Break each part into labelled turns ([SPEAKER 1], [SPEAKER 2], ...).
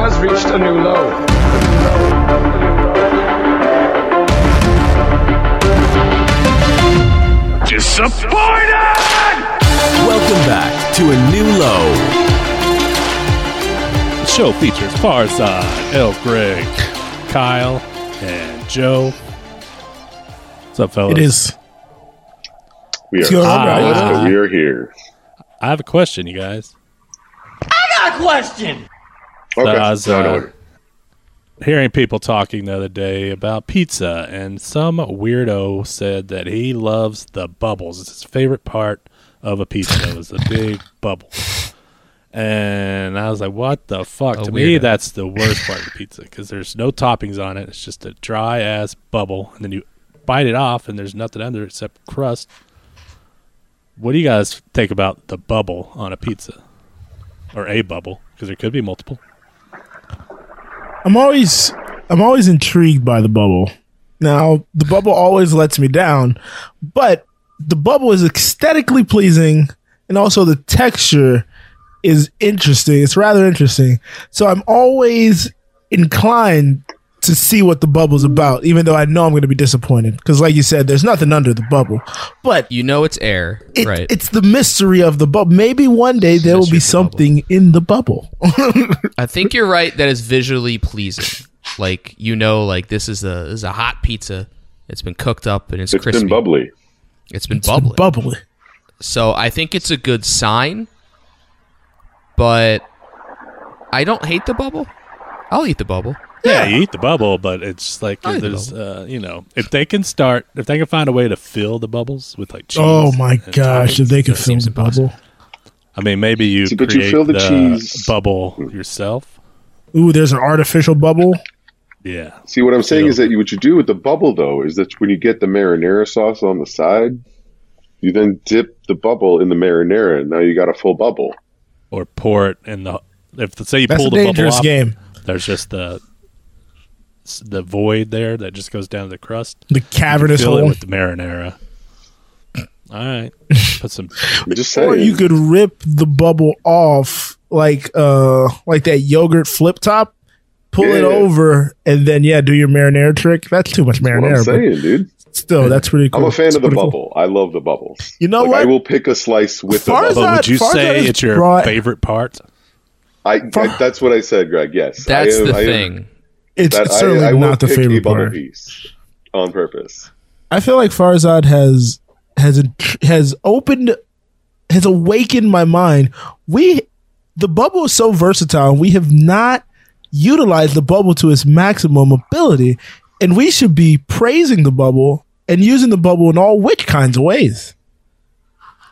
[SPEAKER 1] has reached a new low.
[SPEAKER 2] Disappointed!
[SPEAKER 3] Welcome back to a new low.
[SPEAKER 4] The show features Farzad, El Greg, Kyle, and Joe. What's up, fellas?
[SPEAKER 5] It is.
[SPEAKER 2] We
[SPEAKER 5] It's going
[SPEAKER 2] are.
[SPEAKER 5] on, right?
[SPEAKER 2] Ah. We are here.
[SPEAKER 4] I have a question, you guys.
[SPEAKER 2] Okay.
[SPEAKER 4] I was,
[SPEAKER 2] No,
[SPEAKER 4] uh,
[SPEAKER 2] no,
[SPEAKER 4] Hearing people talking the other day about pizza, and some weirdo said that he loves the bubbles. It's his favorite part of a pizza is the big bubble. And I was like, "What the fuck?"
[SPEAKER 6] A
[SPEAKER 4] to me,
[SPEAKER 6] weirdo.
[SPEAKER 4] that's the worst part of the pizza because there's no toppings on it. It's just a dry ass bubble, and then you bite it off, and there's nothing under it except crust. What do you guys think about the bubble on a pizza, or a bubble? Because there could be multiple.
[SPEAKER 5] I'm always I'm always intrigued by the bubble. Now, the bubble always lets me down, but the bubble is aesthetically pleasing and also the texture is interesting. It's rather interesting. So I'm always inclined to see what the bubble's about, even though I know I'm going to be disappointed because like you said, there's nothing under the bubble. But
[SPEAKER 6] You know it's air,
[SPEAKER 5] it,
[SPEAKER 6] right?
[SPEAKER 5] it's the mystery of the bubble. Maybe one day there will be
[SPEAKER 6] mystery of the bubble.
[SPEAKER 5] something in the bubble.
[SPEAKER 6] I think you're right. That is visually pleasing. Like you know, like this is a this is a hot pizza. It's been cooked up and it's,
[SPEAKER 2] it's
[SPEAKER 6] crispy.
[SPEAKER 2] been bubbly.
[SPEAKER 6] It's been bubbling.
[SPEAKER 5] Bubbly.
[SPEAKER 6] so I think it's a good sign. But I don't hate the bubble. I'll eat the bubble.
[SPEAKER 4] Yeah, you eat the bubble, but it's just like
[SPEAKER 6] I eat the
[SPEAKER 4] there's, uh, you know, if they can start, if they can find a way to fill the bubbles with like cheese.
[SPEAKER 5] Oh my
[SPEAKER 4] and
[SPEAKER 5] gosh, if
[SPEAKER 4] toppings,
[SPEAKER 5] they could
[SPEAKER 4] that
[SPEAKER 5] film
[SPEAKER 4] seems
[SPEAKER 5] the
[SPEAKER 4] impossible.
[SPEAKER 5] bubble.
[SPEAKER 4] I mean, maybe you
[SPEAKER 2] See,
[SPEAKER 4] create
[SPEAKER 2] but you fill
[SPEAKER 4] the,
[SPEAKER 2] the cheese-
[SPEAKER 4] bubble yourself.
[SPEAKER 5] Ooh, there's an artificial bubble.
[SPEAKER 4] Yeah,
[SPEAKER 2] See, what I'm saying
[SPEAKER 4] Yeah.
[SPEAKER 2] is that you, what you do with the bubble, though, is that when you get the marinara sauce on the side, you then dip the bubble in the marinara, and now you got a full bubble.
[SPEAKER 4] or pour it in the. If say you
[SPEAKER 5] That's
[SPEAKER 4] pull
[SPEAKER 5] a
[SPEAKER 4] the bubble
[SPEAKER 5] dangerous
[SPEAKER 4] off,
[SPEAKER 5] game.
[SPEAKER 4] there's just the the void there that just goes down to the crust.
[SPEAKER 5] The cavernous
[SPEAKER 4] fill it
[SPEAKER 5] hole.
[SPEAKER 4] with the marinara. All right, put some.
[SPEAKER 2] I'm just saying.
[SPEAKER 5] Or you could rip the bubble off like uh like that yogurt flip top, pull it
[SPEAKER 2] Yeah.
[SPEAKER 5] over, and then yeah, do your marinara trick. That's too much
[SPEAKER 2] what I'm
[SPEAKER 5] marinara, but
[SPEAKER 2] saying, dude.
[SPEAKER 5] still that's pretty cool.
[SPEAKER 2] I'm a fan
[SPEAKER 5] It's
[SPEAKER 2] of the
[SPEAKER 5] pretty cool.
[SPEAKER 2] bubble. I love the bubbles.
[SPEAKER 5] You know
[SPEAKER 2] Like,
[SPEAKER 5] what?
[SPEAKER 2] I will pick a slice with the
[SPEAKER 5] Far as
[SPEAKER 2] bubble.
[SPEAKER 4] But
[SPEAKER 5] Farzad-
[SPEAKER 4] would you
[SPEAKER 5] Farzad
[SPEAKER 4] say
[SPEAKER 5] is
[SPEAKER 4] it's your
[SPEAKER 5] broad-
[SPEAKER 4] favorite part?
[SPEAKER 2] I, I- that's what I said, Greg. Yes,
[SPEAKER 6] That's
[SPEAKER 2] I am-
[SPEAKER 6] the
[SPEAKER 2] I am-
[SPEAKER 6] thing.
[SPEAKER 5] It's
[SPEAKER 2] that I-
[SPEAKER 5] certainly
[SPEAKER 2] I will
[SPEAKER 5] not the
[SPEAKER 2] pick a
[SPEAKER 5] favorite
[SPEAKER 2] bubble
[SPEAKER 5] part.
[SPEAKER 2] piece on purpose.
[SPEAKER 5] I feel like Farzad has has a- has opened has awakened my mind. We the bubble is so versatile. and We have not utilized the bubble to its maximum ability, and we should be praising the bubble and using the bubble in all which kinds of ways.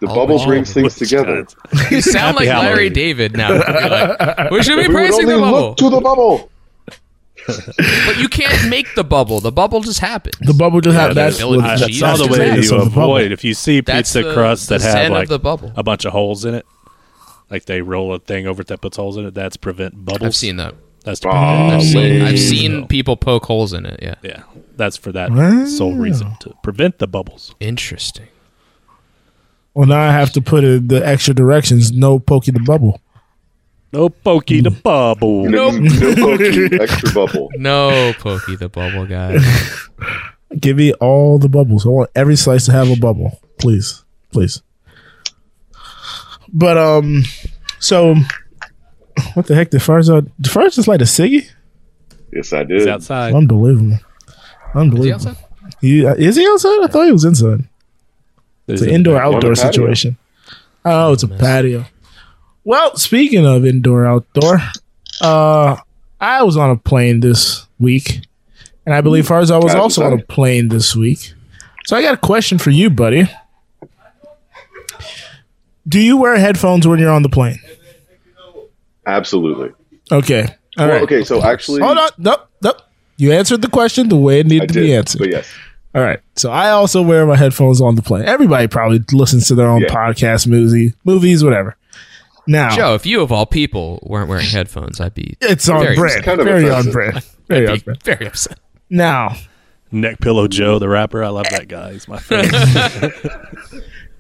[SPEAKER 2] The
[SPEAKER 6] Oh,
[SPEAKER 2] bubble
[SPEAKER 6] wow.
[SPEAKER 2] brings things together.
[SPEAKER 6] You sound
[SPEAKER 4] Happy
[SPEAKER 6] like
[SPEAKER 4] Halloween.
[SPEAKER 6] Larry David now. You're like, we should be
[SPEAKER 2] We would
[SPEAKER 6] praising
[SPEAKER 2] only
[SPEAKER 6] the bubble,
[SPEAKER 2] look to the bubble.
[SPEAKER 6] but you can't make the bubble. The bubble just happens.
[SPEAKER 5] The bubble just
[SPEAKER 6] Yeah,
[SPEAKER 5] have that's
[SPEAKER 6] the ability
[SPEAKER 5] what-
[SPEAKER 6] to
[SPEAKER 4] That's
[SPEAKER 6] That's
[SPEAKER 4] all the
[SPEAKER 6] just
[SPEAKER 4] way
[SPEAKER 6] it.
[SPEAKER 5] That's
[SPEAKER 4] you
[SPEAKER 5] what the bubble-
[SPEAKER 4] avoid. If you see
[SPEAKER 6] That's
[SPEAKER 4] pizza
[SPEAKER 6] the-
[SPEAKER 4] crusts
[SPEAKER 6] the
[SPEAKER 4] that have
[SPEAKER 6] sin of
[SPEAKER 4] like
[SPEAKER 6] the bubble.
[SPEAKER 4] a bunch of holes in it, like they roll a thing over it that puts holes in it, that's prevent bubbles.
[SPEAKER 6] I've seen that.
[SPEAKER 4] That's to prevent-
[SPEAKER 6] I've seen, I've
[SPEAKER 4] No.
[SPEAKER 6] seen people poke holes in it. Yeah,
[SPEAKER 4] yeah, that's for that
[SPEAKER 5] Wow.
[SPEAKER 4] sole reason to prevent the bubbles.
[SPEAKER 6] interesting.
[SPEAKER 5] Well, now I have to put in the extra directions. No poking the bubble.
[SPEAKER 4] No pokey the bubble.
[SPEAKER 2] No, no pokey, extra bubble.
[SPEAKER 6] No, Pokey the Bubble guy.
[SPEAKER 5] Give me all the bubbles. I want every slice to have a bubble, please, please. But um, so what the heck did Farzad? Did Farzad just light a ciggy?
[SPEAKER 2] Yes, I did.
[SPEAKER 4] It's outside.
[SPEAKER 5] Unbelievable,
[SPEAKER 6] Is he
[SPEAKER 5] unbelievable.
[SPEAKER 6] outside?
[SPEAKER 5] He- uh, is he outside? I thought he was inside.
[SPEAKER 4] There's
[SPEAKER 5] It's an
[SPEAKER 4] a-
[SPEAKER 5] indoor
[SPEAKER 2] On
[SPEAKER 5] outdoor
[SPEAKER 2] the patio.
[SPEAKER 5] situation. Oh, it's a patio. Well, speaking of indoor outdoor, uh, I was on a plane this week, and I believe Farzad was
[SPEAKER 2] Glad you
[SPEAKER 5] also on a
[SPEAKER 2] said.
[SPEAKER 5] plane this week. So I got a question for you, buddy. Do you wear headphones when you're on the plane?
[SPEAKER 2] Absolutely.
[SPEAKER 5] Okay. All
[SPEAKER 2] Well,
[SPEAKER 5] right.
[SPEAKER 2] okay, so actually,
[SPEAKER 5] Hold on. Nope. Nope. You answered the question the way it
[SPEAKER 2] I
[SPEAKER 5] needed to
[SPEAKER 2] did.
[SPEAKER 5] be answered.
[SPEAKER 2] But yes,
[SPEAKER 5] All right. So I also wear my headphones on the plane. Everybody probably listens to their own
[SPEAKER 2] Yeah.
[SPEAKER 5] podcast, movie, movies, whatever. Now
[SPEAKER 6] Joe, if you of all people weren't wearing headphones, I'd be
[SPEAKER 5] it's on
[SPEAKER 6] Very
[SPEAKER 5] brand.
[SPEAKER 2] kind of
[SPEAKER 5] very on
[SPEAKER 2] offensive.
[SPEAKER 5] brand. Very on
[SPEAKER 6] be
[SPEAKER 5] brand.
[SPEAKER 6] very upset.
[SPEAKER 5] Now,
[SPEAKER 4] Neck pillow Joe, the rapper. I love that guy. He's my favorite.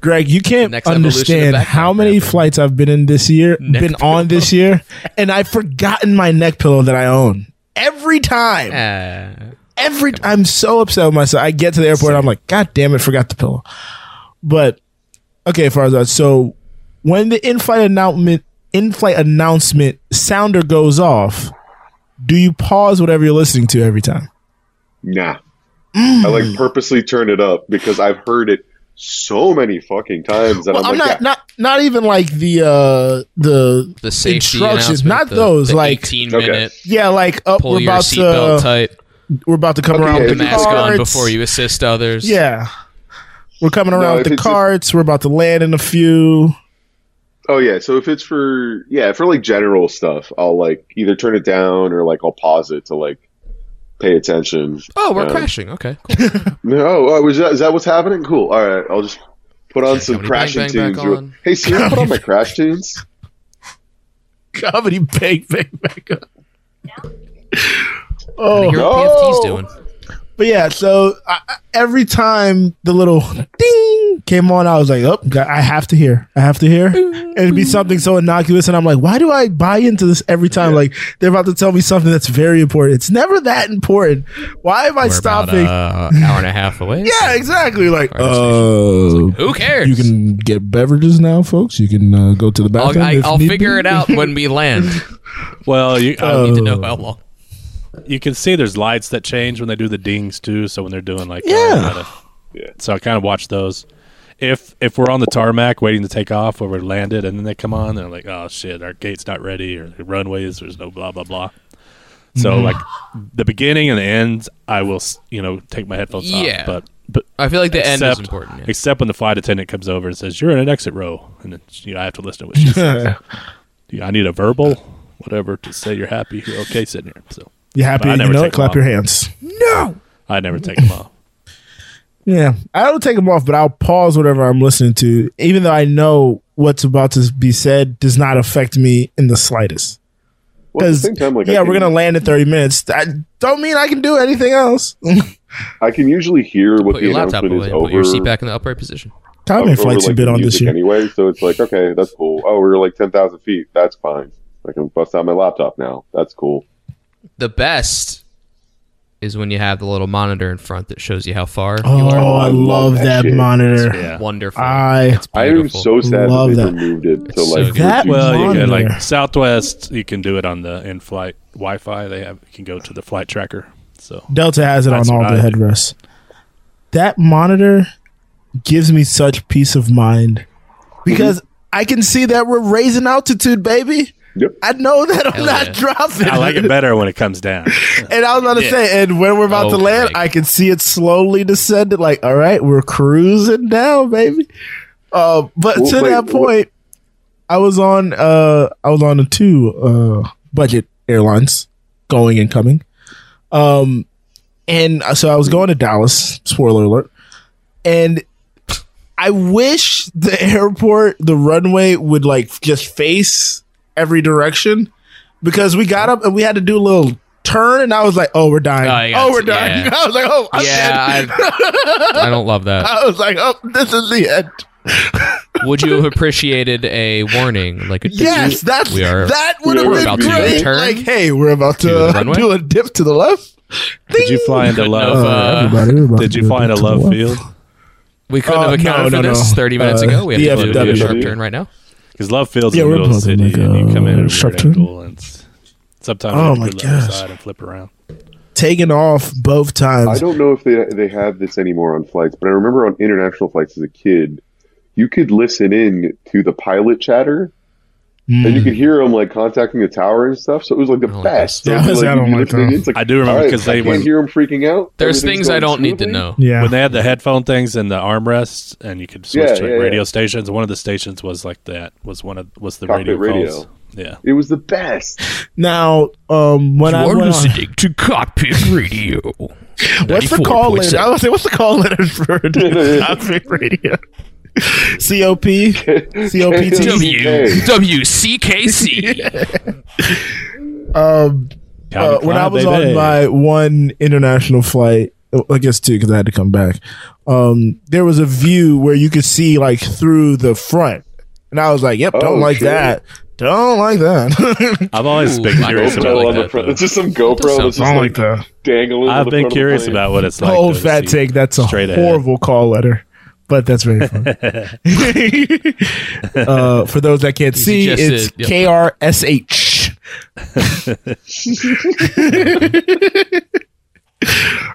[SPEAKER 5] Greg, you can't
[SPEAKER 6] Next evolution of
[SPEAKER 5] understand
[SPEAKER 6] back
[SPEAKER 5] how
[SPEAKER 6] pain
[SPEAKER 5] many
[SPEAKER 6] therapy.
[SPEAKER 5] flights I've been in this year,
[SPEAKER 6] Neck
[SPEAKER 5] been on this year, and I've forgotten my neck pillow that I own. Every time.
[SPEAKER 6] Uh,
[SPEAKER 5] Every I'm so upset with myself. I get to the airport, I'm like, God damn it, forgot the pillow. But okay, Farzad, so when the in flight announcement in flight announcement sounder goes off, do you pause whatever you're listening to every time?
[SPEAKER 2] Nah. I
[SPEAKER 5] Mm.
[SPEAKER 2] like purposely turn it up because I've heard it so many fucking times that
[SPEAKER 5] Well,
[SPEAKER 2] I'm,
[SPEAKER 5] I'm not,
[SPEAKER 2] like, "Yeah,
[SPEAKER 5] not not even like the uh the
[SPEAKER 6] the safety
[SPEAKER 5] Instructions,
[SPEAKER 6] announcement,
[SPEAKER 5] not
[SPEAKER 6] the-
[SPEAKER 5] those,
[SPEAKER 6] the
[SPEAKER 5] like-
[SPEAKER 6] 18
[SPEAKER 2] Okay.
[SPEAKER 6] minute
[SPEAKER 5] yeah, like up
[SPEAKER 6] pull
[SPEAKER 5] we're
[SPEAKER 6] your
[SPEAKER 5] about
[SPEAKER 6] seatbelt
[SPEAKER 5] to
[SPEAKER 6] tight,
[SPEAKER 5] we're about to come
[SPEAKER 2] Okay,
[SPEAKER 5] around
[SPEAKER 2] yeah,
[SPEAKER 5] with
[SPEAKER 2] if
[SPEAKER 5] the
[SPEAKER 2] it's
[SPEAKER 6] mask
[SPEAKER 5] carts.
[SPEAKER 6] on before you assist others.
[SPEAKER 5] Yeah. We're coming around
[SPEAKER 2] No,
[SPEAKER 5] with
[SPEAKER 2] if
[SPEAKER 5] the
[SPEAKER 2] it's just-
[SPEAKER 5] carts. We're about to land in a few.
[SPEAKER 2] Oh yeah, so if it's for yeah, for like general stuff, I'll like either turn it down or like I'll pause it to like pay attention.
[SPEAKER 6] Oh, we're
[SPEAKER 5] Uh,
[SPEAKER 2] Um,
[SPEAKER 6] crashing. Okay. Cool.
[SPEAKER 2] No, oh, was that, is that what's happening? Cool. All right, I'll just put on some
[SPEAKER 6] Comedy
[SPEAKER 2] crashing
[SPEAKER 6] Bang Bang
[SPEAKER 2] tunes.
[SPEAKER 6] back
[SPEAKER 2] real-
[SPEAKER 6] on.
[SPEAKER 2] Hey Siri, put on my crash tunes.
[SPEAKER 5] Comedy bang bang back up.
[SPEAKER 6] I
[SPEAKER 5] Oh,
[SPEAKER 6] hear what
[SPEAKER 2] no.
[SPEAKER 6] PFT's doing.
[SPEAKER 5] but yeah. So I, I- every time the little ding came on, I was like, "Oh, God, I have to hear. I have to hear." And it'd be something so innocuous, and I'm like, "Why do I buy into this every time? Like they're about to tell me something that's very important. It's never that important. Why am I
[SPEAKER 6] We're about
[SPEAKER 5] stopping?"
[SPEAKER 6] uh, an hour and a half away.
[SPEAKER 5] yeah, exactly. Like, uh,
[SPEAKER 6] Who cares?
[SPEAKER 5] You can get beverages now, folks. You can uh, go to the
[SPEAKER 6] I'll,
[SPEAKER 5] bathroom.
[SPEAKER 6] I,
[SPEAKER 5] if
[SPEAKER 6] I'll
[SPEAKER 5] need
[SPEAKER 6] figure
[SPEAKER 5] be.
[SPEAKER 6] it out when we land.
[SPEAKER 4] Well, you
[SPEAKER 6] I don't need to know
[SPEAKER 5] Oh.
[SPEAKER 6] how long.
[SPEAKER 4] you can see there's lights that change when they do the dings too. So when they're doing like uh,
[SPEAKER 5] Yeah.
[SPEAKER 4] gotta-
[SPEAKER 2] Yeah.
[SPEAKER 4] So I kind of watch those. If if we're on the tarmac waiting to take off or we're landed and then they come on, they're like, oh shit, our gate's not ready or the runways, there's no blah blah blah. So like the beginning and the end, I will s- you know take my headphones
[SPEAKER 6] Yeah.
[SPEAKER 4] off. But but
[SPEAKER 6] I feel like the end is
[SPEAKER 4] Except-
[SPEAKER 6] important. yeah.
[SPEAKER 4] except when the flight attendant comes over and says you're in an exit row, and then you know, I have to listen to what she says. I need a verbal, whatever, to say you're happy, you're okay sitting here. So
[SPEAKER 5] You happy?
[SPEAKER 4] But I
[SPEAKER 5] You
[SPEAKER 4] never
[SPEAKER 5] know
[SPEAKER 4] take
[SPEAKER 5] it. Clap
[SPEAKER 4] them
[SPEAKER 5] your
[SPEAKER 4] off.
[SPEAKER 5] hands.
[SPEAKER 4] I never take them off.
[SPEAKER 5] Yeah, I don't take them off, but I'll pause whatever I'm listening to, even though I know what's about to be said does not affect me in the slightest.
[SPEAKER 2] Well, at the
[SPEAKER 5] Because
[SPEAKER 2] same time, like
[SPEAKER 5] yeah,
[SPEAKER 2] I
[SPEAKER 5] we're
[SPEAKER 2] can-
[SPEAKER 5] gonna land in 30 minutes. That don't mean I can do anything else.
[SPEAKER 2] I can usually hear what
[SPEAKER 6] Put
[SPEAKER 2] the
[SPEAKER 6] your laptop
[SPEAKER 2] announcement
[SPEAKER 6] away
[SPEAKER 2] is
[SPEAKER 6] and
[SPEAKER 2] over.
[SPEAKER 6] put your seat back in the upright position.
[SPEAKER 5] Time
[SPEAKER 2] over,
[SPEAKER 5] and flights
[SPEAKER 2] like,
[SPEAKER 5] a bit on this
[SPEAKER 2] music
[SPEAKER 5] year.
[SPEAKER 2] anyway, so it's like okay, that's cool. Oh, we're like ten thousand feet. That's fine. I can bust out my laptop now. That's cool.
[SPEAKER 6] The best is when you have the little monitor in front that shows you how far you
[SPEAKER 5] Oh, Uh,
[SPEAKER 6] are.
[SPEAKER 5] I love that,
[SPEAKER 2] shit.
[SPEAKER 5] monitor.
[SPEAKER 4] Yeah.
[SPEAKER 6] Wonderful.
[SPEAKER 5] I
[SPEAKER 6] It's
[SPEAKER 2] I am
[SPEAKER 6] beautiful.
[SPEAKER 2] so sad
[SPEAKER 5] Love
[SPEAKER 2] that they
[SPEAKER 5] that.
[SPEAKER 2] removed it to
[SPEAKER 6] so
[SPEAKER 2] like
[SPEAKER 6] good.
[SPEAKER 5] That
[SPEAKER 2] reduce-
[SPEAKER 4] Well, you
[SPEAKER 5] monitor.
[SPEAKER 4] can like Southwest. You can do it on the in-flight Wi-Fi. They have you can go to the flight tracker. So
[SPEAKER 5] Delta has it
[SPEAKER 4] That's
[SPEAKER 5] on all
[SPEAKER 4] what
[SPEAKER 5] the
[SPEAKER 4] I do.
[SPEAKER 5] headrests. That monitor gives me such peace of mind because I can see that we're raising altitude, baby.
[SPEAKER 2] Yep.
[SPEAKER 5] I know that I'm
[SPEAKER 6] Hell
[SPEAKER 5] not
[SPEAKER 6] yeah.
[SPEAKER 5] dropping.
[SPEAKER 4] I like it better when it comes down.
[SPEAKER 5] And I was about to say, and when we're about
[SPEAKER 6] Oh,
[SPEAKER 5] to land,
[SPEAKER 6] Greg.
[SPEAKER 5] I can see it slowly descending. Like, all right, we're cruising down, baby. Uh, but
[SPEAKER 2] Well,
[SPEAKER 5] to
[SPEAKER 2] wait,
[SPEAKER 5] that
[SPEAKER 2] what-
[SPEAKER 5] point, I was on uh, I was on the two uh, budget airlines, going and coming. Um, and uh, so I was going to Dallas. Spoiler alert. And I wish the airport, the runway would like just face every direction because we got up and we had to do a little turn, and I was like, "Oh, we're dying!
[SPEAKER 6] Oh, you
[SPEAKER 5] Oh,
[SPEAKER 6] got
[SPEAKER 5] we're
[SPEAKER 6] to-
[SPEAKER 5] dying!"
[SPEAKER 6] yeah.
[SPEAKER 5] I was like, "Oh, I'm
[SPEAKER 6] yeah,
[SPEAKER 5] dead."
[SPEAKER 6] I, I don't love that.
[SPEAKER 5] I was like, "Oh, this is the end."
[SPEAKER 6] Would you have appreciated a warning, like a
[SPEAKER 5] Yes, that's
[SPEAKER 6] we are
[SPEAKER 5] that would
[SPEAKER 2] we
[SPEAKER 5] have
[SPEAKER 2] are
[SPEAKER 5] been
[SPEAKER 2] about to do a
[SPEAKER 5] great.
[SPEAKER 6] turn
[SPEAKER 5] Like, hey, we're about
[SPEAKER 6] to the
[SPEAKER 5] to
[SPEAKER 6] runway?
[SPEAKER 5] do a dip to the left.
[SPEAKER 4] Did you fly into
[SPEAKER 6] Couldn't
[SPEAKER 4] love?
[SPEAKER 6] have, uh,
[SPEAKER 4] did you fly into love field?
[SPEAKER 6] We couldn't
[SPEAKER 5] Uh,
[SPEAKER 6] have accounted
[SPEAKER 5] no,
[SPEAKER 6] for
[SPEAKER 5] no,
[SPEAKER 6] this
[SPEAKER 5] no.
[SPEAKER 6] 30 minutes
[SPEAKER 5] Uh,
[SPEAKER 6] ago. We have to do a
[SPEAKER 5] DFW.
[SPEAKER 6] sharp turn right now.
[SPEAKER 4] Because love field's
[SPEAKER 5] Yeah,
[SPEAKER 4] in the
[SPEAKER 5] we're
[SPEAKER 4] middle of the
[SPEAKER 5] probably
[SPEAKER 4] city,
[SPEAKER 5] like,
[SPEAKER 4] and you come in at a
[SPEAKER 5] uh,
[SPEAKER 4] weird
[SPEAKER 5] structure.
[SPEAKER 4] angle, and s- sometimes
[SPEAKER 5] Oh
[SPEAKER 4] you
[SPEAKER 5] my
[SPEAKER 4] have to go to the other
[SPEAKER 5] gosh.
[SPEAKER 4] side and flip around.
[SPEAKER 5] Taking off both
[SPEAKER 2] I
[SPEAKER 5] times.
[SPEAKER 2] don't know if they they have this anymore on flights, but I remember on international flights as a kid, you could listen in to the pilot chatter, and you
[SPEAKER 5] Hmm.
[SPEAKER 2] could hear them like contacting the tower and stuff. So it was like the
[SPEAKER 6] don't Oh, like
[SPEAKER 2] best.
[SPEAKER 5] that.
[SPEAKER 2] So
[SPEAKER 5] Yeah,
[SPEAKER 2] it'd be,
[SPEAKER 5] I
[SPEAKER 2] like,
[SPEAKER 5] don't
[SPEAKER 2] you're
[SPEAKER 5] like
[SPEAKER 2] listening
[SPEAKER 5] that.
[SPEAKER 2] in, it's like,
[SPEAKER 4] I do remember
[SPEAKER 2] "All right,
[SPEAKER 4] 'cause
[SPEAKER 2] I
[SPEAKER 4] they
[SPEAKER 2] can't
[SPEAKER 4] went-
[SPEAKER 2] hear them freaking out.
[SPEAKER 6] There's
[SPEAKER 2] Everything's
[SPEAKER 6] things I
[SPEAKER 2] going
[SPEAKER 6] don't need to
[SPEAKER 2] smoothly."
[SPEAKER 6] know.
[SPEAKER 5] Yeah.
[SPEAKER 4] when they had the headphone things and the armrests, and you could switch
[SPEAKER 2] Yeah,
[SPEAKER 4] to like
[SPEAKER 2] yeah,
[SPEAKER 4] radio
[SPEAKER 2] yeah.
[SPEAKER 4] stations. One of the stations was like that. Was one of was the
[SPEAKER 2] Cockpit
[SPEAKER 4] radio,
[SPEAKER 2] radio.
[SPEAKER 4] calls. Yeah,
[SPEAKER 2] It was the best.
[SPEAKER 5] Now, um, when I went on,
[SPEAKER 6] to Cockpit Radio.
[SPEAKER 5] what's the call letter? I was like, what's the call letter for Topic Radio? COP. COPT.
[SPEAKER 6] WCKC.
[SPEAKER 5] Um, uh, when I was on my one international flight, I guess too, because I had to come back. Um, there was a view where you could see like through the front, and I was like, "Yep, don't
[SPEAKER 2] Oh,
[SPEAKER 5] like
[SPEAKER 2] sure.
[SPEAKER 5] that. Don't like that.
[SPEAKER 4] I've always
[SPEAKER 6] Ooh,
[SPEAKER 4] been
[SPEAKER 6] my
[SPEAKER 4] curious
[SPEAKER 6] GoPro
[SPEAKER 4] about
[SPEAKER 2] GoPro
[SPEAKER 4] like
[SPEAKER 2] on the
[SPEAKER 4] that.
[SPEAKER 2] front.
[SPEAKER 4] though.
[SPEAKER 2] It's just some
[SPEAKER 6] sound
[SPEAKER 2] GoPro that's just
[SPEAKER 5] don't like
[SPEAKER 2] like
[SPEAKER 5] that."
[SPEAKER 2] dangling. on
[SPEAKER 4] I've
[SPEAKER 2] the
[SPEAKER 4] been
[SPEAKER 2] front of the
[SPEAKER 4] curious
[SPEAKER 2] plane.
[SPEAKER 4] about what it's
[SPEAKER 5] The
[SPEAKER 4] like.
[SPEAKER 5] old
[SPEAKER 4] though, to
[SPEAKER 5] fat
[SPEAKER 4] see
[SPEAKER 5] take. That's a
[SPEAKER 4] straight ahead.
[SPEAKER 5] horrible call letter, but that's very funny. uh, for those that can't see,
[SPEAKER 6] just
[SPEAKER 5] it's
[SPEAKER 6] said, yep.
[SPEAKER 5] K R S H.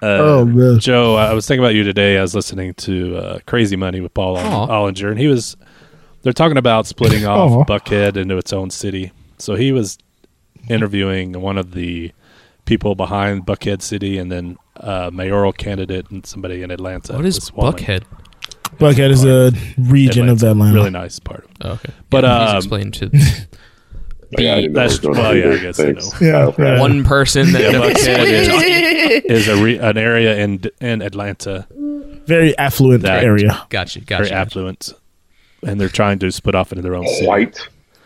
[SPEAKER 5] Oh man,
[SPEAKER 4] uh, Joe, I was thinking about you today. I was listening to uh, Crazy Money with Paul
[SPEAKER 6] Aw.
[SPEAKER 4] Ollinger, and he was they're talking about splitting
[SPEAKER 5] Aw.
[SPEAKER 4] off Buckhead into its own city. So he was interviewing one of the people behind Buckhead City, and then uh, mayoral candidate and somebody in Atlanta.
[SPEAKER 6] What is
[SPEAKER 4] this woman.
[SPEAKER 6] Buckhead?
[SPEAKER 5] Buckhead is a region
[SPEAKER 4] Atlanta.
[SPEAKER 5] of Atlanta.
[SPEAKER 4] Really nice part. Of it.
[SPEAKER 6] Oh, okay,
[SPEAKER 4] But,
[SPEAKER 6] Yeah, please
[SPEAKER 4] um,
[SPEAKER 6] explain to
[SPEAKER 2] Like, I didn't know
[SPEAKER 4] That's-
[SPEAKER 2] what was going
[SPEAKER 4] well,
[SPEAKER 2] on
[SPEAKER 4] yeah,
[SPEAKER 2] either.
[SPEAKER 4] I guess I
[SPEAKER 2] Thanks.
[SPEAKER 5] know. Yeah,
[SPEAKER 2] Kyle Pratt.
[SPEAKER 5] yeah.
[SPEAKER 6] one person that knows
[SPEAKER 4] Buckhead
[SPEAKER 6] what you're
[SPEAKER 4] is-
[SPEAKER 6] talking about.
[SPEAKER 4] is a re- an area in in Atlanta
[SPEAKER 5] Very affluent
[SPEAKER 4] That-
[SPEAKER 5] area.
[SPEAKER 6] Gotcha,
[SPEAKER 4] very
[SPEAKER 6] gotcha.
[SPEAKER 4] affluent, and they're trying to split off into their own city.
[SPEAKER 2] White.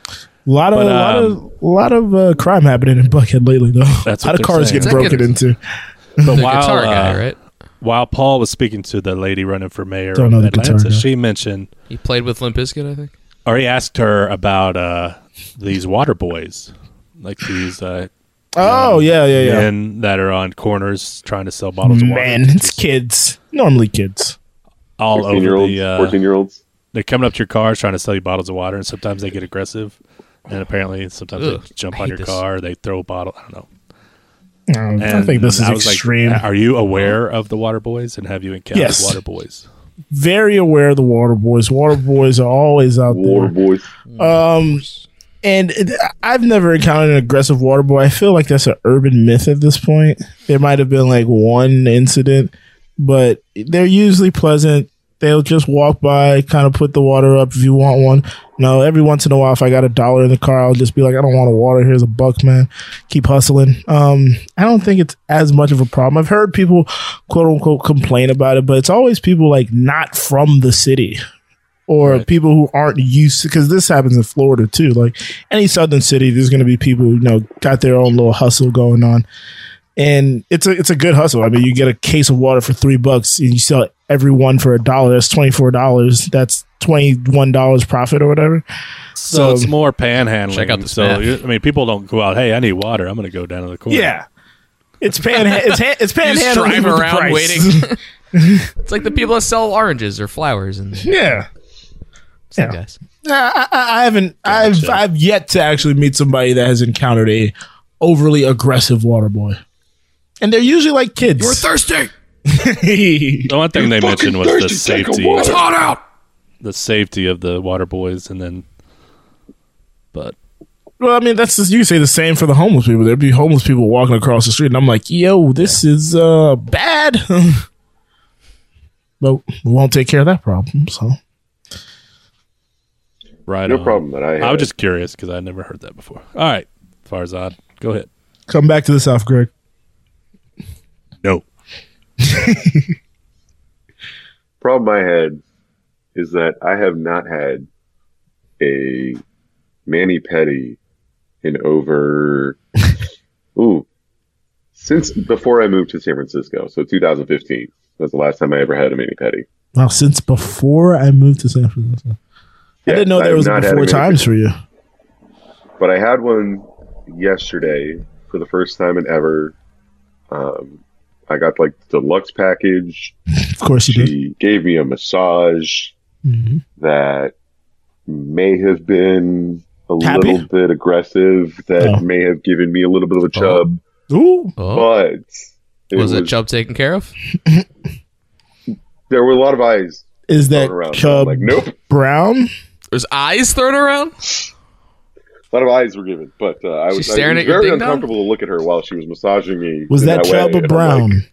[SPEAKER 5] A lot of,
[SPEAKER 4] But,
[SPEAKER 5] lot
[SPEAKER 4] um,
[SPEAKER 5] of, lot of uh, crime happening in Buckhead lately, though.
[SPEAKER 4] That's
[SPEAKER 5] a lot
[SPEAKER 4] what
[SPEAKER 5] of
[SPEAKER 4] they're
[SPEAKER 5] cars
[SPEAKER 4] saying.
[SPEAKER 5] getting
[SPEAKER 6] Is that
[SPEAKER 5] broken into.
[SPEAKER 4] But
[SPEAKER 6] the
[SPEAKER 4] while,
[SPEAKER 6] guitar guy,
[SPEAKER 4] uh,
[SPEAKER 6] right?
[SPEAKER 4] while Paul was speaking to the lady running for mayor
[SPEAKER 5] Don't know
[SPEAKER 4] of
[SPEAKER 5] the guitar
[SPEAKER 4] Atlanta,
[SPEAKER 5] guy.
[SPEAKER 4] she mentioned
[SPEAKER 6] He played with Limp Bizkit, I think.
[SPEAKER 4] or he asked her about uh, these water boys, like these uh,
[SPEAKER 5] Oh yeah, yeah, yeah.
[SPEAKER 4] men that are on corners trying to sell bottles of water.
[SPEAKER 5] Man, it's kids. Normally kids.
[SPEAKER 4] all
[SPEAKER 2] 16 year
[SPEAKER 4] over
[SPEAKER 2] olds,
[SPEAKER 4] the. Uh,
[SPEAKER 2] 14 year olds.
[SPEAKER 4] they're coming up to your car trying to sell you bottles of water, and sometimes they get aggressive. And apparently, sometimes
[SPEAKER 6] Ugh,
[SPEAKER 4] they jump
[SPEAKER 6] I
[SPEAKER 4] on
[SPEAKER 6] hate
[SPEAKER 4] your
[SPEAKER 6] this.
[SPEAKER 4] car. They throw a bottle. I don't know.
[SPEAKER 5] Um, I think this is
[SPEAKER 4] I was like, uh,
[SPEAKER 5] extreme.
[SPEAKER 4] are you aware of the water boys? And have you encountered
[SPEAKER 5] Yes.
[SPEAKER 4] water boys?
[SPEAKER 5] Very aware of the water boys. Water boys are always out
[SPEAKER 2] War
[SPEAKER 5] there.
[SPEAKER 2] boys.
[SPEAKER 5] Um, and it, I've never encountered an aggressive water boy. I feel like that's an urban myth at this point. There might have been like one incident, but they're usually pleasant. They'll just walk by, kind of put the water up if you want one. No, every once in a while, if I got a dollar in the car, I'll just be like, I don't want a water. Here's a buck, man. Keep hustling. Um, I don't think it's as much of a problem. I've heard people, quote unquote, complain about it, but it's always people like not from the city or people who aren't used to because this happens in Florida too. Like any southern city, there's going to be people who, you know got their own little hustle going on, and it's a it's a good hustle. I mean, you get a case of water for three bucks, and you sell every one for a dollar. That's twenty four dollars. That's twenty one dollars profit or whatever.
[SPEAKER 4] So,
[SPEAKER 2] Um,
[SPEAKER 4] it's more panhandling.
[SPEAKER 6] Check out this
[SPEAKER 4] so
[SPEAKER 6] map.
[SPEAKER 4] you- I mean, people don't go out. Hey, I need water. I'm going to go down to the corner.
[SPEAKER 5] Yeah. It's pan. It's pan. It's
[SPEAKER 6] You
[SPEAKER 5] pan.
[SPEAKER 6] just drive around waiting. it's like the people that sell oranges or flowers and
[SPEAKER 5] yeah.
[SPEAKER 6] yeah.
[SPEAKER 5] Yeah.
[SPEAKER 6] guys.
[SPEAKER 5] I, I, I haven't. I've I've yet to actually meet somebody that has encountered a overly aggressive water boy, and they're usually like kids.
[SPEAKER 6] We're thirsty.
[SPEAKER 4] The one thing they mentioned was the safety,
[SPEAKER 6] It's hot out.
[SPEAKER 4] the safety of the water boys, and then, but
[SPEAKER 5] well, I mean, that's just, you say the same for the homeless people. There'd be homeless people walking across the street, and I'm like, yo, this is uh bad. but we won't take care of that problem. So
[SPEAKER 4] right,
[SPEAKER 2] No
[SPEAKER 4] on.
[SPEAKER 2] problem that I had.
[SPEAKER 4] I was just curious because I never heard that before. All right, Farzad, go ahead.
[SPEAKER 5] come back to the South, Greg.
[SPEAKER 4] No,
[SPEAKER 2] problem I had is that I have not had a mani petty in over ooh since before I moved to San Francisco. So 2015 was the last time I ever had a mani petty.
[SPEAKER 5] Wow, since before I moved to San Francisco, I
[SPEAKER 2] Yes,
[SPEAKER 5] didn't know
[SPEAKER 2] I
[SPEAKER 5] there
[SPEAKER 2] have
[SPEAKER 5] was a
[SPEAKER 2] not had a
[SPEAKER 5] before
[SPEAKER 2] mani
[SPEAKER 5] times
[SPEAKER 2] pedi.
[SPEAKER 5] for you.
[SPEAKER 2] But I had one yesterday for the first time in ever. Um, I got like the deluxe package.
[SPEAKER 5] Of course you did.
[SPEAKER 2] She gave me a massage
[SPEAKER 5] Mm-hmm.
[SPEAKER 2] that may have been a
[SPEAKER 5] Happy?
[SPEAKER 2] little bit aggressive, that
[SPEAKER 5] Oh.
[SPEAKER 2] may have given me a little bit of a chub,
[SPEAKER 5] Ooh,
[SPEAKER 6] Oh,
[SPEAKER 2] but it
[SPEAKER 6] was,
[SPEAKER 2] was,
[SPEAKER 6] that chub taken care of?
[SPEAKER 2] there were a lot of eyes
[SPEAKER 5] is
[SPEAKER 2] thrown
[SPEAKER 5] that
[SPEAKER 2] around.
[SPEAKER 5] Chub
[SPEAKER 2] like, nope,
[SPEAKER 5] Brown?
[SPEAKER 6] There's eyes thrown around.
[SPEAKER 2] a lot of eyes were given, but uh, I
[SPEAKER 6] She
[SPEAKER 2] was,
[SPEAKER 6] staring
[SPEAKER 2] I
[SPEAKER 6] at
[SPEAKER 2] was
[SPEAKER 6] your
[SPEAKER 2] very
[SPEAKER 6] ding dong?
[SPEAKER 2] uncomfortable to look at her while she was massaging me.
[SPEAKER 5] Was
[SPEAKER 2] in
[SPEAKER 5] that
[SPEAKER 2] way,
[SPEAKER 5] Chubb
[SPEAKER 2] and
[SPEAKER 5] or
[SPEAKER 2] I'm
[SPEAKER 5] Brown?
[SPEAKER 2] like,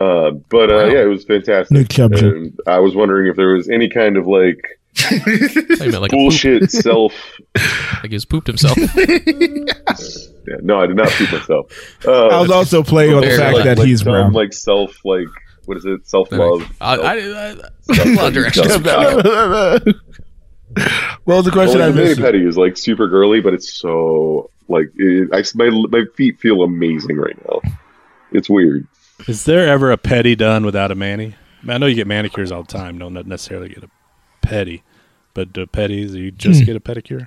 [SPEAKER 2] uh, but uh, yeah, it was fantastic.
[SPEAKER 5] Nick Chubb.
[SPEAKER 2] And I was wondering if there was any kind of like
[SPEAKER 6] I thought you meant like a poop,
[SPEAKER 2] bullshit self
[SPEAKER 6] like he was pooped himself.
[SPEAKER 2] Yeah, no, I did not poop myself.
[SPEAKER 5] I was
[SPEAKER 2] Uh,
[SPEAKER 5] also playing on the
[SPEAKER 6] Barely.
[SPEAKER 5] fact
[SPEAKER 6] Like-
[SPEAKER 5] that
[SPEAKER 2] like
[SPEAKER 5] he's
[SPEAKER 2] some,
[SPEAKER 5] brown.
[SPEAKER 2] Like self, like what is it? Self love.
[SPEAKER 6] I, I, I, a lot of directions.
[SPEAKER 2] Well,
[SPEAKER 5] well, the question I
[SPEAKER 2] the mini
[SPEAKER 5] missed.
[SPEAKER 2] petty is like super girly, but it's so like it, I my my feet feel amazing right now. It's weird.
[SPEAKER 4] Is there ever a petty done without a mani? I, mean, I know you get manicures all the time. Don't necessarily get a petty, but do petties you
[SPEAKER 2] Hmm.
[SPEAKER 4] just get a pedicure?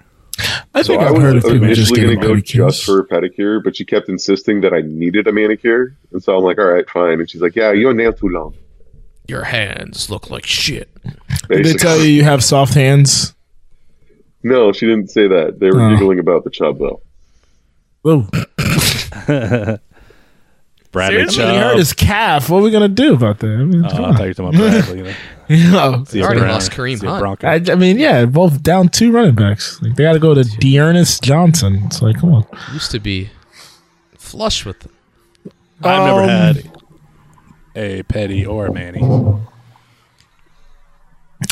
[SPEAKER 5] I
[SPEAKER 2] So
[SPEAKER 5] think
[SPEAKER 2] I
[SPEAKER 5] I've
[SPEAKER 2] was
[SPEAKER 5] heard of people just
[SPEAKER 2] initially
[SPEAKER 5] getting
[SPEAKER 2] going to go just
[SPEAKER 5] pedicures.
[SPEAKER 2] for a pedicure, but she kept insisting that I needed a manicure, and so I'm like, all right, fine. And she's like, yeah, your nail too long.
[SPEAKER 6] Your hands look like shit.
[SPEAKER 5] Did they
[SPEAKER 2] basically.
[SPEAKER 5] tell you you have soft hands?
[SPEAKER 2] No, she didn't say that. They were
[SPEAKER 5] Oh.
[SPEAKER 2] giggling about the chub though.
[SPEAKER 5] Whoa.
[SPEAKER 4] Bradley
[SPEAKER 5] I mean, he hurt
[SPEAKER 4] Chubb.
[SPEAKER 5] his calf. What are we gonna do about that? I mean,
[SPEAKER 4] Oh, I
[SPEAKER 5] come
[SPEAKER 4] thought you were talking about Bradley. You know?
[SPEAKER 5] on.
[SPEAKER 4] See a
[SPEAKER 6] Already
[SPEAKER 4] Brown-
[SPEAKER 6] lost Kareem
[SPEAKER 4] see a
[SPEAKER 6] Hunt.
[SPEAKER 4] Bronco.
[SPEAKER 5] I, I mean, yeah, both down two running backs. Like they got to go to Dearness Johnson. It's like, come on.
[SPEAKER 6] Used to be flush with them.
[SPEAKER 4] I've never
[SPEAKER 5] Um,
[SPEAKER 4] had a petty or a manny.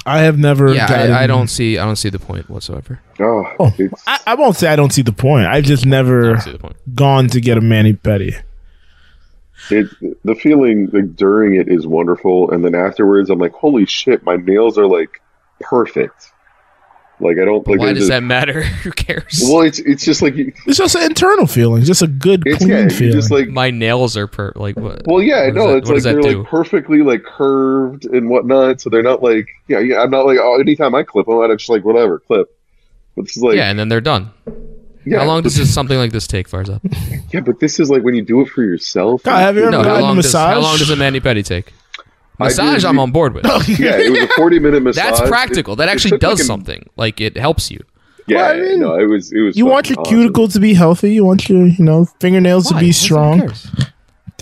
[SPEAKER 5] I have never.
[SPEAKER 6] Yeah,
[SPEAKER 5] gotten-
[SPEAKER 6] I, I don't see. I don't see the point whatsoever.
[SPEAKER 2] Oh,
[SPEAKER 5] Oh,
[SPEAKER 2] it's
[SPEAKER 5] I, I won't say I don't see the point. I've just
[SPEAKER 6] I
[SPEAKER 5] never
[SPEAKER 6] don't see the point.
[SPEAKER 5] gone to get a mani petty.
[SPEAKER 2] it, the feeling like, during it is wonderful, and then afterwards, I'm like, holy shit, my nails are like perfect. Like I don't
[SPEAKER 6] But
[SPEAKER 2] like.
[SPEAKER 6] why
[SPEAKER 2] there's
[SPEAKER 6] does
[SPEAKER 2] a-
[SPEAKER 6] that matter? Who cares?
[SPEAKER 2] Well, it's it's just like you-
[SPEAKER 5] It's just an internal feeling, just a good
[SPEAKER 2] it's
[SPEAKER 5] clean
[SPEAKER 2] yeah, you
[SPEAKER 5] feeling.
[SPEAKER 2] just like.
[SPEAKER 6] My nails are per like what?
[SPEAKER 2] well, yeah,
[SPEAKER 6] what does
[SPEAKER 2] no,
[SPEAKER 6] that-
[SPEAKER 2] it's
[SPEAKER 6] what
[SPEAKER 2] like
[SPEAKER 6] does that
[SPEAKER 2] they're
[SPEAKER 6] do?
[SPEAKER 2] like perfectly like curved and whatnot, so they're not like yeah, yeah. I'm not like oh, anytime I clip them, I'm just like whatever clip. But it's like
[SPEAKER 6] yeah, and then they're done.
[SPEAKER 2] yeah,
[SPEAKER 6] How long
[SPEAKER 2] but-
[SPEAKER 6] does this, something like this take, Farzad?
[SPEAKER 2] yeah, but this is like when you do it for yourself.
[SPEAKER 5] God, have you ever
[SPEAKER 6] No, how
[SPEAKER 5] gotten a
[SPEAKER 6] long, does,
[SPEAKER 5] massage?
[SPEAKER 6] how long does a mani pedi take?
[SPEAKER 2] I did-
[SPEAKER 6] Massage, I'm on board with.
[SPEAKER 2] yeah, it was a 40 minute massage.
[SPEAKER 6] That's practical.
[SPEAKER 2] It-
[SPEAKER 6] That
[SPEAKER 2] it
[SPEAKER 6] actually
[SPEAKER 2] took, like,
[SPEAKER 6] does
[SPEAKER 2] an-
[SPEAKER 6] something. Like it helps you.
[SPEAKER 2] Yeah,
[SPEAKER 5] Well, I mean,
[SPEAKER 2] no, it was it was.
[SPEAKER 5] you want your
[SPEAKER 2] fucking awesome.
[SPEAKER 5] cuticles to be healthy. You want your, you know, fingernails to be strong.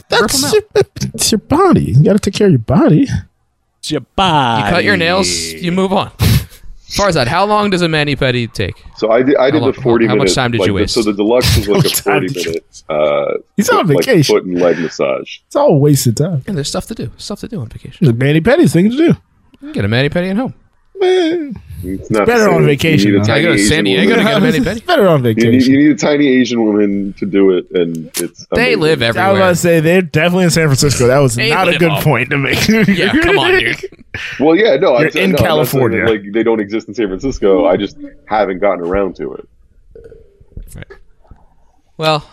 [SPEAKER 5] That's your,
[SPEAKER 6] Rip
[SPEAKER 5] it's your body. You got to take care of your body.
[SPEAKER 6] You cut your nails, you move on. Farzad, how long does a mani pedi take?
[SPEAKER 2] So I did. I did the
[SPEAKER 6] How long-
[SPEAKER 2] forty.
[SPEAKER 6] how much
[SPEAKER 2] minute,
[SPEAKER 6] time did
[SPEAKER 2] like,
[SPEAKER 6] you
[SPEAKER 2] the-
[SPEAKER 6] waste?
[SPEAKER 2] So the deluxe was
[SPEAKER 5] How
[SPEAKER 2] like a
[SPEAKER 5] much time
[SPEAKER 2] forty
[SPEAKER 5] did you
[SPEAKER 2] minute. Uh,
[SPEAKER 5] He's on
[SPEAKER 2] like,
[SPEAKER 5] vacation.
[SPEAKER 2] foot and leg massage.
[SPEAKER 5] It's all a waste of time.
[SPEAKER 6] And there's stuff to do. Stuff to do on vacation.
[SPEAKER 5] There's mani petties thing to do.
[SPEAKER 6] You can get a mani pedi at home.
[SPEAKER 5] Man,
[SPEAKER 2] It's not
[SPEAKER 5] better
[SPEAKER 2] the same.
[SPEAKER 5] on vacation,
[SPEAKER 2] You need
[SPEAKER 5] though. Yeah,
[SPEAKER 2] a
[SPEAKER 6] I
[SPEAKER 2] tiny
[SPEAKER 6] go to
[SPEAKER 2] Asian
[SPEAKER 6] San Diego to
[SPEAKER 2] woman.
[SPEAKER 6] get a mani
[SPEAKER 5] it's
[SPEAKER 6] pedi.
[SPEAKER 5] better on
[SPEAKER 2] You need,
[SPEAKER 5] vacation.
[SPEAKER 2] you need a tiny Asian woman to do it, and it's
[SPEAKER 6] They
[SPEAKER 2] amazing.
[SPEAKER 6] live
[SPEAKER 5] I was
[SPEAKER 6] everywhere.
[SPEAKER 5] about to say they're definitely in San Francisco. That was
[SPEAKER 6] Hey,
[SPEAKER 5] not a
[SPEAKER 6] live
[SPEAKER 5] good
[SPEAKER 6] off.
[SPEAKER 5] point to make.
[SPEAKER 6] Yeah, come on, dude.
[SPEAKER 2] Well, yeah, no, I'm
[SPEAKER 5] You're
[SPEAKER 2] saying-
[SPEAKER 5] in
[SPEAKER 2] no, I'm not saying
[SPEAKER 5] California.
[SPEAKER 2] that, like they don't exist in San Francisco. I just haven't gotten around to it.
[SPEAKER 6] Well,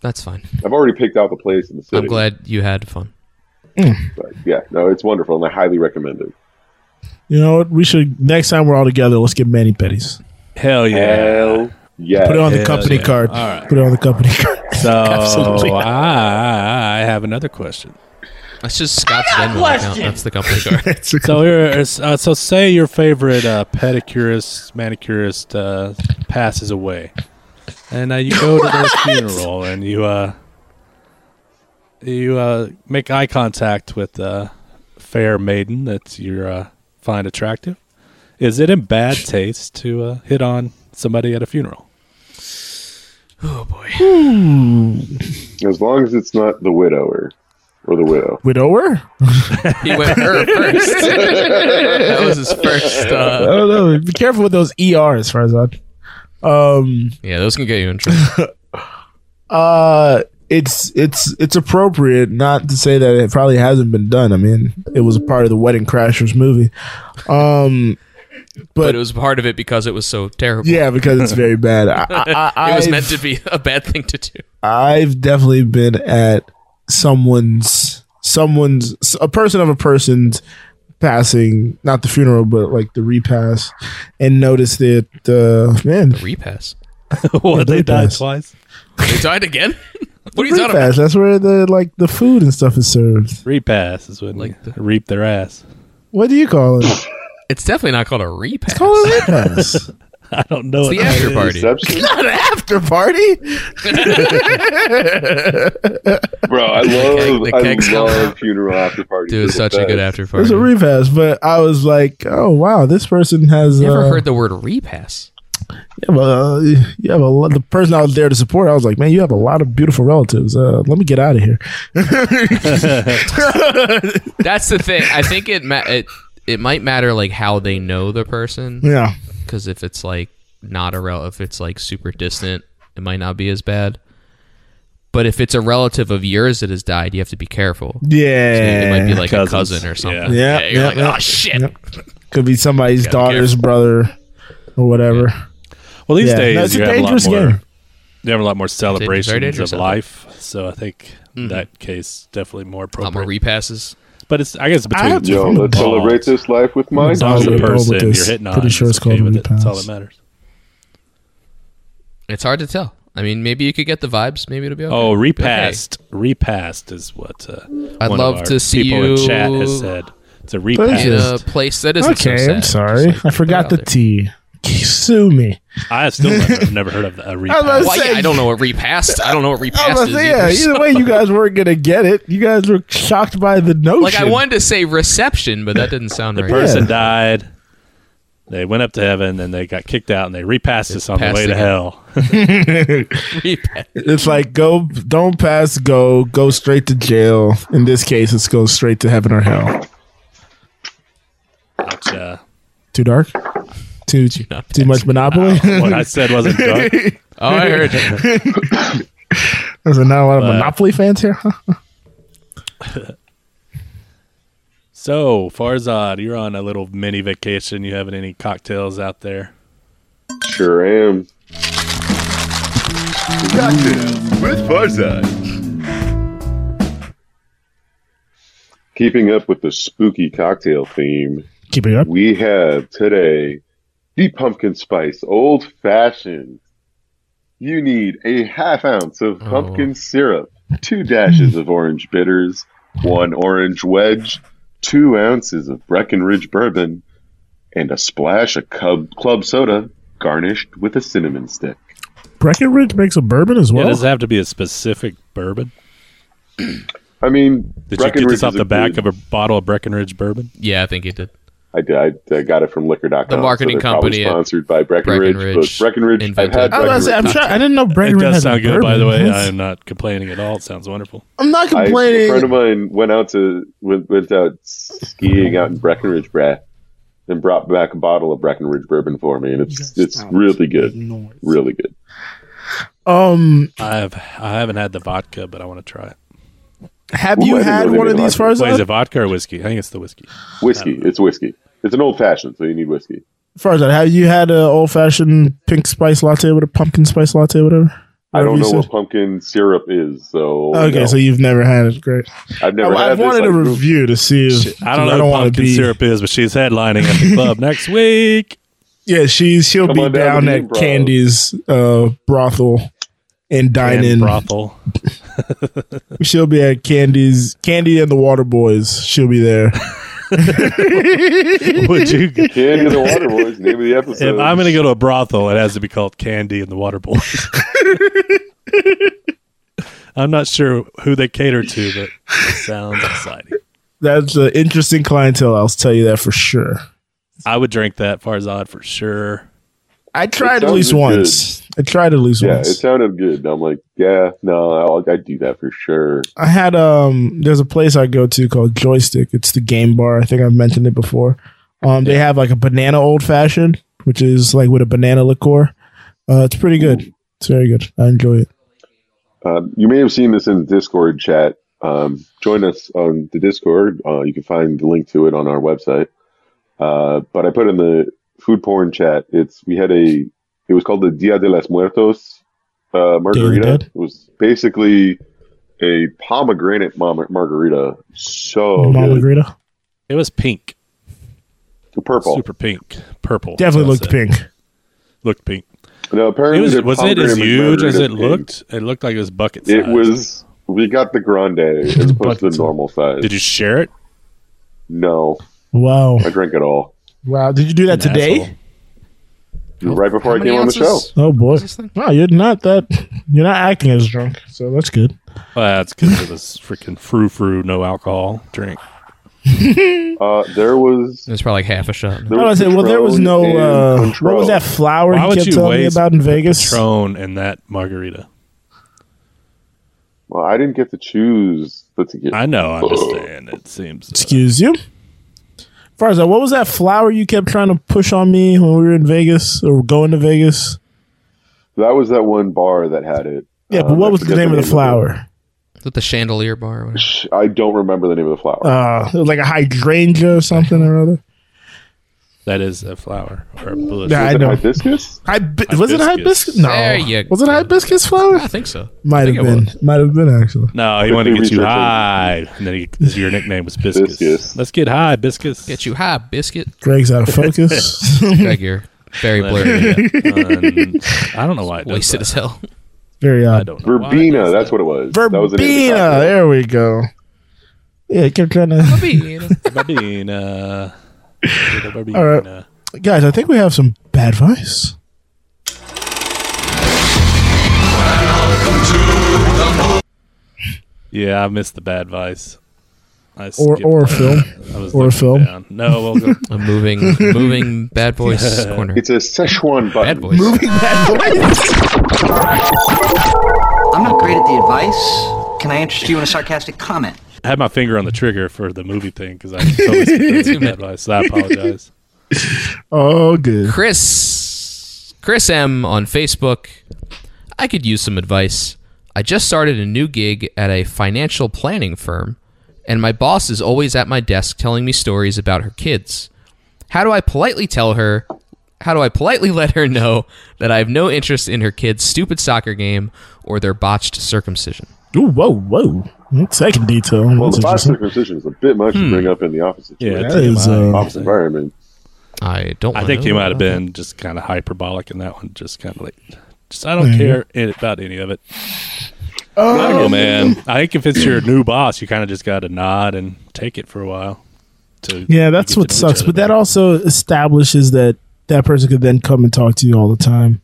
[SPEAKER 6] that's fine.
[SPEAKER 2] I've already picked out the place in the city.
[SPEAKER 6] I'm glad you had fun.
[SPEAKER 2] But yeah, no, it's wonderful, and I highly recommend it.
[SPEAKER 5] You know what? We should next time we're all together. Let's get mani petties.
[SPEAKER 4] Hell yeah.
[SPEAKER 2] Hell yeah!
[SPEAKER 5] Put it on the
[SPEAKER 4] Hell
[SPEAKER 5] company
[SPEAKER 4] yeah.
[SPEAKER 5] card.
[SPEAKER 4] All right.
[SPEAKER 5] Put it on the company card.
[SPEAKER 4] So
[SPEAKER 5] Absolutely.
[SPEAKER 4] I, I have another question.
[SPEAKER 6] That's just Scott's Venmo account. That's the company card.
[SPEAKER 5] It's a-
[SPEAKER 4] So here, is- uh, so say your favorite uh, pedicurist, manicurist uh, passes away, and uh, you go to their funeral, and you uh, you uh, make eye contact with a fair maiden that you uh, find attractive. Is it in bad taste to uh, hit on somebody at a funeral?
[SPEAKER 6] oh boy.
[SPEAKER 2] As long as it's not the widower or the widow.
[SPEAKER 5] widower.
[SPEAKER 6] He went her first. that was his first.
[SPEAKER 5] I
[SPEAKER 6] Uh,
[SPEAKER 5] don't know. Be careful with those E ERs, Farzad. Um,
[SPEAKER 6] yeah, those can get you in trouble.
[SPEAKER 5] uh, it's it's it's appropriate not to say that it probably hasn't been done. I mean, it was a part of the Wedding Crashers movie. Um,
[SPEAKER 6] But,
[SPEAKER 5] but,
[SPEAKER 6] it was part of it because it was so terrible.
[SPEAKER 5] yeah, because it's very bad. I, I, I,
[SPEAKER 6] it was
[SPEAKER 5] I've-
[SPEAKER 6] meant to be a bad thing to do.
[SPEAKER 5] I've definitely been at someone's someone's a person of a person's passing, not the funeral, but like the repass, and noticed that uh, man,
[SPEAKER 6] Repass.
[SPEAKER 4] what they died
[SPEAKER 5] does.
[SPEAKER 4] twice?
[SPEAKER 6] They died again? what are you talking about?
[SPEAKER 5] repass. That's where the like the food and stuff is served.
[SPEAKER 4] Repass is when
[SPEAKER 6] Like
[SPEAKER 4] like
[SPEAKER 6] the-
[SPEAKER 4] reap their ass.
[SPEAKER 5] What do you call it?
[SPEAKER 6] It's definitely not called a repass.
[SPEAKER 5] Call it Oh, a repass.
[SPEAKER 4] I don't know.
[SPEAKER 6] the
[SPEAKER 4] what that
[SPEAKER 6] after
[SPEAKER 4] is.
[SPEAKER 6] party.
[SPEAKER 2] Deception?
[SPEAKER 5] Not an after party.
[SPEAKER 2] Bro, I
[SPEAKER 6] keg-
[SPEAKER 2] love
[SPEAKER 6] the kegs
[SPEAKER 2] I
[SPEAKER 6] come
[SPEAKER 2] love
[SPEAKER 6] out.
[SPEAKER 2] funeral after parties.
[SPEAKER 6] Dude, it's
[SPEAKER 2] They're the
[SPEAKER 6] such a good
[SPEAKER 2] best.
[SPEAKER 6] after
[SPEAKER 5] It's
[SPEAKER 6] party.
[SPEAKER 5] a repass, but I was like, oh wow, this person has.
[SPEAKER 6] you ever
[SPEAKER 5] uh,
[SPEAKER 6] heard the word repass?
[SPEAKER 5] Yeah, well, uh, you have a lot, the person I was there to support. I was like, man, you have a lot of beautiful relatives. Uh, let me get out of here.
[SPEAKER 6] That's the thing. I think it, ma- it it might matter like how they know the person
[SPEAKER 5] yeah,
[SPEAKER 6] because if it's like not a rel, if it's like super distant, it might not be as bad. But if it's a relative of yours that has died, you have to be careful.
[SPEAKER 5] yeah.
[SPEAKER 6] It might be like a
[SPEAKER 4] Cousins.
[SPEAKER 6] cousin or something.
[SPEAKER 5] Yeah.
[SPEAKER 6] you're
[SPEAKER 5] Yeah,
[SPEAKER 6] like,
[SPEAKER 5] yeah.
[SPEAKER 6] oh shit.
[SPEAKER 5] Yep. could be somebody's
[SPEAKER 6] be
[SPEAKER 5] daughter's brother or whatever.
[SPEAKER 4] Well, these
[SPEAKER 5] Yeah.
[SPEAKER 4] days
[SPEAKER 5] No, it's a
[SPEAKER 4] you have a lot
[SPEAKER 5] dangerous
[SPEAKER 4] more.
[SPEAKER 5] game.
[SPEAKER 4] You have a lot more celebrations
[SPEAKER 6] dangerous
[SPEAKER 4] of
[SPEAKER 6] out there.
[SPEAKER 4] life, so I think in that case, definitely more
[SPEAKER 6] A lot
[SPEAKER 4] appropriate.
[SPEAKER 6] more repasses.
[SPEAKER 4] but it's I guess between
[SPEAKER 5] have to-
[SPEAKER 2] Yo,
[SPEAKER 5] From the
[SPEAKER 2] let's celebrate
[SPEAKER 4] balls.
[SPEAKER 2] this life with
[SPEAKER 5] the
[SPEAKER 2] mine.
[SPEAKER 5] balls
[SPEAKER 4] balls of
[SPEAKER 5] I'm
[SPEAKER 4] the
[SPEAKER 5] gonna roll with
[SPEAKER 4] person you're
[SPEAKER 5] this.
[SPEAKER 4] hitting on.
[SPEAKER 5] Pretty sure it's called a
[SPEAKER 4] with it. That's all
[SPEAKER 5] repass.
[SPEAKER 4] that matters.
[SPEAKER 6] It's hard to tell. I mean, maybe you could get the vibes. Maybe it'll be okay.
[SPEAKER 4] Oh,
[SPEAKER 6] It'll be okay.
[SPEAKER 4] repast. Repast is what uh,
[SPEAKER 6] I'd
[SPEAKER 4] one
[SPEAKER 6] love
[SPEAKER 4] of our
[SPEAKER 6] to see
[SPEAKER 4] people in chat has
[SPEAKER 6] you-
[SPEAKER 4] said. It's a
[SPEAKER 5] Thank
[SPEAKER 6] In
[SPEAKER 5] you.
[SPEAKER 4] repast.
[SPEAKER 6] a place that isn't so
[SPEAKER 5] Okay,
[SPEAKER 6] sad.
[SPEAKER 5] I'm sorry.
[SPEAKER 6] Just, like,
[SPEAKER 5] I
[SPEAKER 6] put it
[SPEAKER 5] forgot
[SPEAKER 6] out
[SPEAKER 5] the
[SPEAKER 6] there.
[SPEAKER 5] T. Sue me.
[SPEAKER 4] I still never, never heard of a repast.
[SPEAKER 5] was-
[SPEAKER 6] Well, yeah,
[SPEAKER 5] Say-
[SPEAKER 6] I don't know what repast. I don't know what repast
[SPEAKER 5] Oh,
[SPEAKER 6] is.
[SPEAKER 5] yeah, either
[SPEAKER 6] either, so-
[SPEAKER 5] way, you guys weren't gonna get it. You guys were shocked by the notion.
[SPEAKER 6] Like I wanted to say reception, but that didn't sound right.
[SPEAKER 4] Person died. They went up to heaven and they got kicked out and they repassed us on the
[SPEAKER 6] passed
[SPEAKER 4] way to
[SPEAKER 6] again.
[SPEAKER 4] hell.
[SPEAKER 6] Repa-
[SPEAKER 5] It's like go, don't pass, go, go straight to jail. In this case, it's go straight to heaven or hell.
[SPEAKER 4] Which, uh,
[SPEAKER 5] Too dark. Too too, much Monopoly.
[SPEAKER 4] what I said wasn't drunk.
[SPEAKER 6] Oh, I heard. it.
[SPEAKER 5] There's not a lot of Monopoly fans here. huh?
[SPEAKER 4] So, Farzad, you're on a little mini vacation. You having any cocktails out there?
[SPEAKER 2] Sure am. Cocktails with Farzad. Keeping up with the spooky cocktail theme,
[SPEAKER 5] Keep it up.
[SPEAKER 2] we have today the pumpkin spice old fashioned. You need a half ounce of
[SPEAKER 4] Oh.
[SPEAKER 2] pumpkin syrup, two dashes of orange bitters, one orange wedge, two ounces of Breckenridge bourbon, and a splash of cub, club soda garnished with a cinnamon stick.
[SPEAKER 5] Breckenridge makes a bourbon as
[SPEAKER 4] yeah,
[SPEAKER 5] well.
[SPEAKER 4] does it have to be a specific bourbon?
[SPEAKER 2] I mean,
[SPEAKER 4] Did you get
[SPEAKER 2] Breckenridge
[SPEAKER 4] this off
[SPEAKER 2] is
[SPEAKER 4] the back of
[SPEAKER 2] good-
[SPEAKER 4] a bottle of Breckenridge bourbon?
[SPEAKER 6] Yeah, I think it did.
[SPEAKER 2] I did. I, I got it from liquor.com.
[SPEAKER 6] The marketing
[SPEAKER 2] so they're probably
[SPEAKER 6] company at
[SPEAKER 2] sponsored by Breckenridge.
[SPEAKER 6] Breckenridge
[SPEAKER 2] Breckenridge, but Breckenridge I've
[SPEAKER 6] invented-
[SPEAKER 2] had
[SPEAKER 5] I was about to
[SPEAKER 2] Breckenridge.
[SPEAKER 5] say, I'm sure I didn't know Breckenridge
[SPEAKER 4] it does
[SPEAKER 5] has
[SPEAKER 4] sound
[SPEAKER 5] a
[SPEAKER 4] good, by
[SPEAKER 5] bourbon.
[SPEAKER 4] the way.
[SPEAKER 5] That's-
[SPEAKER 4] I'm not complaining at all. It sounds wonderful.
[SPEAKER 5] I'm not
[SPEAKER 2] I, a friend of
[SPEAKER 5] complaining.
[SPEAKER 2] mine went out to went, went out skiing out in Breckenridge, Brad, and brought back a bottle of Breckenridge bourbon for me, and it's it's really good, really good.
[SPEAKER 5] Um,
[SPEAKER 4] I've I haven't had the vodka, but I want to try it.
[SPEAKER 5] have
[SPEAKER 2] Ooh,
[SPEAKER 5] you
[SPEAKER 2] I didn't
[SPEAKER 5] had
[SPEAKER 2] know they
[SPEAKER 5] one of
[SPEAKER 2] made
[SPEAKER 5] these
[SPEAKER 2] vodka.
[SPEAKER 4] Wait, is
[SPEAKER 5] Farzad?
[SPEAKER 4] it vodka or whiskey? I think it's the whiskey.
[SPEAKER 2] Whiskey, it's whiskey. It's an old fashioned, so you need whiskey.
[SPEAKER 5] Farzad, have you had an old fashioned pink spice latte with a pumpkin spice latte, whatever?
[SPEAKER 2] I
[SPEAKER 5] Whatever
[SPEAKER 2] don't
[SPEAKER 5] you
[SPEAKER 2] know
[SPEAKER 5] said.
[SPEAKER 2] what pumpkin syrup is, so
[SPEAKER 5] Okay,
[SPEAKER 2] no.
[SPEAKER 5] so you've never had it. Great.
[SPEAKER 2] I've never.
[SPEAKER 5] I,
[SPEAKER 2] had
[SPEAKER 5] I
[SPEAKER 2] this,
[SPEAKER 5] wanted
[SPEAKER 2] like,
[SPEAKER 5] a review to see if
[SPEAKER 4] I don't know what
[SPEAKER 5] wanna
[SPEAKER 4] pumpkin syrup is, but she's headlining at the club next week.
[SPEAKER 5] Yeah, she's she'll
[SPEAKER 2] Come
[SPEAKER 5] be
[SPEAKER 2] on
[SPEAKER 5] down,
[SPEAKER 2] down to the
[SPEAKER 5] at
[SPEAKER 2] improv.
[SPEAKER 5] Candy's uh, brothel and dine
[SPEAKER 4] And
[SPEAKER 5] in.
[SPEAKER 4] brothel.
[SPEAKER 5] She'll be at Candy's Candy and the Water Boys. She'll be there.
[SPEAKER 4] Would you? If
[SPEAKER 2] Candy and the Water Boys, name of the episode.
[SPEAKER 4] I'm going to go to a brothel, it has to be called Candy and the Water Boys. I'm not sure who they cater to, but it sounds exciting.
[SPEAKER 5] That's an interesting clientele. I'll tell you that for sure.
[SPEAKER 4] I would drink that Farzad for sure.
[SPEAKER 5] I tried at
[SPEAKER 2] sounds
[SPEAKER 5] least
[SPEAKER 2] good.
[SPEAKER 5] once. I tried at least
[SPEAKER 2] yeah, it
[SPEAKER 5] once.
[SPEAKER 2] sounded good. and I'm like, yeah, no, I'll, I'd do that for sure.
[SPEAKER 5] I had um. There's a place I go to called Joystick. It's the game bar. I think I've mentioned it before. Um, they have like a banana old fashioned, which is like with a banana liqueur. Uh, it's pretty good. It's very good. I enjoy it.
[SPEAKER 2] Um, you may have seen this in the Discord chat. Um, join us on the Discord. Uh, you can find the link to it on our website. Uh, but I put in the food porn chat. It's we had a. It was called the Dia de los Muertos uh, margarita.
[SPEAKER 5] Dead.
[SPEAKER 2] It was basically a pomegranate mama- margarita.
[SPEAKER 4] Oh,
[SPEAKER 2] So
[SPEAKER 5] Mama
[SPEAKER 2] good.
[SPEAKER 5] Greta
[SPEAKER 4] It was pink,
[SPEAKER 2] purple.
[SPEAKER 4] super pink, purple.
[SPEAKER 5] definitely
[SPEAKER 4] That's
[SPEAKER 5] looked
[SPEAKER 4] it.
[SPEAKER 5] pink.
[SPEAKER 4] Looked pink.
[SPEAKER 2] No,
[SPEAKER 4] It
[SPEAKER 2] apparently
[SPEAKER 4] was,
[SPEAKER 2] their
[SPEAKER 4] was it as
[SPEAKER 2] pomegranate
[SPEAKER 4] huge as
[SPEAKER 2] margarita
[SPEAKER 4] it
[SPEAKER 2] came-
[SPEAKER 4] looked? It looked like it was bucket size.
[SPEAKER 2] It was. We got the grande as opposed to the normal size.
[SPEAKER 4] Did you share it?
[SPEAKER 2] No,
[SPEAKER 5] Wow.
[SPEAKER 2] I drank it all
[SPEAKER 5] Wow. Did you do that
[SPEAKER 4] An
[SPEAKER 5] today?
[SPEAKER 4] asshole.
[SPEAKER 2] right before I
[SPEAKER 6] How many
[SPEAKER 2] came on the show.
[SPEAKER 6] ounces?
[SPEAKER 5] Oh boy.
[SPEAKER 6] this thing?
[SPEAKER 5] Wow, you're not that you're not acting as drunk, so that's good.
[SPEAKER 4] Well, that's because it was freaking frou frou, no alcohol drink.
[SPEAKER 2] Uh, there was.
[SPEAKER 6] It was probably like half a shot.
[SPEAKER 2] There
[SPEAKER 5] I was
[SPEAKER 2] was
[SPEAKER 5] gonna say, well, there was
[SPEAKER 2] Patron
[SPEAKER 5] no
[SPEAKER 2] and
[SPEAKER 5] uh, what
[SPEAKER 2] Contro.
[SPEAKER 5] was that flower
[SPEAKER 4] Why
[SPEAKER 5] you
[SPEAKER 4] would
[SPEAKER 5] kept
[SPEAKER 4] you
[SPEAKER 5] telling me
[SPEAKER 4] waste
[SPEAKER 5] about in Vegas?
[SPEAKER 4] Patron and that margarita.
[SPEAKER 2] Well, I didn't get to choose the tequila.
[SPEAKER 4] I know, I understand. It seems. Uh,
[SPEAKER 5] Excuse you. Farza, what was that flower you kept trying to push on me when we were in Vegas or going to Vegas?
[SPEAKER 2] that was that one bar that had it.
[SPEAKER 5] Yeah, but
[SPEAKER 2] Um, I
[SPEAKER 5] what was the
[SPEAKER 2] forget
[SPEAKER 5] name Uh, of the flower?
[SPEAKER 6] Is that the chandelier bar? Or whatever?
[SPEAKER 2] it. I don't remember the name of the flower.
[SPEAKER 5] Uh, it was like a hydrangea or something or other.
[SPEAKER 4] That is a flower or a bush.
[SPEAKER 5] Nah, I
[SPEAKER 2] Is it
[SPEAKER 5] know.
[SPEAKER 2] hibiscus?
[SPEAKER 5] Hib- was it
[SPEAKER 4] Hibiscus.
[SPEAKER 5] hibiscus? No.
[SPEAKER 6] There you
[SPEAKER 5] was it
[SPEAKER 6] go.
[SPEAKER 5] hibiscus flower?
[SPEAKER 6] I think so.
[SPEAKER 5] Might have
[SPEAKER 6] think it
[SPEAKER 5] been. Might have been actually.
[SPEAKER 4] no, he
[SPEAKER 2] Quickly
[SPEAKER 4] wanted to get you
[SPEAKER 2] researching.
[SPEAKER 4] high, and then he, your nickname was Biscus.
[SPEAKER 2] Biscus.
[SPEAKER 4] Let's get high, Biscus.
[SPEAKER 6] Get you high, biscuit.
[SPEAKER 5] Greg's out of focus.
[SPEAKER 6] Greg, you're very blurry.
[SPEAKER 4] And I don't know why it does
[SPEAKER 6] Wasted
[SPEAKER 4] that.
[SPEAKER 6] as hell.
[SPEAKER 5] Very
[SPEAKER 4] I
[SPEAKER 5] odd.
[SPEAKER 4] don't know. why it
[SPEAKER 2] Verbena.
[SPEAKER 4] does
[SPEAKER 2] That's
[SPEAKER 4] that.
[SPEAKER 2] what it was. That was the name
[SPEAKER 5] Verbena.
[SPEAKER 2] of the cocktail.
[SPEAKER 5] There we go. Yeah, I kept trying to.
[SPEAKER 4] Verbena. Verbena.
[SPEAKER 5] All right. Guys, I think we have some bad advice.
[SPEAKER 4] Yeah, I missed the bad vice. I
[SPEAKER 5] Or
[SPEAKER 4] skipped
[SPEAKER 5] or a
[SPEAKER 4] that.
[SPEAKER 5] film.
[SPEAKER 4] I was
[SPEAKER 5] or a
[SPEAKER 4] looking
[SPEAKER 5] film.
[SPEAKER 4] down. No, well, go,
[SPEAKER 6] A moving, moving bad boys corner.
[SPEAKER 2] It's a Szechuan
[SPEAKER 6] Bad
[SPEAKER 2] button.
[SPEAKER 6] boys.
[SPEAKER 1] I'm not great at the advice. Can I interest you in a sarcastic comment?
[SPEAKER 4] I had my finger on the trigger for the movie thing because I totally skipped over bad advice. So I apologize.
[SPEAKER 5] Oh, good.
[SPEAKER 6] Chris, Chris M on Facebook. I could use some advice. I just started a new gig at a financial planning firm, and my boss is always at my desk telling me stories about her kids. How do I politely tell her? How do I politely let her know that I have no interest in her kids' stupid soccer game or their botched circumcision?
[SPEAKER 5] Ooh, whoa, whoa. Second detail.
[SPEAKER 2] Well,
[SPEAKER 5] That's
[SPEAKER 2] the five
[SPEAKER 5] interesting.
[SPEAKER 2] circumcision is a bit much to bring up in the office situation.
[SPEAKER 4] Hmm. Yeah,
[SPEAKER 5] That is, uh,
[SPEAKER 2] office environment.
[SPEAKER 6] I don't.
[SPEAKER 4] I
[SPEAKER 6] wanna
[SPEAKER 4] think
[SPEAKER 6] know
[SPEAKER 4] he might
[SPEAKER 6] about
[SPEAKER 4] have
[SPEAKER 6] that.
[SPEAKER 4] been just kind of hyperbolic in that one. Just kind of like, just I don't care in- about any of it. I
[SPEAKER 6] Oh.
[SPEAKER 4] don't know, man. I think if it's your new boss, you kind of just got to nod and take it for a while. to-
[SPEAKER 5] Yeah,
[SPEAKER 4] you
[SPEAKER 5] that's
[SPEAKER 4] get
[SPEAKER 5] what
[SPEAKER 4] to know each
[SPEAKER 5] sucks.
[SPEAKER 4] other
[SPEAKER 5] But that
[SPEAKER 4] better.
[SPEAKER 5] also establishes that that person could then come and talk to you all the time.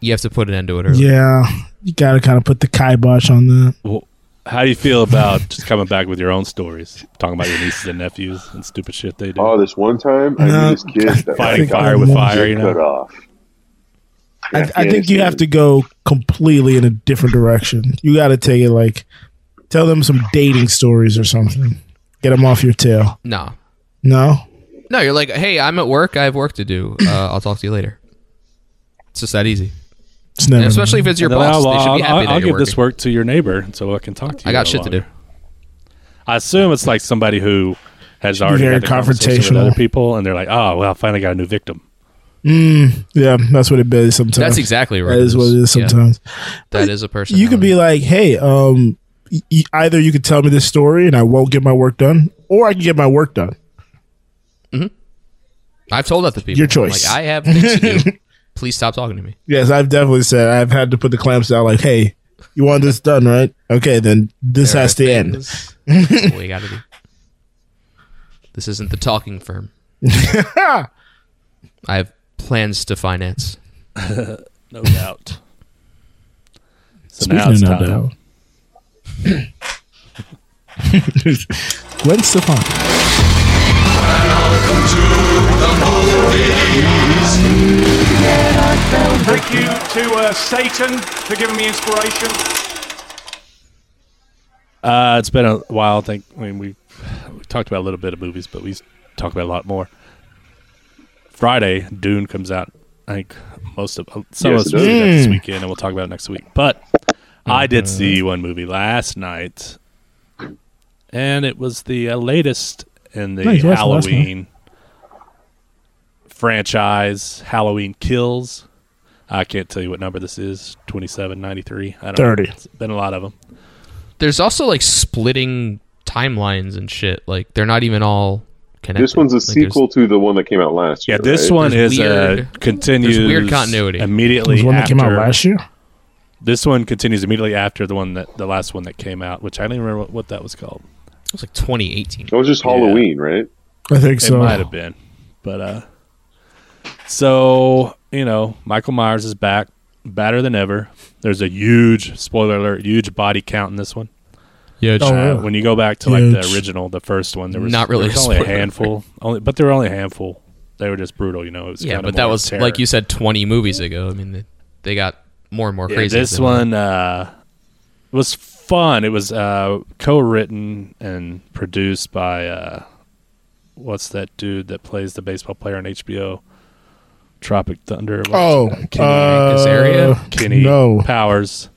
[SPEAKER 6] You have to put an end to it early.
[SPEAKER 5] Yeah, you got to kind of put the kibosh on that.
[SPEAKER 4] Well, how do you feel about just coming back with your own stories, talking about your nieces and nephews and stupid shit they do?
[SPEAKER 2] Oh, this one time I
[SPEAKER 5] No.
[SPEAKER 2] knew this kid that
[SPEAKER 4] Fighting
[SPEAKER 2] got
[SPEAKER 4] fire
[SPEAKER 2] his
[SPEAKER 4] with
[SPEAKER 2] dick
[SPEAKER 4] fire, you know?
[SPEAKER 2] cut off.
[SPEAKER 5] I,
[SPEAKER 2] Yeah,
[SPEAKER 5] I think you have
[SPEAKER 2] Afghanistan.
[SPEAKER 5] to go completely in a different direction. You got to take it like, tell them some dating stories or something. Get them off your tail.
[SPEAKER 6] Nah.
[SPEAKER 5] No,
[SPEAKER 6] No, you're like, hey, I'm at work. I have work to do. Uh, I'll talk to you later. It's just that easy.
[SPEAKER 5] it's never.
[SPEAKER 6] And especially if it's your
[SPEAKER 4] And then
[SPEAKER 6] boss,
[SPEAKER 4] I'll,
[SPEAKER 6] they should be
[SPEAKER 4] I'll-
[SPEAKER 6] happy that
[SPEAKER 4] I'll
[SPEAKER 6] you're
[SPEAKER 4] give
[SPEAKER 6] working.
[SPEAKER 4] this work to your neighbor so I can talk to you.
[SPEAKER 6] I
[SPEAKER 4] a
[SPEAKER 6] got
[SPEAKER 4] lot
[SPEAKER 6] shit to do.
[SPEAKER 4] longer. I assume it's like somebody who has already
[SPEAKER 5] very
[SPEAKER 4] had the conversation with
[SPEAKER 5] confrontational.
[SPEAKER 4] other people, and they're like, "Oh, well, I finally got a new victim."
[SPEAKER 5] yeah, that's what it is sometimes.
[SPEAKER 6] That's exactly right.
[SPEAKER 5] That is what it is
[SPEAKER 6] Yeah,
[SPEAKER 5] sometimes.
[SPEAKER 6] that is a person.
[SPEAKER 5] You could be like, hey, um, y- y- either you could tell me this story and I won't get my work done, or I can get my work done.
[SPEAKER 6] I've told that to people.
[SPEAKER 5] Your choice.
[SPEAKER 6] Like, I have things to do. Please stop talking to me.
[SPEAKER 5] Yes, I've definitely said I've had to put the clamps down. Like, hey, you want this done, right? Okay, then this
[SPEAKER 6] There
[SPEAKER 5] has
[SPEAKER 6] are
[SPEAKER 5] to end.
[SPEAKER 6] things that we got to do. This isn't the talking firm. I have plans to finance.
[SPEAKER 4] No doubt. so
[SPEAKER 5] Speaking
[SPEAKER 4] now it's
[SPEAKER 5] of no
[SPEAKER 4] time.
[SPEAKER 5] doubt. Gwen Stefani.
[SPEAKER 7] Thank you to uh, Satan for giving me inspiration.
[SPEAKER 4] Uh, it's been a while. I think. I mean, we we talked about a little bit of movies, but we talked about a lot more. Friday, Dune comes out. I think most of uh, some of
[SPEAKER 2] Yes,
[SPEAKER 4] us
[SPEAKER 2] it
[SPEAKER 4] will
[SPEAKER 2] does.
[SPEAKER 4] see that
[SPEAKER 5] Mm.
[SPEAKER 4] this weekend, and we'll talk about it next week. But I did
[SPEAKER 5] Mm-hmm.
[SPEAKER 4] see one movie last night, and it was the uh, latest in the
[SPEAKER 5] No, you watched it last night.
[SPEAKER 4] Halloween franchise, Halloween Kills. I can't tell you what number this is. Twenty-seven ninety-three. I don't
[SPEAKER 5] Thirty.
[SPEAKER 4] Know. It's been a lot of them.
[SPEAKER 6] There's also like splitting timelines and shit. Like they're not even all connected.
[SPEAKER 2] This one's a
[SPEAKER 6] Like, there's-
[SPEAKER 2] sequel to the one that came out last
[SPEAKER 4] Yeah,
[SPEAKER 2] year.
[SPEAKER 4] this
[SPEAKER 2] right?
[SPEAKER 4] one
[SPEAKER 6] There's
[SPEAKER 4] is
[SPEAKER 6] weird-
[SPEAKER 4] uh, continues
[SPEAKER 6] there's weird continuity.
[SPEAKER 4] immediately.
[SPEAKER 5] was one that
[SPEAKER 4] after,
[SPEAKER 5] came out last year.
[SPEAKER 4] This one continues immediately after the one that the last one that came out, which I don't even remember what, what that was called.
[SPEAKER 6] It was like 2018.
[SPEAKER 2] It was just Halloween, right?
[SPEAKER 5] I think
[SPEAKER 4] It
[SPEAKER 5] so.
[SPEAKER 4] might have been, but uh, so you know, Michael Myers is back, badder than ever. There's a huge spoiler alert, huge body count in this one.
[SPEAKER 6] Yeah,
[SPEAKER 5] Oh,
[SPEAKER 4] Uh,
[SPEAKER 5] really?
[SPEAKER 4] when you go back to like the
[SPEAKER 5] Huge.
[SPEAKER 4] original, the first one, there was
[SPEAKER 6] Not really
[SPEAKER 4] there was
[SPEAKER 6] a
[SPEAKER 4] only a
[SPEAKER 6] spoiler alert.
[SPEAKER 4] handful, only but there were only a handful. They were just brutal, you know. It was
[SPEAKER 6] Yeah,
[SPEAKER 4] kinda
[SPEAKER 6] but that
[SPEAKER 4] more
[SPEAKER 6] was
[SPEAKER 4] terror.
[SPEAKER 6] like you said, 20 movies ago. I mean, they, they got more and more
[SPEAKER 4] Yeah,
[SPEAKER 6] crazy. as
[SPEAKER 4] this
[SPEAKER 6] they went on.
[SPEAKER 4] one uh, was fun. It was uh, co-written and produced by uh, what's that dude that plays the baseball player on HBO? Tropic Thunder. what's-
[SPEAKER 5] Oh,
[SPEAKER 4] Kenny,
[SPEAKER 5] uh,
[SPEAKER 6] This area?
[SPEAKER 4] Kenny
[SPEAKER 5] no.
[SPEAKER 4] Powers.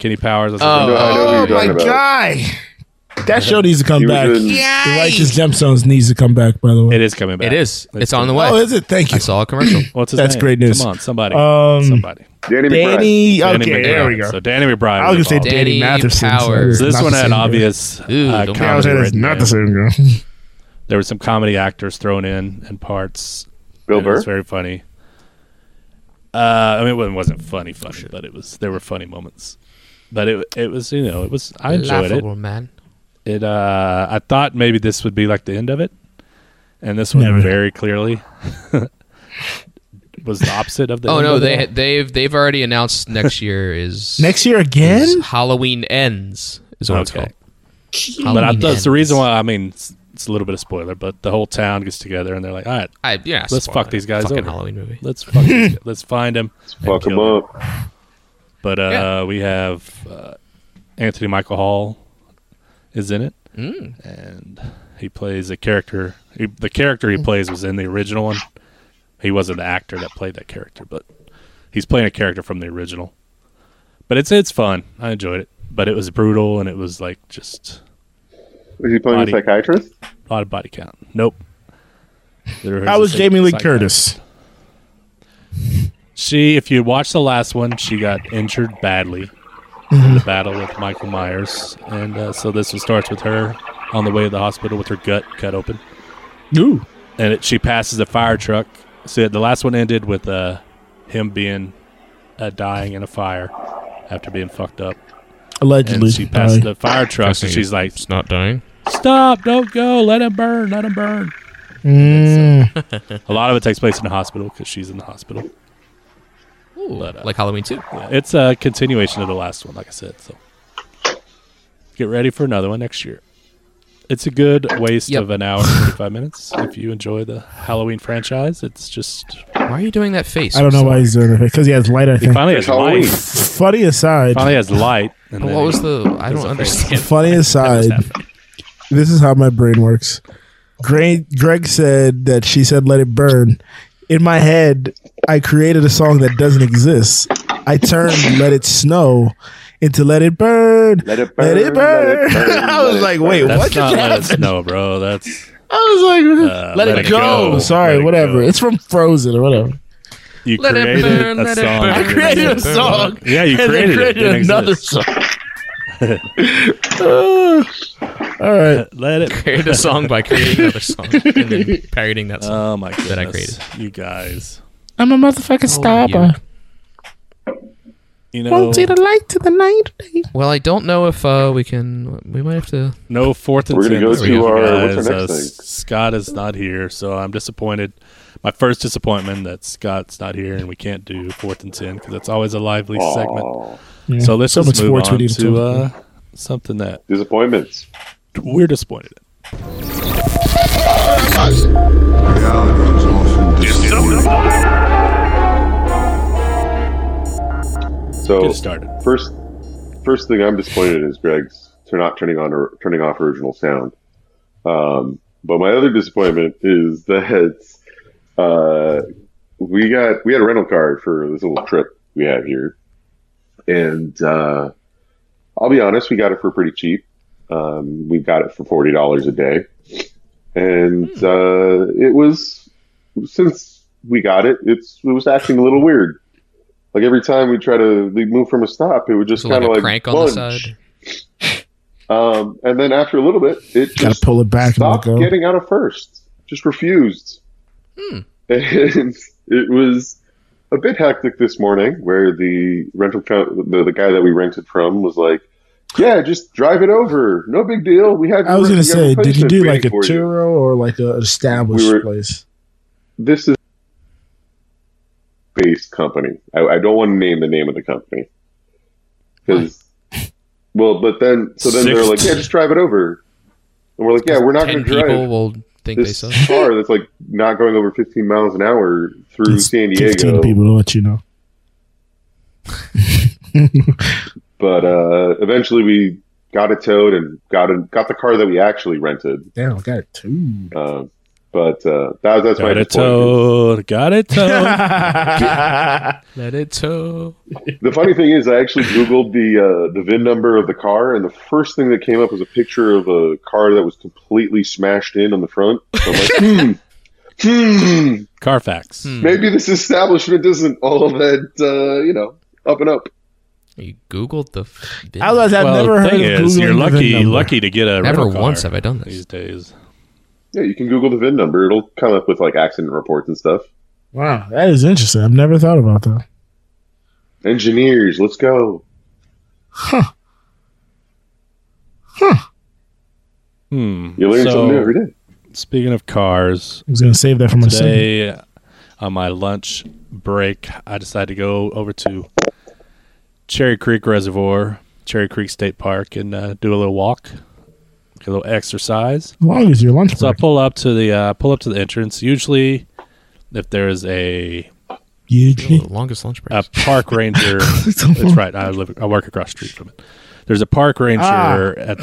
[SPEAKER 4] Kenny Powers. that's his
[SPEAKER 6] Oh,
[SPEAKER 4] name.
[SPEAKER 2] No, I know who you're
[SPEAKER 5] Oh my
[SPEAKER 2] talking about.
[SPEAKER 5] guy, That show needs to come
[SPEAKER 2] He was
[SPEAKER 5] back.
[SPEAKER 2] in-
[SPEAKER 5] The Righteous Gemstones needs to come back, by the way.
[SPEAKER 4] It is coming back.
[SPEAKER 6] It is. It's on the way.
[SPEAKER 5] Oh, is it? Thank
[SPEAKER 6] I
[SPEAKER 5] you.
[SPEAKER 6] saw a commercial.
[SPEAKER 4] What's his
[SPEAKER 5] That's
[SPEAKER 4] name?
[SPEAKER 5] great news.
[SPEAKER 4] Come on, somebody.
[SPEAKER 5] Um,
[SPEAKER 4] somebody.
[SPEAKER 2] Danny McBride.
[SPEAKER 5] Danny. Okay,
[SPEAKER 4] Danny McBride.
[SPEAKER 5] there we go.
[SPEAKER 4] So Danny McBride.
[SPEAKER 5] I was
[SPEAKER 4] was
[SPEAKER 5] gonna say
[SPEAKER 4] involved.
[SPEAKER 6] Danny
[SPEAKER 5] Danny Matheson.
[SPEAKER 6] Powers.
[SPEAKER 4] So this
[SPEAKER 5] Not
[SPEAKER 4] one
[SPEAKER 5] the
[SPEAKER 4] had
[SPEAKER 5] same guy.
[SPEAKER 4] obvious
[SPEAKER 6] Ooh,
[SPEAKER 4] uh,
[SPEAKER 6] don't
[SPEAKER 5] I was
[SPEAKER 4] comedy.
[SPEAKER 5] saying it's
[SPEAKER 4] written
[SPEAKER 5] not
[SPEAKER 4] in.
[SPEAKER 5] the same guy.
[SPEAKER 4] There were some comedy actors thrown in and parts.
[SPEAKER 2] Bill
[SPEAKER 4] and It
[SPEAKER 2] Burr.
[SPEAKER 4] was very funny. Uh, I mean, it wasn't- wasn't
[SPEAKER 6] Oh,
[SPEAKER 4] funny, funny, but it was. There were funny moments, but it it was you know it was I enjoyed it.
[SPEAKER 6] Laughable, man.
[SPEAKER 4] It uh, I thought maybe this would be like the end of it, and this one
[SPEAKER 5] Never.
[SPEAKER 4] very clearly was the opposite of the.
[SPEAKER 6] Oh
[SPEAKER 4] end
[SPEAKER 6] no,
[SPEAKER 4] of it
[SPEAKER 6] they
[SPEAKER 4] all.
[SPEAKER 6] they've they've already announced next year is
[SPEAKER 5] Next year again?
[SPEAKER 6] is Halloween ends is what
[SPEAKER 4] Okay.
[SPEAKER 6] it's called.
[SPEAKER 4] But I, that's
[SPEAKER 6] Halloween
[SPEAKER 4] the
[SPEAKER 6] Ends.
[SPEAKER 4] reason why. I mean, it's, it's a little bit of spoiler, but the whole town gets together and they're like, "All right,
[SPEAKER 6] I, yeah,
[SPEAKER 4] Let's
[SPEAKER 6] spoiler.
[SPEAKER 4] fuck these guys
[SPEAKER 6] Fucking
[SPEAKER 4] over.
[SPEAKER 6] Halloween movie.
[SPEAKER 4] let's fuck these, guys- let's find him,
[SPEAKER 2] Fuck him up.
[SPEAKER 4] But uh,
[SPEAKER 6] Yeah.
[SPEAKER 4] we have uh, Anthony Michael Hall is in it, and he plays a character. He, the character he plays was in the original one. He wasn't the actor that played that character, but he's playing a character from the original. But it's it's fun. I enjoyed it, but it was brutal and it was like just
[SPEAKER 2] Was he playing
[SPEAKER 4] Body.
[SPEAKER 2] a psychiatrist?
[SPEAKER 4] a lot of body count. Nope. There
[SPEAKER 5] How was
[SPEAKER 4] a
[SPEAKER 5] Jamie Lee
[SPEAKER 4] psych-
[SPEAKER 5] Curtis?
[SPEAKER 4] She, if you watch the last one, she got injured badly in the battle with Michael Myers, and uh, so this one starts with her on the way to the hospital with her gut cut open,
[SPEAKER 5] Ooh.
[SPEAKER 4] and it, she passes a fire truck. So the last one ended with uh, him being uh, dying in a fire after being fucked up, and
[SPEAKER 5] Allegedly. Uh,
[SPEAKER 4] she passes
[SPEAKER 5] Sorry.
[SPEAKER 4] the fire truck, and she's like,
[SPEAKER 6] it's not dying.
[SPEAKER 4] "Stop! Don't go! Let him burn! Let him burn!"
[SPEAKER 5] Mm,
[SPEAKER 4] A lot of it takes place in the hospital because she's in the hospital. But, uh,
[SPEAKER 6] like Halloween too.
[SPEAKER 4] Yeah, it's a continuation of the last one, like I said. So get ready for another one next year. It's a good waste
[SPEAKER 6] Yep.
[SPEAKER 4] of an hour and 45 minutes. If you enjoy the Halloween franchise, it's just.
[SPEAKER 6] Why are you doing that face?
[SPEAKER 5] I don't know why he's doing it because he has light. I
[SPEAKER 4] He
[SPEAKER 5] think.
[SPEAKER 4] finally has
[SPEAKER 2] It's Halloween.
[SPEAKER 4] light.
[SPEAKER 5] Funny aside.
[SPEAKER 4] Finally has light. And
[SPEAKER 6] What
[SPEAKER 4] then
[SPEAKER 6] was the? I
[SPEAKER 4] There's
[SPEAKER 6] don't
[SPEAKER 4] a face.
[SPEAKER 6] understand.
[SPEAKER 5] Funny aside. this is how my brain works. Greg, Greg said that she said "Let It Burn." In my head, I created a song that doesn't exist. I turned "Let It Snow" into "Let It Burn."
[SPEAKER 2] Let it
[SPEAKER 5] Let it
[SPEAKER 2] burn, let
[SPEAKER 5] burn.
[SPEAKER 2] it burn,
[SPEAKER 5] I was
[SPEAKER 2] let it
[SPEAKER 5] like,
[SPEAKER 2] burn.
[SPEAKER 5] "Wait,
[SPEAKER 4] That's
[SPEAKER 5] what?"
[SPEAKER 4] not let us know, bro. That's
[SPEAKER 5] I was like,
[SPEAKER 4] uh,
[SPEAKER 5] "Let, it, go. Sorry,
[SPEAKER 4] Let it
[SPEAKER 5] whatever.
[SPEAKER 4] go.
[SPEAKER 5] It's from Frozen or whatever.
[SPEAKER 4] you
[SPEAKER 6] Let it
[SPEAKER 4] created
[SPEAKER 6] burn,
[SPEAKER 4] a
[SPEAKER 6] let it
[SPEAKER 4] song.
[SPEAKER 6] burn.
[SPEAKER 4] that
[SPEAKER 5] I
[SPEAKER 6] Let
[SPEAKER 4] didn't
[SPEAKER 6] it
[SPEAKER 5] created a
[SPEAKER 4] exist.
[SPEAKER 5] song.
[SPEAKER 4] Yeah, you
[SPEAKER 5] and
[SPEAKER 4] created,
[SPEAKER 5] then
[SPEAKER 4] it. Didn't
[SPEAKER 5] created another
[SPEAKER 4] exist.
[SPEAKER 5] song. Uh, all right.
[SPEAKER 4] Let it.
[SPEAKER 6] Created a song by creating another song and then parodying that song.
[SPEAKER 4] Oh my god!
[SPEAKER 6] I
[SPEAKER 4] You guys.
[SPEAKER 5] I'm a
[SPEAKER 4] Oh,
[SPEAKER 5] motherfucking star,
[SPEAKER 6] you.
[SPEAKER 5] but
[SPEAKER 4] You know,
[SPEAKER 5] won't see the light to the night.
[SPEAKER 6] Well, I don't know if uh, we can. We might have to.
[SPEAKER 4] No fourth and
[SPEAKER 2] We're gonna
[SPEAKER 4] ten
[SPEAKER 2] go
[SPEAKER 4] this
[SPEAKER 2] to
[SPEAKER 4] week,
[SPEAKER 2] our-
[SPEAKER 4] guys.
[SPEAKER 2] what's our next
[SPEAKER 4] Uh,
[SPEAKER 2] thing?
[SPEAKER 4] Scott is not here, so I'm disappointed. My first disappointment that Scott's not here and we can't do fourth and ten because that's always a lively segment.
[SPEAKER 2] Aw.
[SPEAKER 4] So let's
[SPEAKER 5] So
[SPEAKER 4] just
[SPEAKER 5] much
[SPEAKER 4] move
[SPEAKER 5] sports we
[SPEAKER 4] on
[SPEAKER 5] need to
[SPEAKER 4] to uh,
[SPEAKER 5] talk
[SPEAKER 4] something that
[SPEAKER 2] Disappointments.
[SPEAKER 4] we're disappointed. in.
[SPEAKER 2] So Oh.
[SPEAKER 4] Get started.
[SPEAKER 2] first, first thing I'm disappointed in is Greg's to not turning on or turning off original sound. Um, but my other disappointment is that uh, we got we had a rental car for this little trip we had here, and uh, I'll be honest, we got it for pretty cheap. Um, we got it for forty dollars a day, and
[SPEAKER 6] Hmm.
[SPEAKER 2] uh, it was since we got it, it's it was acting a little weird. Like every time we try to we move from a stop, it would just
[SPEAKER 6] So
[SPEAKER 2] kind
[SPEAKER 6] like
[SPEAKER 2] of
[SPEAKER 6] a
[SPEAKER 2] like
[SPEAKER 6] crank on the
[SPEAKER 2] lunge.
[SPEAKER 6] side.
[SPEAKER 2] Um, and then after a little bit, it
[SPEAKER 5] Gotta
[SPEAKER 2] just
[SPEAKER 5] pull it back and let
[SPEAKER 2] stopped
[SPEAKER 5] go.
[SPEAKER 2] getting out of first. Just refused. And it was a bit hectic this morning, where the rental co- the, the guy that we rented from was like, "Yeah, just drive it over. No big deal. We have."
[SPEAKER 5] I was
[SPEAKER 2] your-
[SPEAKER 5] gonna say,
[SPEAKER 2] your
[SPEAKER 5] did you
[SPEAKER 2] replacement
[SPEAKER 5] do
[SPEAKER 2] waiting
[SPEAKER 5] like a
[SPEAKER 2] for you."
[SPEAKER 5] churro or like a established
[SPEAKER 2] We were-
[SPEAKER 5] place?
[SPEAKER 2] This is based company. I, I don't want to name the name of the company because, well, but then so then they they're
[SPEAKER 4] Six-
[SPEAKER 2] like, "Yeah, just drive it over," and we're like, "Yeah, we're not going
[SPEAKER 6] Ten
[SPEAKER 2] to drive."
[SPEAKER 6] people will think they
[SPEAKER 2] this
[SPEAKER 6] suck.
[SPEAKER 2] car that's like not going over 15 miles an hour through
[SPEAKER 5] It's
[SPEAKER 2] San Diego.
[SPEAKER 5] Fifteen people to let you know.
[SPEAKER 2] But uh, eventually we got it towed and got a, got the car that we actually rented.
[SPEAKER 5] Damn, I got two.
[SPEAKER 2] Uh, But uh, that, that's my
[SPEAKER 4] Got it
[SPEAKER 2] point.
[SPEAKER 4] told. Got it told.
[SPEAKER 6] Let it toe.
[SPEAKER 2] The funny thing is, I actually googled the uh, the VIN number of the car, and the first thing that came up was a picture of a car that was completely smashed in on the front. So I'm like, hmm, hmm,
[SPEAKER 4] Carfax.
[SPEAKER 2] maybe this establishment isn't all that uh, you know up and up.
[SPEAKER 6] You Googled the. VIN.
[SPEAKER 5] I was, I've
[SPEAKER 4] well,
[SPEAKER 5] never
[SPEAKER 4] the
[SPEAKER 5] heard
[SPEAKER 4] thing
[SPEAKER 5] of
[SPEAKER 4] is,
[SPEAKER 5] Googling
[SPEAKER 4] you're
[SPEAKER 5] the VIN
[SPEAKER 4] lucky,
[SPEAKER 5] number.
[SPEAKER 4] lucky to get a
[SPEAKER 6] Never
[SPEAKER 4] rental car
[SPEAKER 6] once have I done this.
[SPEAKER 4] these days.
[SPEAKER 2] Yeah, you can Google the VIN number; it'll come up with like accident reports and stuff.
[SPEAKER 5] Wow, that is interesting. I've never thought about that.
[SPEAKER 2] Engineers, let's go.
[SPEAKER 4] Hmm.
[SPEAKER 2] You learn
[SPEAKER 4] so,
[SPEAKER 2] something new every day.
[SPEAKER 4] Speaking of cars,
[SPEAKER 5] I was going to save that for my second.
[SPEAKER 4] today on my lunch break, I decided to go over to Cherry Creek Reservoir, Cherry Creek State Park, and uh, do a little walk, a little exercise.
[SPEAKER 5] As long as your lunch
[SPEAKER 4] So I
[SPEAKER 5] break.
[SPEAKER 4] pull up to the uh, pull up to the entrance. Usually, if there is a
[SPEAKER 5] Usually.
[SPEAKER 6] longest lunch break.
[SPEAKER 4] a park ranger. that's right. I live. I work across the street from it. There's a park ranger
[SPEAKER 5] Ah.
[SPEAKER 4] at,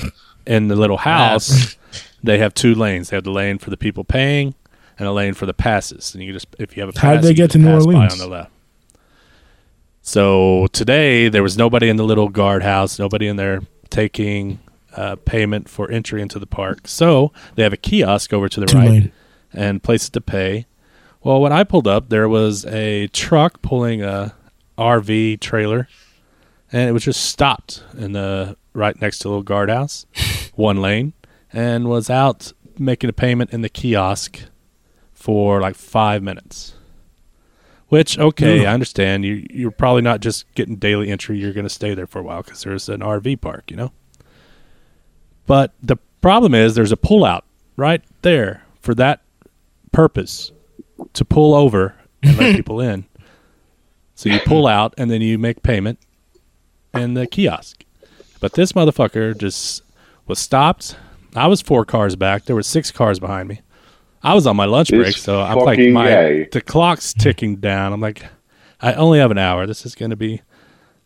[SPEAKER 4] in the little house. they have two lanes. They have the lane for the people paying and a lane for the passes. And you just if you have a pass,
[SPEAKER 5] How'd they
[SPEAKER 4] you
[SPEAKER 5] get
[SPEAKER 4] just
[SPEAKER 5] to New
[SPEAKER 4] pass by
[SPEAKER 5] Orleans?
[SPEAKER 4] on the left? So today there was nobody in the little guard house. Nobody in there taking uh, payment for entry into the park. So they have a kiosk over to the
[SPEAKER 5] Two
[SPEAKER 4] right
[SPEAKER 5] lane.
[SPEAKER 4] and places to pay. Well, when I pulled up, there was a truck pulling a RV trailer, and it was just stopped in the right next to the little guardhouse, one lane, and was out making a payment in the kiosk for like five minutes. Which okay, I understand. You you're probably not just getting daily entry. You're going to stay there for a while because there's an RV park, you know. But the problem is there's a pullout right there for that purpose to pull over and let people in. So you pull out and then you make payment in the kiosk. But this motherfucker just was stopped. I was four cars back. There were six cars behind me. I was on my lunch
[SPEAKER 2] This
[SPEAKER 4] break, so I'm like
[SPEAKER 2] fucking
[SPEAKER 4] my
[SPEAKER 2] guy.
[SPEAKER 4] the clock's ticking down. I'm like, I only have an hour. This is gonna be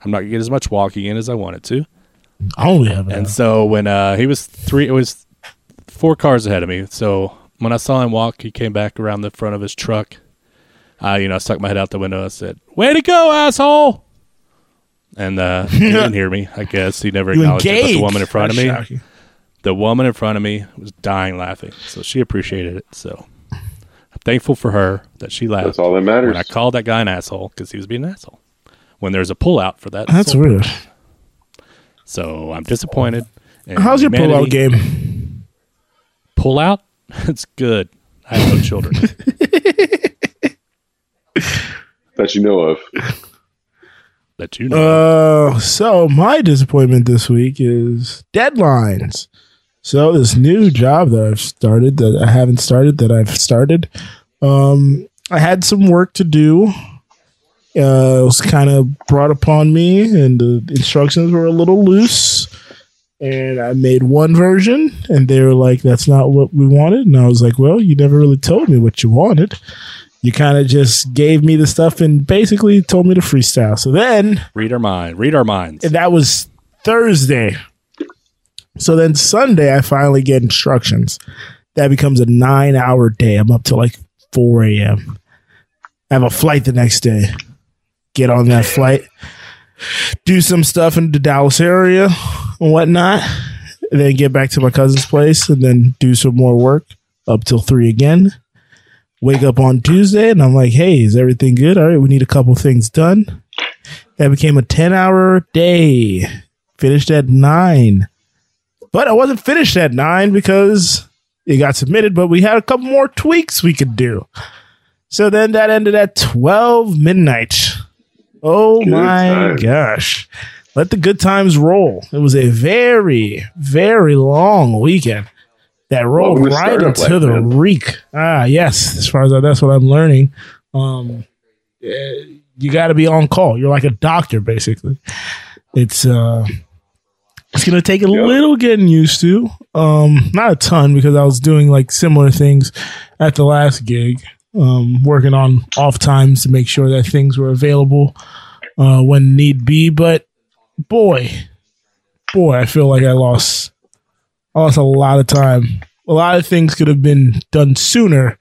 [SPEAKER 4] I'm not gonna get as much walking in as I wanted to.
[SPEAKER 5] I only have it.
[SPEAKER 4] And so when uh, he was three, it was four cars ahead of me. So when I saw him walk, he came back around the front of his truck. I, you know, I stuck my head out the window. I said, "Way to go, asshole!" And uh, he didn't hear me. I guess he never
[SPEAKER 5] You
[SPEAKER 4] acknowledged it. But
[SPEAKER 5] engaged.
[SPEAKER 4] the woman in front of
[SPEAKER 5] That's
[SPEAKER 4] me,
[SPEAKER 5] shocking.
[SPEAKER 4] the woman in front of me was dying laughing. So she appreciated it. So I'm thankful for her that she laughed.
[SPEAKER 2] That's all that
[SPEAKER 4] when
[SPEAKER 2] matters.
[SPEAKER 4] I called that guy an asshole because he was being an asshole. When there's a pullout for that,
[SPEAKER 5] That's
[SPEAKER 4] sole
[SPEAKER 5] weird.
[SPEAKER 4] so I'm disappointed. in
[SPEAKER 5] How's your
[SPEAKER 4] humanity.
[SPEAKER 5] pullout game?
[SPEAKER 4] Pull out? It's good. I have no children.
[SPEAKER 2] that you know of.
[SPEAKER 4] that you know.
[SPEAKER 5] Uh, so my disappointment this week is deadlines. So this new job that I've started that I haven't started that I've started, um, I had some work to do. Uh, it was kind of brought upon me, and the instructions were a little loose. And I made one version, and they were like, "That's not what we wanted." And I was like, "Well, you never really told me what you wanted. You kind of just gave me the stuff and basically told me to freestyle." So then
[SPEAKER 4] read our mind. Read our minds.
[SPEAKER 5] and that was Thursday. So then Sunday, I finally get instructions. That becomes a nine hour day. I'm up till like 4 a.m. I have a flight the next day. Get on that flight, do some stuff in the Dallas area and whatnot, and then get back to my cousin's place and then do some more work up till three again. Wake up on Tuesday and I'm like, hey, is everything good? All right, we need a couple things done. That became a 10 hour day. Finished at nine. But I wasn't finished at nine because it got submitted, but we had a couple more tweaks we could do. So then that ended at 12 midnight. Oh
[SPEAKER 2] Good
[SPEAKER 5] my
[SPEAKER 2] times.
[SPEAKER 5] gosh. Let the good times roll. It was a very, very long weekend that rolled
[SPEAKER 2] Welcome to
[SPEAKER 5] right
[SPEAKER 2] startup
[SPEAKER 5] into
[SPEAKER 2] life,
[SPEAKER 5] the
[SPEAKER 2] man.
[SPEAKER 5] reek. Ah, yes. As far as I, that's what I'm learning. Um, eh, you got to be on call. You're like a doctor, basically. It's uh, it's gonna take a little getting used to. Um, not a ton because I was doing like similar things at the last gig. Um, working on off times to make sure that things were available uh, when need be. But boy, boy, I feel like I lost I lost a lot of time. a lot of things could have been done sooner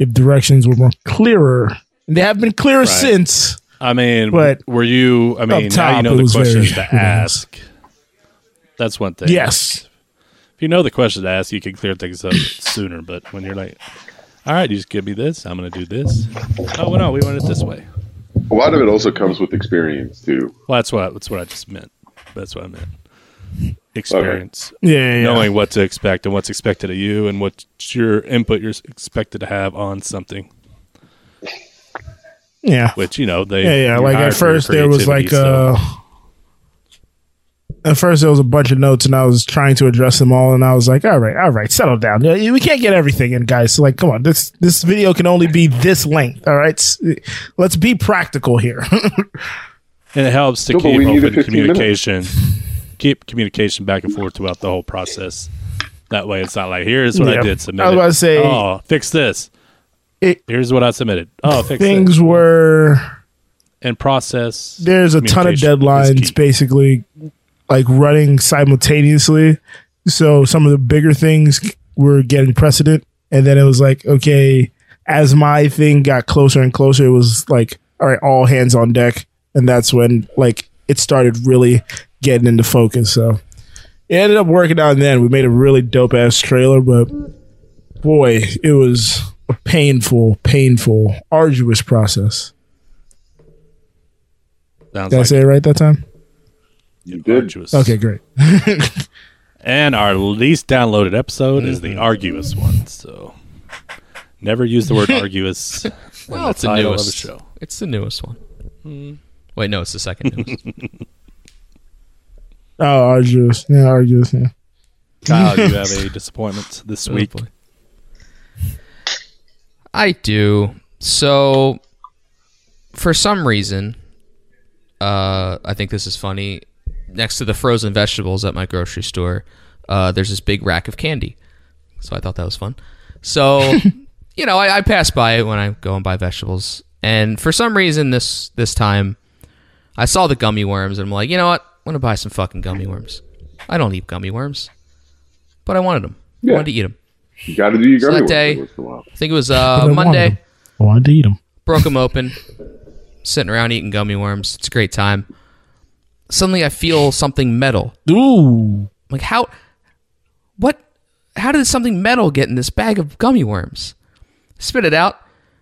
[SPEAKER 5] if directions were more clearer. And they have been clearer since.
[SPEAKER 4] I mean,
[SPEAKER 5] But
[SPEAKER 4] were you? I mean, now you
[SPEAKER 5] top,
[SPEAKER 4] know
[SPEAKER 5] it
[SPEAKER 4] the
[SPEAKER 5] was very
[SPEAKER 4] questions to
[SPEAKER 5] who knows.
[SPEAKER 4] ask. That's one thing.
[SPEAKER 5] Yes.
[SPEAKER 4] If you know the question to ask, you can clear things up sooner. But when you're like, all right, you just give me this. I'm going to do this. Oh, well, no, we want it this way.
[SPEAKER 2] A lot of it also comes with experience too.
[SPEAKER 4] Well, that's what that's what I just meant. That's what I meant. Experience,
[SPEAKER 5] Yeah. yeah, yeah.
[SPEAKER 4] knowing what to expect and what's expected of you, and what your input you're expected to have on something.
[SPEAKER 5] yeah.
[SPEAKER 4] Which you know they
[SPEAKER 5] Yeah, yeah.
[SPEAKER 4] you're
[SPEAKER 5] Like at
[SPEAKER 4] hired for your
[SPEAKER 5] first there was like
[SPEAKER 4] creativity, so-
[SPEAKER 5] uh at first there was a bunch of notes and I was trying to address them all and I was like, all right, all right, settle down. You know, We can't get everything in, guys. So like, come on, this this video can only be this length. All right. S- Let's be practical here.
[SPEAKER 4] and it helps to
[SPEAKER 2] No, but we
[SPEAKER 4] keep
[SPEAKER 2] needed
[SPEAKER 4] open
[SPEAKER 2] 15 minutes.
[SPEAKER 4] communication, keep communication back and forth throughout the whole process. That way, it's not like here's what
[SPEAKER 5] Yeah.
[SPEAKER 4] I did submit.
[SPEAKER 5] I was about to say-
[SPEAKER 4] oh, fix this.
[SPEAKER 5] It-
[SPEAKER 4] here's what I submitted. Oh, fix
[SPEAKER 5] Things
[SPEAKER 4] this.
[SPEAKER 5] were
[SPEAKER 4] and process.
[SPEAKER 5] there's a ton of
[SPEAKER 4] communication is
[SPEAKER 5] deadlines
[SPEAKER 4] key.
[SPEAKER 5] basically like running simultaneously so some of the bigger things were getting precedent and then it was like okay as my thing got closer and closer it was like all right all hands on deck and that's when like it started really getting into focus so it ended up working out in the end we made a really dope ass trailer but boy it was a painful painful arduous process
[SPEAKER 4] Sounds
[SPEAKER 5] did i
[SPEAKER 4] like
[SPEAKER 5] say it right that time
[SPEAKER 2] You did.
[SPEAKER 4] arduous.
[SPEAKER 5] okay great
[SPEAKER 4] And our least downloaded episode is
[SPEAKER 5] Mm-hmm.
[SPEAKER 4] the arguous one. So never use the word arguous. in
[SPEAKER 6] Well, it's the
[SPEAKER 4] title of
[SPEAKER 6] newest.
[SPEAKER 4] the show.
[SPEAKER 6] It's the newest one. Wait, no, it's the second newest.
[SPEAKER 5] Oh, arduous. Yeah, arduous. Yeah.
[SPEAKER 4] Kyle, you have a disappointment this
[SPEAKER 6] Oh,
[SPEAKER 4] week.
[SPEAKER 6] boy. I do. So, for some reason, uh, I think this is funny. Next to the frozen vegetables at my grocery store, uh, there's this big rack of candy. So I thought that was fun. So, you know, I, I pass by it when I go and buy vegetables, and for some reason this this time, I saw the gummy worms, and I'm like, you know what? I'm gonna buy some fucking gummy worms. I don't eat gummy worms, but I wanted them. I
[SPEAKER 2] Yeah.
[SPEAKER 6] wanted to eat them.
[SPEAKER 2] You got to do your
[SPEAKER 6] So
[SPEAKER 2] gummy
[SPEAKER 6] that
[SPEAKER 2] worms
[SPEAKER 6] day-
[SPEAKER 2] every once in a while.
[SPEAKER 6] I think it was uh,
[SPEAKER 5] But I wanted
[SPEAKER 6] Monday.
[SPEAKER 5] them. Oh, I wanted to eat them.
[SPEAKER 6] Broke them open. Sitting around eating gummy worms. It's a great time. Suddenly, I feel something metal.
[SPEAKER 5] Ooh.
[SPEAKER 6] Like how? What? How did something metal get in this bag of gummy worms? Spit it out.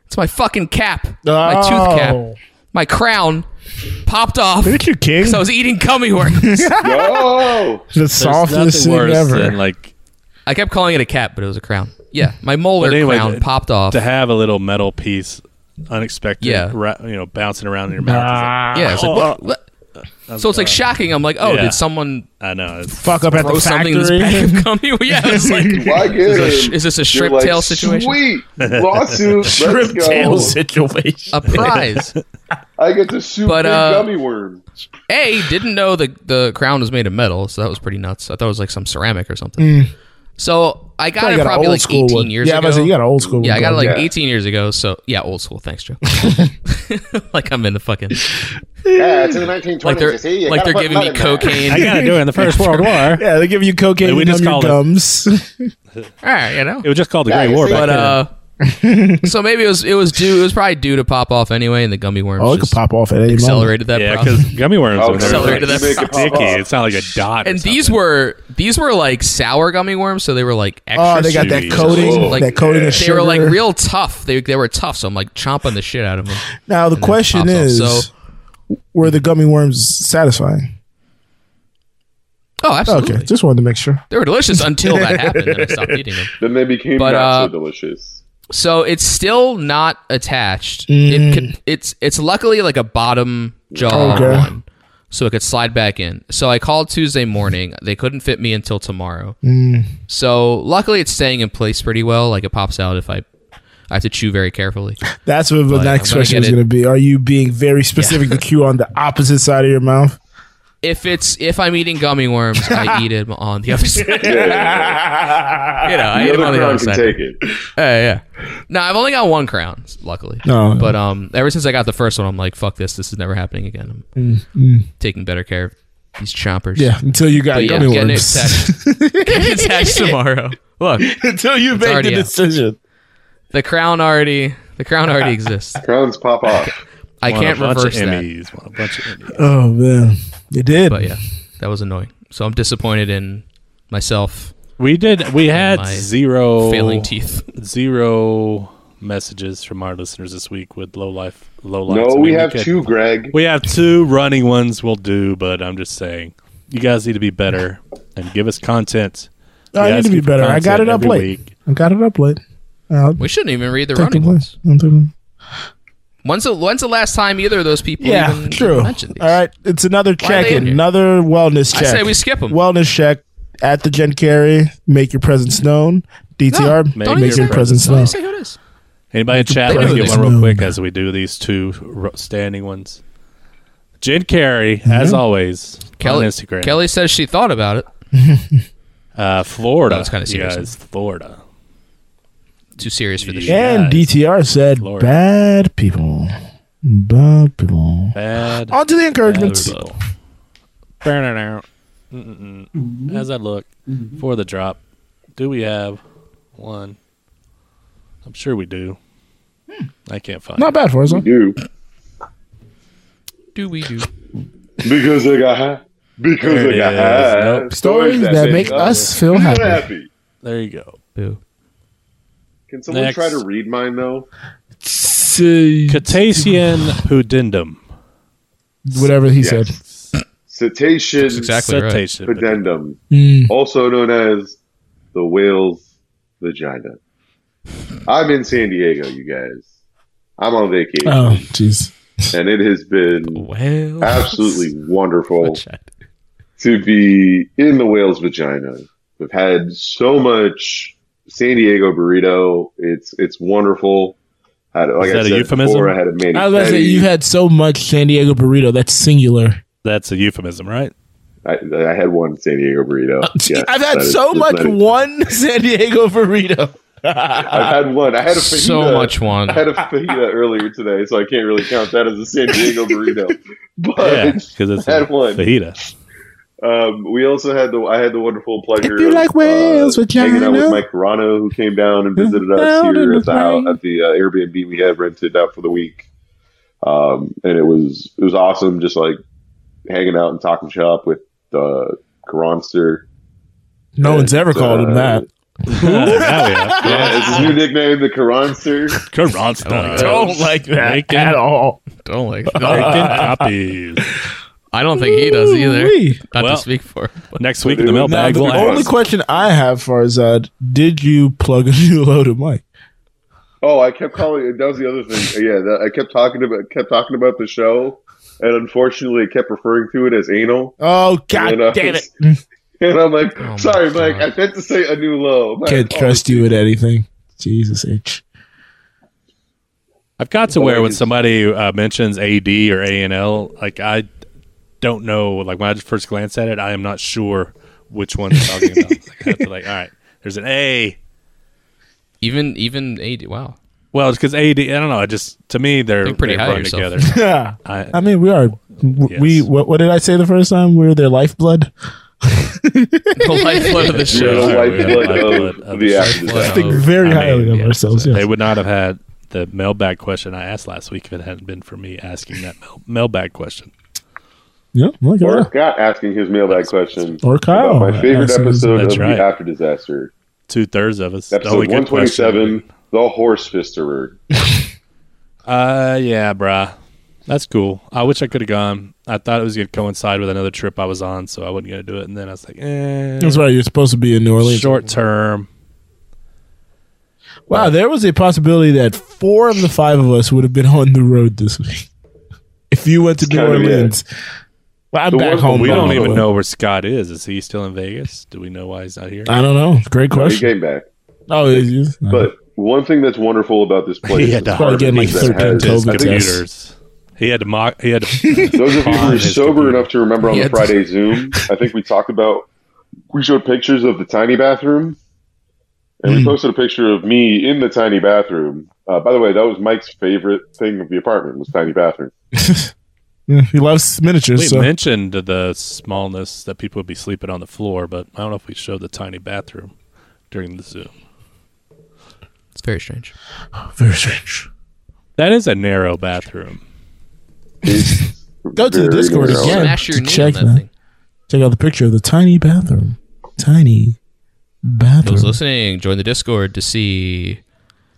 [SPEAKER 6] It's my fucking cap.
[SPEAKER 5] Oh.
[SPEAKER 6] My tooth cap. My crown popped off.
[SPEAKER 5] Look at you, King.
[SPEAKER 6] So I was eating gummy worms.
[SPEAKER 2] Yo!
[SPEAKER 5] the
[SPEAKER 4] There's
[SPEAKER 5] softest
[SPEAKER 4] nothing
[SPEAKER 5] thing
[SPEAKER 4] worse
[SPEAKER 5] ever.
[SPEAKER 4] than like
[SPEAKER 6] I kept calling it a cap, but it was a crown. Yeah, my molar
[SPEAKER 4] But anyway,
[SPEAKER 6] crown
[SPEAKER 4] the-
[SPEAKER 6] popped off.
[SPEAKER 4] to have a little metal piece unexpected
[SPEAKER 6] Yeah.
[SPEAKER 4] ra- you know bouncing around in your mouth.
[SPEAKER 6] yeah, it's like, what, what? so it's like shocking. I'm like, oh,
[SPEAKER 4] Yeah.
[SPEAKER 6] did someone
[SPEAKER 4] I know. It's,
[SPEAKER 5] Fuck up at
[SPEAKER 6] throw
[SPEAKER 5] the
[SPEAKER 6] something in this
[SPEAKER 5] factory.
[SPEAKER 6] bag of gummy? yeah, it was like,
[SPEAKER 2] Why get
[SPEAKER 6] Is this a-
[SPEAKER 2] him?
[SPEAKER 6] is this a
[SPEAKER 2] You're
[SPEAKER 6] strip
[SPEAKER 2] like,
[SPEAKER 6] tail situation?
[SPEAKER 2] Sweet lawsuit. Let's
[SPEAKER 5] Shrimp
[SPEAKER 2] go.
[SPEAKER 5] tail situation.
[SPEAKER 6] a prize.
[SPEAKER 2] I get to shoot
[SPEAKER 6] But,
[SPEAKER 2] big
[SPEAKER 6] uh,
[SPEAKER 2] gummy worm.
[SPEAKER 6] a didn't know the the crown was made of metal, so that was pretty nuts. I thought it was like some ceramic or something. So I got
[SPEAKER 5] I
[SPEAKER 6] it
[SPEAKER 5] Mm. got
[SPEAKER 6] probably
[SPEAKER 5] an old
[SPEAKER 6] like
[SPEAKER 5] school
[SPEAKER 6] 18
[SPEAKER 5] one.
[SPEAKER 6] years
[SPEAKER 5] yeah,
[SPEAKER 6] ago.
[SPEAKER 5] I was like, you got an old school
[SPEAKER 6] yeah, I
[SPEAKER 5] one.
[SPEAKER 6] got it like
[SPEAKER 2] Yeah.
[SPEAKER 6] 18 years ago. So yeah, old school. Thanks, Joe. like I'm in the fucking
[SPEAKER 2] Yeah, it's in the 1920s.
[SPEAKER 6] like they're
[SPEAKER 2] you see, you
[SPEAKER 6] like
[SPEAKER 2] gotta
[SPEAKER 6] they're
[SPEAKER 2] put
[SPEAKER 6] giving me
[SPEAKER 2] mud in there.
[SPEAKER 6] cocaine.
[SPEAKER 4] I gotta do it in the First World War.
[SPEAKER 5] Yeah, they give you cocaine
[SPEAKER 4] And we
[SPEAKER 5] we
[SPEAKER 4] just
[SPEAKER 5] just your
[SPEAKER 4] call it-
[SPEAKER 5] gums.
[SPEAKER 6] All right, you know.
[SPEAKER 4] It was just called the
[SPEAKER 2] Yeah,
[SPEAKER 4] Great
[SPEAKER 2] you
[SPEAKER 4] War
[SPEAKER 2] see-
[SPEAKER 4] back
[SPEAKER 6] But
[SPEAKER 4] then.
[SPEAKER 6] uh, so maybe it was it was due it was probably due to pop off anyway, and the gummy worms
[SPEAKER 5] oh, it could
[SPEAKER 6] just
[SPEAKER 5] pop off at any
[SPEAKER 6] accelerated that.
[SPEAKER 4] yeah,
[SPEAKER 6] process.
[SPEAKER 4] because gummy worms
[SPEAKER 2] Oh,
[SPEAKER 4] when they're
[SPEAKER 6] accelerated
[SPEAKER 4] like
[SPEAKER 6] that
[SPEAKER 2] You make it pop
[SPEAKER 4] sticky.
[SPEAKER 2] up.
[SPEAKER 4] It's not like a dot. or
[SPEAKER 6] and
[SPEAKER 4] something.
[SPEAKER 6] these were these were like sour gummy worms, so they were like extra.
[SPEAKER 5] moment. Oh, they got that
[SPEAKER 4] Jesus.
[SPEAKER 5] coating,
[SPEAKER 2] Oh,
[SPEAKER 6] like,
[SPEAKER 5] that coating of
[SPEAKER 6] they
[SPEAKER 5] sugar.
[SPEAKER 6] were like real tough. They they were tough, so I'm like chomping the shit out of them.
[SPEAKER 5] now the question
[SPEAKER 6] pops off,
[SPEAKER 5] is,
[SPEAKER 6] so-
[SPEAKER 5] were the gummy worms satisfying?
[SPEAKER 6] Oh, absolutely.
[SPEAKER 5] Okay, just wanted to make sure.
[SPEAKER 6] They were delicious until that happened, and I stopped eating them.
[SPEAKER 2] Then they became
[SPEAKER 6] But,
[SPEAKER 2] not
[SPEAKER 6] uh,
[SPEAKER 2] so delicious.
[SPEAKER 6] So it's still not attached.
[SPEAKER 5] Mm.
[SPEAKER 6] It could, it's it's luckily like a bottom jaw
[SPEAKER 5] Okay.
[SPEAKER 6] one, so it could slide back in. So I called Tuesday morning. They couldn't fit me until tomorrow.
[SPEAKER 5] Mm.
[SPEAKER 6] So luckily, it's staying in place pretty well. Like it pops out if I. I have to chew very carefully.
[SPEAKER 5] That's what the
[SPEAKER 6] I'm
[SPEAKER 5] next
[SPEAKER 6] gonna
[SPEAKER 5] question
[SPEAKER 6] get
[SPEAKER 5] is
[SPEAKER 6] it.
[SPEAKER 5] going to be. Are you being very specific to cue on the opposite side of your mouth?
[SPEAKER 6] If it's if I'm eating gummy worms, I eat them on the other side.
[SPEAKER 2] Yeah, yeah, yeah.
[SPEAKER 6] You know, I eat
[SPEAKER 2] The
[SPEAKER 6] them
[SPEAKER 2] other crown
[SPEAKER 6] on the other
[SPEAKER 2] can
[SPEAKER 6] side.
[SPEAKER 2] take it.
[SPEAKER 6] Yeah, yeah. No, I've only got one crown, luckily.
[SPEAKER 5] No.
[SPEAKER 6] But um, ever since I got the first one, I'm like, fuck this. This is never happening again. I'm taking better care of These chompers.
[SPEAKER 5] Mm, Yeah, until you got
[SPEAKER 6] But yeah,
[SPEAKER 5] gummy
[SPEAKER 6] get an
[SPEAKER 5] worms.
[SPEAKER 6] attack. Get an attack tomorrow. Look,
[SPEAKER 5] until you make the
[SPEAKER 6] already out.
[SPEAKER 5] decision.
[SPEAKER 6] the crown already the crown already exists.
[SPEAKER 2] Crowns pop off.
[SPEAKER 6] I
[SPEAKER 4] Won
[SPEAKER 6] can't
[SPEAKER 4] a bunch
[SPEAKER 6] reverse
[SPEAKER 4] of
[SPEAKER 6] that.
[SPEAKER 4] Emmys, won a bunch of Emmys.
[SPEAKER 5] Oh man, you did.
[SPEAKER 6] But yeah, that was annoying. So I'm disappointed in myself
[SPEAKER 4] We did. We had
[SPEAKER 6] my
[SPEAKER 4] zero
[SPEAKER 5] Oh.
[SPEAKER 6] failing teeth.
[SPEAKER 4] Zero messages from our listeners this week with low life. Low life.
[SPEAKER 2] No, we have two, Greg.
[SPEAKER 4] We have two running ones. We'll do, but I'm just saying, you guys need to be better and give us content.
[SPEAKER 5] I
[SPEAKER 4] We
[SPEAKER 5] need
[SPEAKER 4] ask
[SPEAKER 5] to be
[SPEAKER 4] you for
[SPEAKER 5] better. I got
[SPEAKER 4] content
[SPEAKER 5] it up
[SPEAKER 4] every
[SPEAKER 5] late.
[SPEAKER 4] week.
[SPEAKER 5] I got it up late. I'll
[SPEAKER 6] We shouldn't even read the
[SPEAKER 5] take the
[SPEAKER 6] running
[SPEAKER 5] place.
[SPEAKER 6] ones.
[SPEAKER 5] I'll take the-
[SPEAKER 6] When's the when's the last time either of those people
[SPEAKER 5] Yeah,
[SPEAKER 6] even
[SPEAKER 5] true. All
[SPEAKER 6] mentioned these?
[SPEAKER 5] right, it's another check,
[SPEAKER 6] they in here?
[SPEAKER 5] another wellness
[SPEAKER 6] I
[SPEAKER 5] check.
[SPEAKER 6] say we skip 'em.
[SPEAKER 5] Wellness check at the Jen Carey. Make your presence known. DTR.
[SPEAKER 6] No, don't
[SPEAKER 5] make
[SPEAKER 6] even
[SPEAKER 5] your
[SPEAKER 6] say-
[SPEAKER 5] presence
[SPEAKER 6] Don't
[SPEAKER 5] known.
[SPEAKER 6] even say who it is.
[SPEAKER 4] Anybody in chat?
[SPEAKER 6] They
[SPEAKER 4] Let's
[SPEAKER 6] know
[SPEAKER 4] get
[SPEAKER 6] this.
[SPEAKER 4] one real quick
[SPEAKER 5] Moon.
[SPEAKER 4] as we do these two ro- standing ones. Jen Carey, as always,
[SPEAKER 6] Kelly,
[SPEAKER 4] on Instagram.
[SPEAKER 6] Kelly says she thought about it.
[SPEAKER 4] uh, Florida.
[SPEAKER 6] That's kinda
[SPEAKER 4] you
[SPEAKER 6] serious.
[SPEAKER 4] guys, Florida.
[SPEAKER 6] Too serious for this.
[SPEAKER 4] Yeah.
[SPEAKER 6] shit.
[SPEAKER 5] And DTR said,
[SPEAKER 4] Lord.
[SPEAKER 5] "Bad people, bad people."
[SPEAKER 4] Bad.
[SPEAKER 5] On to the encouragements.
[SPEAKER 4] Hello. Burning out. Mm-mm-mm. As I look for the drop, do we have one? I'm sure we do. I can't find.
[SPEAKER 5] Not
[SPEAKER 4] it.
[SPEAKER 5] bad for us. huh?
[SPEAKER 2] You.
[SPEAKER 6] Do we do?
[SPEAKER 2] Because I got high. Because
[SPEAKER 4] There
[SPEAKER 2] I
[SPEAKER 4] it
[SPEAKER 2] got
[SPEAKER 4] is.
[SPEAKER 2] high.
[SPEAKER 4] Nope.
[SPEAKER 5] Stories that make us feel
[SPEAKER 2] happy.
[SPEAKER 5] happy.
[SPEAKER 2] happy.
[SPEAKER 4] There you go.
[SPEAKER 6] Boo.
[SPEAKER 2] Can someone
[SPEAKER 4] Next.
[SPEAKER 2] try to read mine though?
[SPEAKER 4] Cetacean pudendum.
[SPEAKER 5] Whatever he said.
[SPEAKER 2] Cetacean
[SPEAKER 6] That's exactly right.
[SPEAKER 4] Cetacean.
[SPEAKER 2] pedendum,
[SPEAKER 5] Mm.
[SPEAKER 2] also known as the whale's vagina. I'm in San Diego, you guys. I'm on vacation,
[SPEAKER 5] Oh, jeez.
[SPEAKER 2] and it has been
[SPEAKER 6] Well,
[SPEAKER 2] absolutely wonderful
[SPEAKER 6] Which I-
[SPEAKER 2] to be in the whale's vagina. We've had so much San Diego burrito. It's it's wonderful. Had, like
[SPEAKER 4] Is
[SPEAKER 2] I
[SPEAKER 4] that a
[SPEAKER 2] said
[SPEAKER 4] euphemism?
[SPEAKER 2] Before, I had a mani
[SPEAKER 5] I was about to say,
[SPEAKER 2] pedi.
[SPEAKER 5] you had so much San Diego burrito. That's singular.
[SPEAKER 4] That's a euphemism, right?
[SPEAKER 2] I, I had one San Diego burrito. Yes,
[SPEAKER 5] I've had
[SPEAKER 2] that is-
[SPEAKER 5] so
[SPEAKER 2] that's
[SPEAKER 5] much
[SPEAKER 2] not it.
[SPEAKER 5] one San Diego burrito.
[SPEAKER 2] I've had one. I had a fajita.
[SPEAKER 6] So much one.
[SPEAKER 2] I had a fajita earlier today, so I can't really count that as a San Diego burrito.
[SPEAKER 4] Yeah,
[SPEAKER 2] But
[SPEAKER 4] because it's
[SPEAKER 2] I
[SPEAKER 4] a
[SPEAKER 2] had one.
[SPEAKER 4] fajita.
[SPEAKER 2] um, we also had the I had the wonderful pleasure
[SPEAKER 5] you
[SPEAKER 2] of
[SPEAKER 5] like whales,
[SPEAKER 2] uh, hanging out
[SPEAKER 5] vagina.
[SPEAKER 2] with Mike Carano, who came down and visited us
[SPEAKER 5] Down in
[SPEAKER 2] here
[SPEAKER 5] the
[SPEAKER 2] at the, hou-
[SPEAKER 5] rain.
[SPEAKER 2] at the uh, Airbnb we had rented out for the week. Um, and it was it was awesome, just like hanging out and talking shop with uh, Karonster.
[SPEAKER 5] No one's ever
[SPEAKER 2] It's,
[SPEAKER 5] called him
[SPEAKER 2] uh,
[SPEAKER 5] that.
[SPEAKER 4] now we have.
[SPEAKER 2] Yeah, it's his new nickname, the Karonster.
[SPEAKER 4] Karonsta.
[SPEAKER 6] Don't
[SPEAKER 4] like that
[SPEAKER 5] At all.
[SPEAKER 6] don't like.
[SPEAKER 4] Making copies.
[SPEAKER 6] I don't think he does either.
[SPEAKER 5] Ooh-wee.
[SPEAKER 6] Not
[SPEAKER 4] Well-
[SPEAKER 6] to speak for. but-
[SPEAKER 4] Next week in the
[SPEAKER 5] Now,
[SPEAKER 2] Now,
[SPEAKER 4] mailbag.
[SPEAKER 5] the
[SPEAKER 4] we'll ask.
[SPEAKER 5] only question I have for Azad, did you plug a new load of mic?
[SPEAKER 2] Oh, I kept calling. That was the other thing. Yeah, that, I kept talking about kept talking about the show, and unfortunately, I kept referring to it as anal.
[SPEAKER 5] Oh, god
[SPEAKER 2] and I
[SPEAKER 5] damn it.
[SPEAKER 2] was- And I'm like,
[SPEAKER 6] my
[SPEAKER 2] sorry, Mike.
[SPEAKER 6] God.
[SPEAKER 2] I meant to say a new low. "Oh, My
[SPEAKER 5] Can't
[SPEAKER 2] apologies.
[SPEAKER 5] trust you with anything. Jesus H.
[SPEAKER 4] I've got to where when somebody uh, mentions AD or ANL, like I don't know. Like when I first glance at it, I am not sure which one they're talking about. Like, I have to like, all right, there's an A.
[SPEAKER 6] Even even AD. Wow.
[SPEAKER 4] Well, it's because AD. I don't know. I just to me they're
[SPEAKER 6] Think pretty
[SPEAKER 4] they're
[SPEAKER 6] high
[SPEAKER 4] run
[SPEAKER 6] of
[SPEAKER 4] together.
[SPEAKER 6] yourself.
[SPEAKER 5] Yeah.
[SPEAKER 4] I,
[SPEAKER 5] I mean, we are. w- We
[SPEAKER 4] Yes.
[SPEAKER 5] what, what did I say the first time? We were their lifeblood.
[SPEAKER 6] the lifeblood
[SPEAKER 2] You're
[SPEAKER 6] of the
[SPEAKER 2] the
[SPEAKER 6] show.
[SPEAKER 4] Yeah.
[SPEAKER 2] lifeblood
[SPEAKER 4] Lifeblood
[SPEAKER 2] of
[SPEAKER 4] of
[SPEAKER 2] um, the
[SPEAKER 4] the
[SPEAKER 2] after
[SPEAKER 6] show.
[SPEAKER 2] disaster.
[SPEAKER 6] Think
[SPEAKER 5] Think very
[SPEAKER 4] Oh, I
[SPEAKER 5] highly
[SPEAKER 4] mean,
[SPEAKER 5] of
[SPEAKER 4] yeah,
[SPEAKER 5] ourselves.
[SPEAKER 4] they
[SPEAKER 5] yes.
[SPEAKER 4] would not have had the mailbag question I asked last week if it hadn't been for me asking that mail- mailbag question.
[SPEAKER 5] Yeah, look at
[SPEAKER 2] Or
[SPEAKER 5] that.
[SPEAKER 2] Scott asking his mailbag question.
[SPEAKER 5] Or Kyle.
[SPEAKER 2] about my favorite
[SPEAKER 5] Asking-
[SPEAKER 2] episode
[SPEAKER 4] That's
[SPEAKER 2] of
[SPEAKER 4] right.
[SPEAKER 2] the after disaster.
[SPEAKER 4] Two thirds of us. The
[SPEAKER 2] Episode
[SPEAKER 4] only good question-
[SPEAKER 2] 127, the horse fisterer.
[SPEAKER 4] Uh, yeah, bruh. That's cool. I wish I could have gone. I thought it was going to coincide with another trip I was on, so I wasn't going to do it. And then I was like, eh,
[SPEAKER 5] That's right. You're supposed to be in New Orleans.
[SPEAKER 4] short term.
[SPEAKER 5] Wow, there was a possibility that four of the five of us would have been on the road this week. If you went to New
[SPEAKER 2] kinda, yeah.
[SPEAKER 5] Orleans, well, I'm
[SPEAKER 2] The
[SPEAKER 5] back
[SPEAKER 2] one-
[SPEAKER 5] home.
[SPEAKER 4] We
[SPEAKER 5] now,
[SPEAKER 4] don't
[SPEAKER 5] but-
[SPEAKER 4] even know where Scott is. Is he still in Vegas? Do we know why he's not here?
[SPEAKER 5] I don't know. Great
[SPEAKER 2] He
[SPEAKER 5] question.
[SPEAKER 2] came back.
[SPEAKER 5] Oh, it is.
[SPEAKER 2] But one thing that's wonderful about this place
[SPEAKER 4] He had
[SPEAKER 2] is
[SPEAKER 4] to
[SPEAKER 5] Probably getting like
[SPEAKER 2] that
[SPEAKER 5] 13
[SPEAKER 2] has-
[SPEAKER 4] His
[SPEAKER 5] COVID tests.
[SPEAKER 4] computers. He had to mock. He had to.
[SPEAKER 2] Those of you who
[SPEAKER 4] on
[SPEAKER 2] are
[SPEAKER 4] his
[SPEAKER 2] sober
[SPEAKER 4] computer.
[SPEAKER 2] enough to remember on
[SPEAKER 6] Yeah.
[SPEAKER 2] the Friday Zoom, I think we talked about we showed pictures of the tiny bathroom, and
[SPEAKER 5] Hmm.
[SPEAKER 2] we posted a picture of me in the tiny bathroom. Uh, by the way, that was Mike's favorite thing of the apartment was tiny bathroom.
[SPEAKER 5] Yeah, he loves miniatures.
[SPEAKER 4] We
[SPEAKER 5] so.
[SPEAKER 4] mentioned the smallness that people would be sleeping on the floor, but I don't know if we showed the tiny bathroom during the Zoom.
[SPEAKER 6] It's very strange.
[SPEAKER 5] Very strange.
[SPEAKER 4] That is a narrow bathroom.
[SPEAKER 5] Go to the
[SPEAKER 2] Very
[SPEAKER 5] Discord
[SPEAKER 2] narrow.
[SPEAKER 5] again. Yeah,
[SPEAKER 6] Smash your
[SPEAKER 5] to
[SPEAKER 6] knee
[SPEAKER 5] check
[SPEAKER 6] on that
[SPEAKER 5] that.
[SPEAKER 6] thing.
[SPEAKER 5] Check out the picture of the tiny bathroom. Tiny
[SPEAKER 6] Those
[SPEAKER 5] bathroom.
[SPEAKER 6] listening, join the Discord to see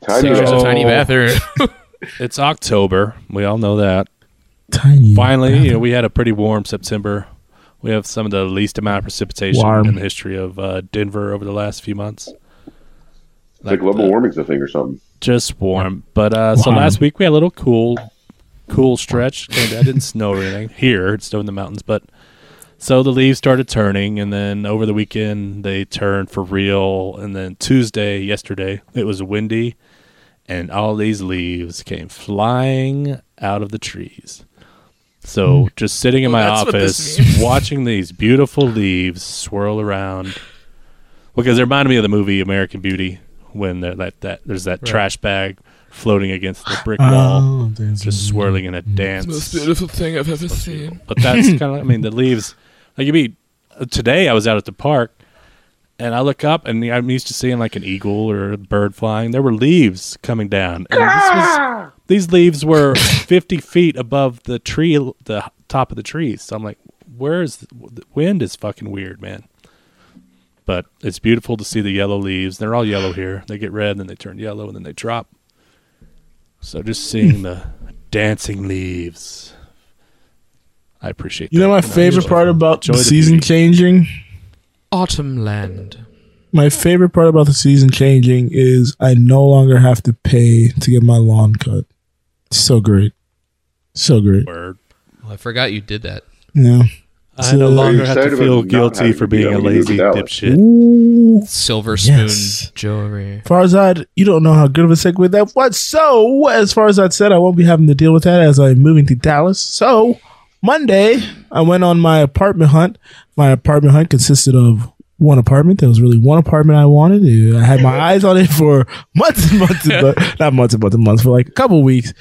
[SPEAKER 2] Tiny
[SPEAKER 4] So-
[SPEAKER 6] pictures
[SPEAKER 2] little-
[SPEAKER 6] of tiny bathroom.
[SPEAKER 4] It's October. We all know that.
[SPEAKER 5] Tiny.
[SPEAKER 4] Finally, you
[SPEAKER 5] bathroom.
[SPEAKER 4] know, we had a pretty warm September. We have some of the least amount of precipitation
[SPEAKER 5] Warm.
[SPEAKER 4] in the history of uh, Denver over the last few months.
[SPEAKER 2] It's like global warming's a thing or something.
[SPEAKER 4] just warm. But uh, so
[SPEAKER 5] Warm.
[SPEAKER 4] last week we had a little cool, cool stretch. And I didn't snow or anything here. It snowed in the mountains, but so the leaves started turning, and then over the weekend they turned for real. And then Tuesday, yesterday, it was windy, and all these leaves came flying out of the trees. So just sitting in my
[SPEAKER 6] Hmm. Well, that's what this
[SPEAKER 4] office watching these beautiful leaves swirl around because it reminded me of the movie American Beauty when there, that that there's that trash bag floating against the brick wall,
[SPEAKER 5] Oh, there's
[SPEAKER 4] just
[SPEAKER 5] a-
[SPEAKER 4] swirling in a dance.
[SPEAKER 6] Mm. thing I've ever seen.
[SPEAKER 4] But that's kind of I mean the leaves. Like you be uh, today, I was out at the park, and I look up and I'm used to seeing like an eagle or a bird flying. There were leaves coming down. And this was, these leaves were 50 feet above the tree, the top of the trees. So I'm like, where's the, the wind is fucking weird, man. But it's beautiful to see the yellow leaves. They're all yellow here. They get red, then they turn yellow, and then they drop. So just seeing the dancing leaves, I appreciate.
[SPEAKER 5] You know
[SPEAKER 4] that.
[SPEAKER 5] my
[SPEAKER 4] And I
[SPEAKER 5] favorite
[SPEAKER 4] enjoy-
[SPEAKER 5] part about
[SPEAKER 4] enjoy
[SPEAKER 5] the season
[SPEAKER 4] beauty.
[SPEAKER 5] changing?
[SPEAKER 6] Autumn land.
[SPEAKER 5] My favorite part about the season changing is I no longer have to pay to get my lawn cut. So great. So great.
[SPEAKER 4] Word.
[SPEAKER 6] Oh, I forgot you did that.
[SPEAKER 5] Yeah.
[SPEAKER 4] I no
[SPEAKER 5] So-
[SPEAKER 4] longer have
[SPEAKER 2] excited
[SPEAKER 4] to
[SPEAKER 2] about
[SPEAKER 4] feel
[SPEAKER 2] not
[SPEAKER 4] guilty
[SPEAKER 2] having
[SPEAKER 4] for
[SPEAKER 2] to be
[SPEAKER 4] being a
[SPEAKER 2] able to use
[SPEAKER 4] lazy
[SPEAKER 2] that one.
[SPEAKER 4] dipshit.
[SPEAKER 5] Ooh.
[SPEAKER 6] Silver spoon
[SPEAKER 5] Yes.
[SPEAKER 6] jewelry.
[SPEAKER 5] Farzad, you don't know how good of a segue that was. So, as Farzad said, I won't be having to deal with that as I'm moving to Dallas. So, Monday, I went on my apartment hunt. My apartment hunt consisted of one apartment. There was really one apartment I wanted. I had my eyes on it for months and months, and months not months and months and months, for like a couple weeks.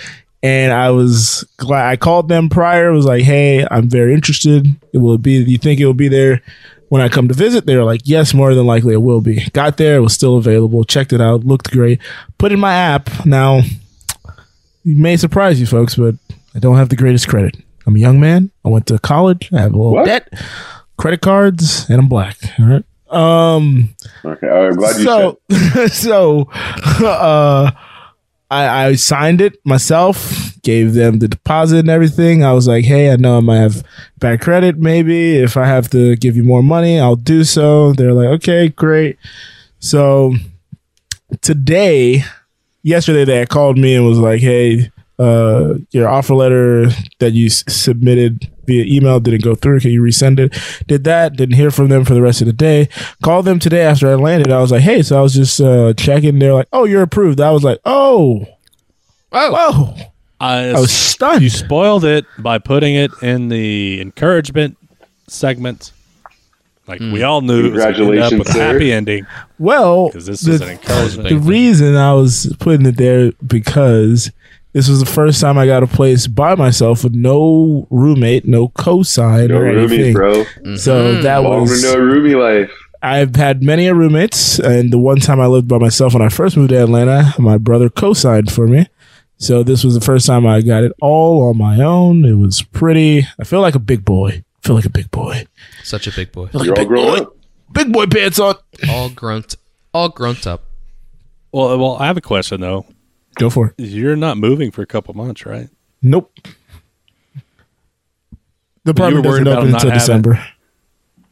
[SPEAKER 5] And I was glad I called them prior. Was like, hey, I'm very interested. It will be. Do you think it will be there when I come to visit? They were like, yes, more than likely it will be. Got there, it was still available. Checked it out, looked great. Put in my app. Now, it may surprise you folks, but I don't have the greatest credit. I'm a young man. I went to college. I have a little
[SPEAKER 2] What?
[SPEAKER 5] debt, credit cards, and I'm black. All right. Um,
[SPEAKER 2] Okay, I'm glad you
[SPEAKER 5] so,
[SPEAKER 2] said.
[SPEAKER 5] so, uh, I, I signed it myself, gave them the deposit and everything. I was like, hey, I know I might have bad credit, maybe. If I have to give you more money, I'll do so. They're like, okay, great. So, today, yesterday, they had called me and was like, hey, uh, your offer letter that you s- submitted via email didn't go through. Can you resend it? Did that. Didn't hear from them for the rest of the day. Called them today after I landed. I was like, hey, so I was just uh, checking. They're like, oh, you're approved. I was like, oh,
[SPEAKER 6] Oh,
[SPEAKER 5] oh,
[SPEAKER 4] I,
[SPEAKER 5] I was stunned.
[SPEAKER 4] You spoiled it by putting it in the encouragement segment. Like
[SPEAKER 5] Hmm.
[SPEAKER 4] we all knew, it was gonna end up
[SPEAKER 2] Congratulations,
[SPEAKER 4] with a
[SPEAKER 2] sir.
[SPEAKER 4] happy ending
[SPEAKER 5] well,
[SPEAKER 4] because this
[SPEAKER 5] the-
[SPEAKER 4] was an encouragement.
[SPEAKER 5] the reason I was putting it there because this was the first time I got a place by myself with no roommate, no cosign
[SPEAKER 2] No
[SPEAKER 5] or
[SPEAKER 2] roomie,
[SPEAKER 5] anything.
[SPEAKER 2] bro.
[SPEAKER 5] So that
[SPEAKER 2] Long
[SPEAKER 5] was
[SPEAKER 2] for no roomie life.
[SPEAKER 5] I've had many a roommates, and the one time I lived by myself when I first moved to Atlanta, my brother co-signed for me. So this was the first time I got it all on my own. It was pretty. I feel like a big boy. I feel like a big boy.
[SPEAKER 6] such a big boy.
[SPEAKER 2] You're all grown up.
[SPEAKER 5] Big boy pants on.
[SPEAKER 6] All grunt. All grunt up.
[SPEAKER 4] Well, well, I have a question though.
[SPEAKER 5] Go for it.
[SPEAKER 4] You're not moving for a couple months, right?
[SPEAKER 5] Nope. The apartment
[SPEAKER 4] worried
[SPEAKER 5] doesn't
[SPEAKER 4] about
[SPEAKER 5] open
[SPEAKER 4] not
[SPEAKER 5] until
[SPEAKER 4] having-
[SPEAKER 5] December.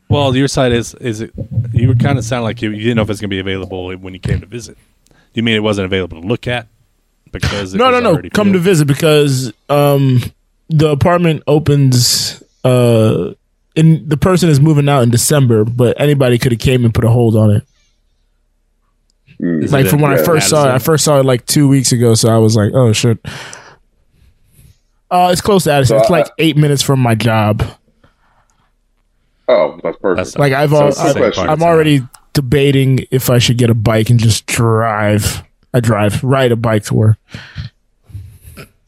[SPEAKER 4] Well, your side is is it? You kind of sound like you, you didn't know if it's going to be available when you came to visit. You mean it wasn't available to look at because it
[SPEAKER 5] No, no,
[SPEAKER 4] was
[SPEAKER 5] no.
[SPEAKER 4] already
[SPEAKER 5] Come to
[SPEAKER 4] filled?
[SPEAKER 5] visit because um, the apartment opens. Uh, and the person is moving out in December, but anybody could have came and put a hold on it.
[SPEAKER 4] Hmm. Is
[SPEAKER 5] like
[SPEAKER 4] it
[SPEAKER 5] from
[SPEAKER 4] in
[SPEAKER 5] when I first saw it. I
[SPEAKER 4] Madison?
[SPEAKER 5] first saw it like two weeks ago, so I was like, oh shit. Uh, it's close to Addison.
[SPEAKER 2] So
[SPEAKER 5] it's
[SPEAKER 2] I-
[SPEAKER 5] like eight minutes from my job.
[SPEAKER 2] Oh, that's perfect.
[SPEAKER 4] That's not-
[SPEAKER 5] Like I've
[SPEAKER 4] so
[SPEAKER 5] al-
[SPEAKER 4] it's the same
[SPEAKER 5] I,
[SPEAKER 2] question.
[SPEAKER 4] part.
[SPEAKER 5] I'm already debating if I should get a bike and just drive. I drive, ride a bike to work.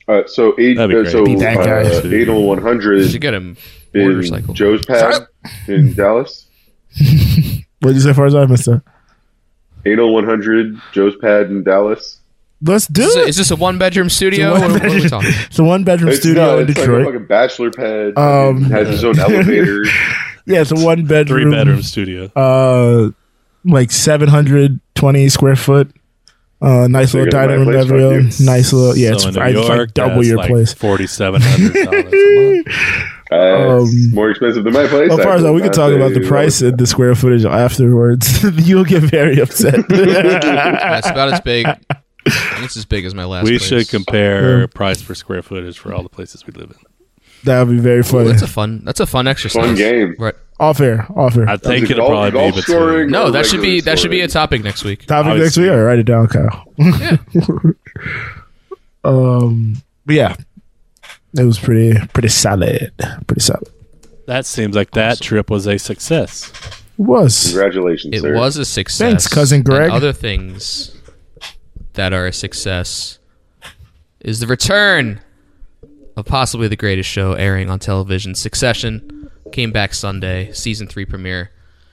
[SPEAKER 2] Uh, so eight,
[SPEAKER 4] That'd be
[SPEAKER 2] uh,
[SPEAKER 4] great.
[SPEAKER 2] so
[SPEAKER 4] Beat
[SPEAKER 5] that guy.
[SPEAKER 2] uh, anal one
[SPEAKER 6] You should
[SPEAKER 2] hundred
[SPEAKER 6] get him motorcycle.
[SPEAKER 2] in Joe's pad in Dallas.
[SPEAKER 5] What did you say, Farzad? I missed that.
[SPEAKER 2] Anal oh one hundred, Joe's pad in Dallas.
[SPEAKER 5] Let's do
[SPEAKER 6] Is, it-
[SPEAKER 5] it.
[SPEAKER 6] is this a one bedroom studio?
[SPEAKER 5] It's a
[SPEAKER 6] or what are we
[SPEAKER 5] one-bedroom-
[SPEAKER 6] talking?
[SPEAKER 5] It's a one bedroom
[SPEAKER 2] It's-
[SPEAKER 5] studio
[SPEAKER 2] no,
[SPEAKER 5] in
[SPEAKER 2] it's
[SPEAKER 5] Detroit.
[SPEAKER 2] Like a fucking bachelor pad.
[SPEAKER 5] Um,
[SPEAKER 2] Um, has his own elevator.
[SPEAKER 5] yeah, it's a one bedroom.
[SPEAKER 4] Three bedroom studio.
[SPEAKER 5] Uh, like 720 square foot. Uh, nice
[SPEAKER 2] Bigger
[SPEAKER 5] little
[SPEAKER 2] than my
[SPEAKER 5] dining room
[SPEAKER 2] place,
[SPEAKER 5] area.
[SPEAKER 2] fuck you.
[SPEAKER 5] Nice little, yeah,
[SPEAKER 4] So
[SPEAKER 5] it's,
[SPEAKER 4] in New
[SPEAKER 5] I- it's
[SPEAKER 4] York,
[SPEAKER 5] like double your place.
[SPEAKER 4] Forty seven hundred dollars a month.
[SPEAKER 2] Uh, it's
[SPEAKER 5] Um,
[SPEAKER 2] more expensive than my place.
[SPEAKER 5] Well,
[SPEAKER 2] I
[SPEAKER 5] Farzad,
[SPEAKER 2] will
[SPEAKER 5] we can
[SPEAKER 2] not
[SPEAKER 5] talk
[SPEAKER 2] say
[SPEAKER 5] about the
[SPEAKER 2] what-
[SPEAKER 5] price and the square footage afterwards. You'll get very upset.
[SPEAKER 6] That's about as big. It's as big as my last.
[SPEAKER 4] We
[SPEAKER 6] place.
[SPEAKER 4] should compare price per square footage for all the places we live in.
[SPEAKER 5] that would be very
[SPEAKER 6] Ooh,
[SPEAKER 5] funny.
[SPEAKER 6] that's a fun. That's a fun exercise.
[SPEAKER 2] Fun game.
[SPEAKER 6] Right.
[SPEAKER 5] off air, off air.
[SPEAKER 4] I think
[SPEAKER 2] Is it
[SPEAKER 4] it'll
[SPEAKER 2] golf-
[SPEAKER 4] probably
[SPEAKER 2] golf
[SPEAKER 4] be between.
[SPEAKER 2] scoring
[SPEAKER 6] No,
[SPEAKER 2] or
[SPEAKER 6] that should be
[SPEAKER 2] regular
[SPEAKER 6] that should be a
[SPEAKER 2] scoring?
[SPEAKER 6] topic next week.
[SPEAKER 5] Topic next
[SPEAKER 4] obviously.
[SPEAKER 5] week. All right, write it down, Kyle. um, but yeah, it was pretty pretty solid. Pretty solid.
[SPEAKER 4] That seems like that trip was a success.
[SPEAKER 5] It was
[SPEAKER 2] Congratulations,
[SPEAKER 6] It
[SPEAKER 2] sir.
[SPEAKER 6] was a success.
[SPEAKER 5] Thanks, cousin
[SPEAKER 6] And
[SPEAKER 5] Greg.
[SPEAKER 6] other things that are a success is the return of possibly the greatest show airing on television, Succession. Came back Sunday, season three premiere.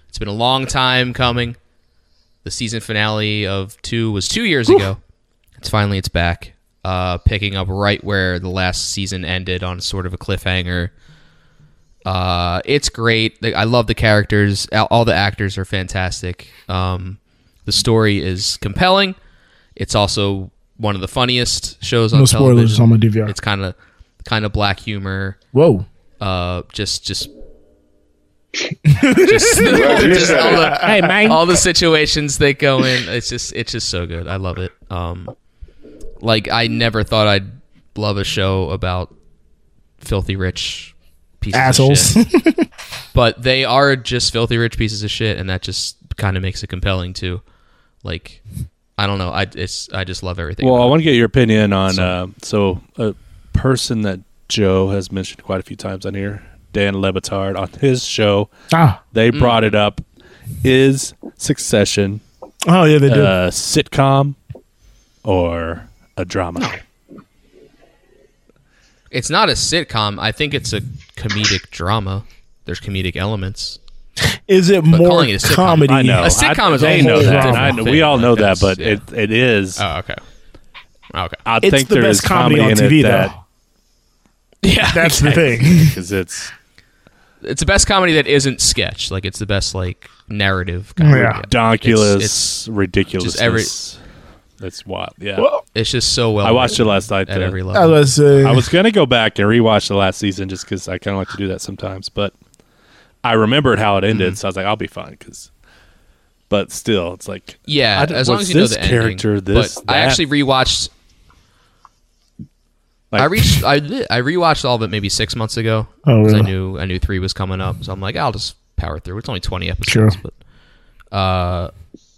[SPEAKER 6] It's been a long time coming. The season finale of two was two years ago. It's finally it's back, uh, picking up right where the last season ended on sort of a cliffhanger. Uh, it's great. Like, I love the characters. All all the actors are fantastic. Um, the story is compelling. It's also one of the funniest shows on
[SPEAKER 5] no
[SPEAKER 6] television.
[SPEAKER 5] spoilers on my DVR.
[SPEAKER 6] It's kind of kind of black humor.
[SPEAKER 5] Whoa,
[SPEAKER 6] Uh, just just. just, just all, the,
[SPEAKER 4] Oh,
[SPEAKER 6] all the situations they go in it's just it's just so good i love it um like i never thought i'd love a show about filthy rich pieces
[SPEAKER 5] assholes.
[SPEAKER 6] of shit. but they are just filthy rich pieces of shit and that just kind of makes it compelling too like i don't know i it's i just love everything
[SPEAKER 4] Well, I
[SPEAKER 6] about
[SPEAKER 4] want to get your opinion on uh, so a person that Joe has mentioned quite a few times on here, Dan Levitard, on his show,
[SPEAKER 5] ah,
[SPEAKER 4] they brought it up. Is Succession
[SPEAKER 5] oh yeah, they
[SPEAKER 4] a
[SPEAKER 5] did.
[SPEAKER 4] sitcom or a drama?
[SPEAKER 6] it. it's not a sitcom i think it's a comedic drama there's comedic elements
[SPEAKER 5] Is it more
[SPEAKER 6] calling it a sitcom-
[SPEAKER 5] comedy?
[SPEAKER 4] I know.
[SPEAKER 6] A sitcom
[SPEAKER 4] I,
[SPEAKER 6] is a
[SPEAKER 4] they
[SPEAKER 6] whole
[SPEAKER 4] know that.
[SPEAKER 5] drama
[SPEAKER 4] I know, we
[SPEAKER 6] thing.
[SPEAKER 4] all know
[SPEAKER 6] Like,
[SPEAKER 4] that,
[SPEAKER 6] that's-
[SPEAKER 4] but
[SPEAKER 6] yeah.
[SPEAKER 4] it, it is.
[SPEAKER 6] oh okay okay
[SPEAKER 4] I
[SPEAKER 5] It's
[SPEAKER 4] think
[SPEAKER 5] the
[SPEAKER 4] there
[SPEAKER 5] best
[SPEAKER 4] is comedy,
[SPEAKER 5] comedy on
[SPEAKER 4] in
[SPEAKER 5] TV,
[SPEAKER 4] it that
[SPEAKER 5] though.
[SPEAKER 6] yeah
[SPEAKER 5] That's the thing.
[SPEAKER 4] because it's
[SPEAKER 6] it's the best comedy that isn't sketch. Like it's the best like narrative. Kind
[SPEAKER 5] Yeah.
[SPEAKER 6] Of,
[SPEAKER 4] donkulous,
[SPEAKER 6] it's-
[SPEAKER 4] ridiculous.
[SPEAKER 6] every-
[SPEAKER 4] That's wild. Yeah.
[SPEAKER 5] Well,
[SPEAKER 6] it's just so well.
[SPEAKER 4] I watched it
[SPEAKER 6] written
[SPEAKER 4] last night.
[SPEAKER 6] at
[SPEAKER 4] the-
[SPEAKER 6] every
[SPEAKER 5] I
[SPEAKER 6] level.
[SPEAKER 5] was saying,
[SPEAKER 4] I was gonna go back and rewatch the last season just because I kind of like to do that sometimes, but I remembered how it
[SPEAKER 5] Mm-hmm.
[SPEAKER 4] ended, so I was like, I'll be fine. Because, but still, it's like
[SPEAKER 6] yeah,
[SPEAKER 4] I d-
[SPEAKER 6] as long
[SPEAKER 4] what's
[SPEAKER 6] as you know
[SPEAKER 4] this
[SPEAKER 6] the ending.
[SPEAKER 4] character, this,
[SPEAKER 6] but I
[SPEAKER 4] that?
[SPEAKER 6] actually rewatched.
[SPEAKER 4] Like-
[SPEAKER 6] I reached. I li- I rewatched all of it maybe six months ago
[SPEAKER 5] Oh,
[SPEAKER 6] 'cause I
[SPEAKER 5] really?
[SPEAKER 6] knew I knew three was coming up, so I'm like, I'll just power through. It's only twenty episodes, but uh,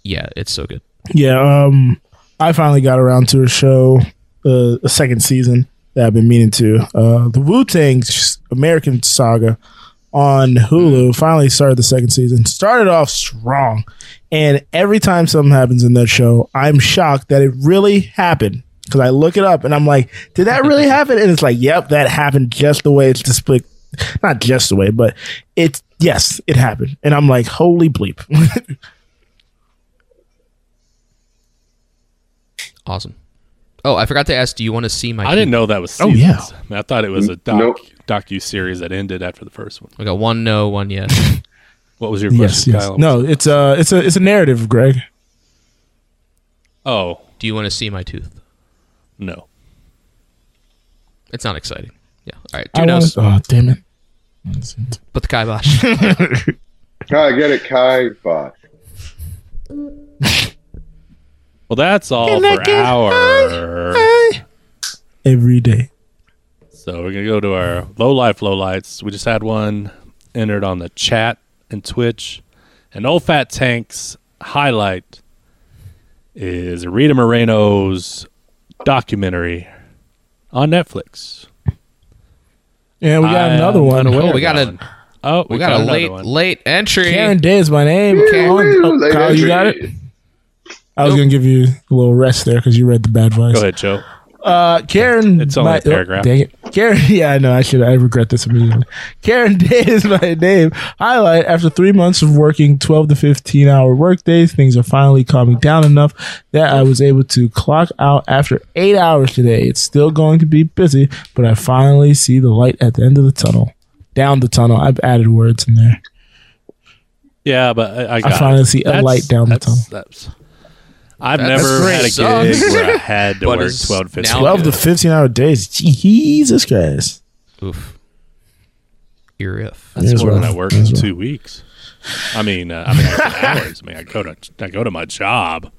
[SPEAKER 6] yeah, it's so good.
[SPEAKER 5] yeah. Um, I finally got around to a show, uh, a second season that I've been meaning to. Uh, the Wu Tang American Saga on Hulu finally started the second season. Started off strong, and every time something happens in that show, I'm shocked that it really happened. Because I look it up and I'm like, did that really happen? And it's like, yep, that happened just the way it's displayed. Not just the way, but it's yes, it happened. And I'm like, holy bleep.
[SPEAKER 6] Awesome. Oh, I forgot to ask. Do you want to see my?
[SPEAKER 4] I didn't know that was.
[SPEAKER 5] Oh,
[SPEAKER 4] Seasons.
[SPEAKER 5] yeah.
[SPEAKER 4] I, mean, I thought it was a doc
[SPEAKER 2] Nope.
[SPEAKER 4] docu series that ended after the first one.
[SPEAKER 6] I got one no, one yes.
[SPEAKER 4] What was your question, Kyle?
[SPEAKER 5] No, it's a it's a it's a narrative, Greg.
[SPEAKER 4] Oh
[SPEAKER 6] do you want to see my tooth?
[SPEAKER 4] no.
[SPEAKER 6] It's not exciting. Yeah. All right. Two
[SPEAKER 5] I
[SPEAKER 6] no's.
[SPEAKER 5] wanna- oh damn it!
[SPEAKER 6] Put the kibosh.
[SPEAKER 2] Kai, get it, Kai. Bye.
[SPEAKER 4] Well, that's all
[SPEAKER 5] I
[SPEAKER 4] for
[SPEAKER 5] get
[SPEAKER 4] our.
[SPEAKER 5] Every day.
[SPEAKER 4] So we're gonna go to our low life low lights. We just had one entered on the chat and Twitch. And old fat tanks highlight is Rita Moreno's documentary on Netflix.
[SPEAKER 5] Yeah, we got
[SPEAKER 4] I'm
[SPEAKER 5] another one.
[SPEAKER 4] unaware
[SPEAKER 6] Oh, we
[SPEAKER 4] of
[SPEAKER 6] got
[SPEAKER 4] that
[SPEAKER 6] a-
[SPEAKER 4] one. oh we,
[SPEAKER 6] We got a
[SPEAKER 4] another
[SPEAKER 6] late
[SPEAKER 4] one.
[SPEAKER 6] late entry.
[SPEAKER 5] Karen Day is my name. Karen-
[SPEAKER 2] Woo,
[SPEAKER 5] oh,
[SPEAKER 2] late
[SPEAKER 5] Kyle, you
[SPEAKER 2] entry.
[SPEAKER 5] got it. I was
[SPEAKER 6] Nope.
[SPEAKER 5] gonna give you a little rest there because you read the bad
[SPEAKER 4] Go
[SPEAKER 5] advice.
[SPEAKER 4] ahead, Joe.
[SPEAKER 5] Uh, Karen.
[SPEAKER 4] It's only a
[SPEAKER 5] my- oh,
[SPEAKER 4] paragraph.
[SPEAKER 5] dang it. Karen. Yeah, I know. I should. I regret this immediately. Karen Day is my name. Highlight after three months of working 12 to 15 hour workdays, things are finally calming down enough that I was able to clock out after eight hours today. It's still going to be busy, but I finally see the light at the end of the tunnel. Down the tunnel. I've added words in there.
[SPEAKER 4] Yeah, but I, I, got
[SPEAKER 5] finally
[SPEAKER 4] it.
[SPEAKER 5] see a
[SPEAKER 4] That's-
[SPEAKER 5] light down the
[SPEAKER 4] that's- that's- I've
[SPEAKER 6] That's
[SPEAKER 4] never
[SPEAKER 6] great.
[SPEAKER 4] had a gig
[SPEAKER 6] Sucks.
[SPEAKER 4] where I had to
[SPEAKER 6] But
[SPEAKER 4] work
[SPEAKER 6] it's
[SPEAKER 4] 12 15.
[SPEAKER 6] now-
[SPEAKER 5] 12 to 15 hour days. Jesus Christ.
[SPEAKER 6] Oof. Ear if.
[SPEAKER 4] That's
[SPEAKER 5] As
[SPEAKER 4] more than
[SPEAKER 5] well.
[SPEAKER 4] I worked in two weeks. I mean, uh, I mean, I hours. I mean, I go to I go to my job.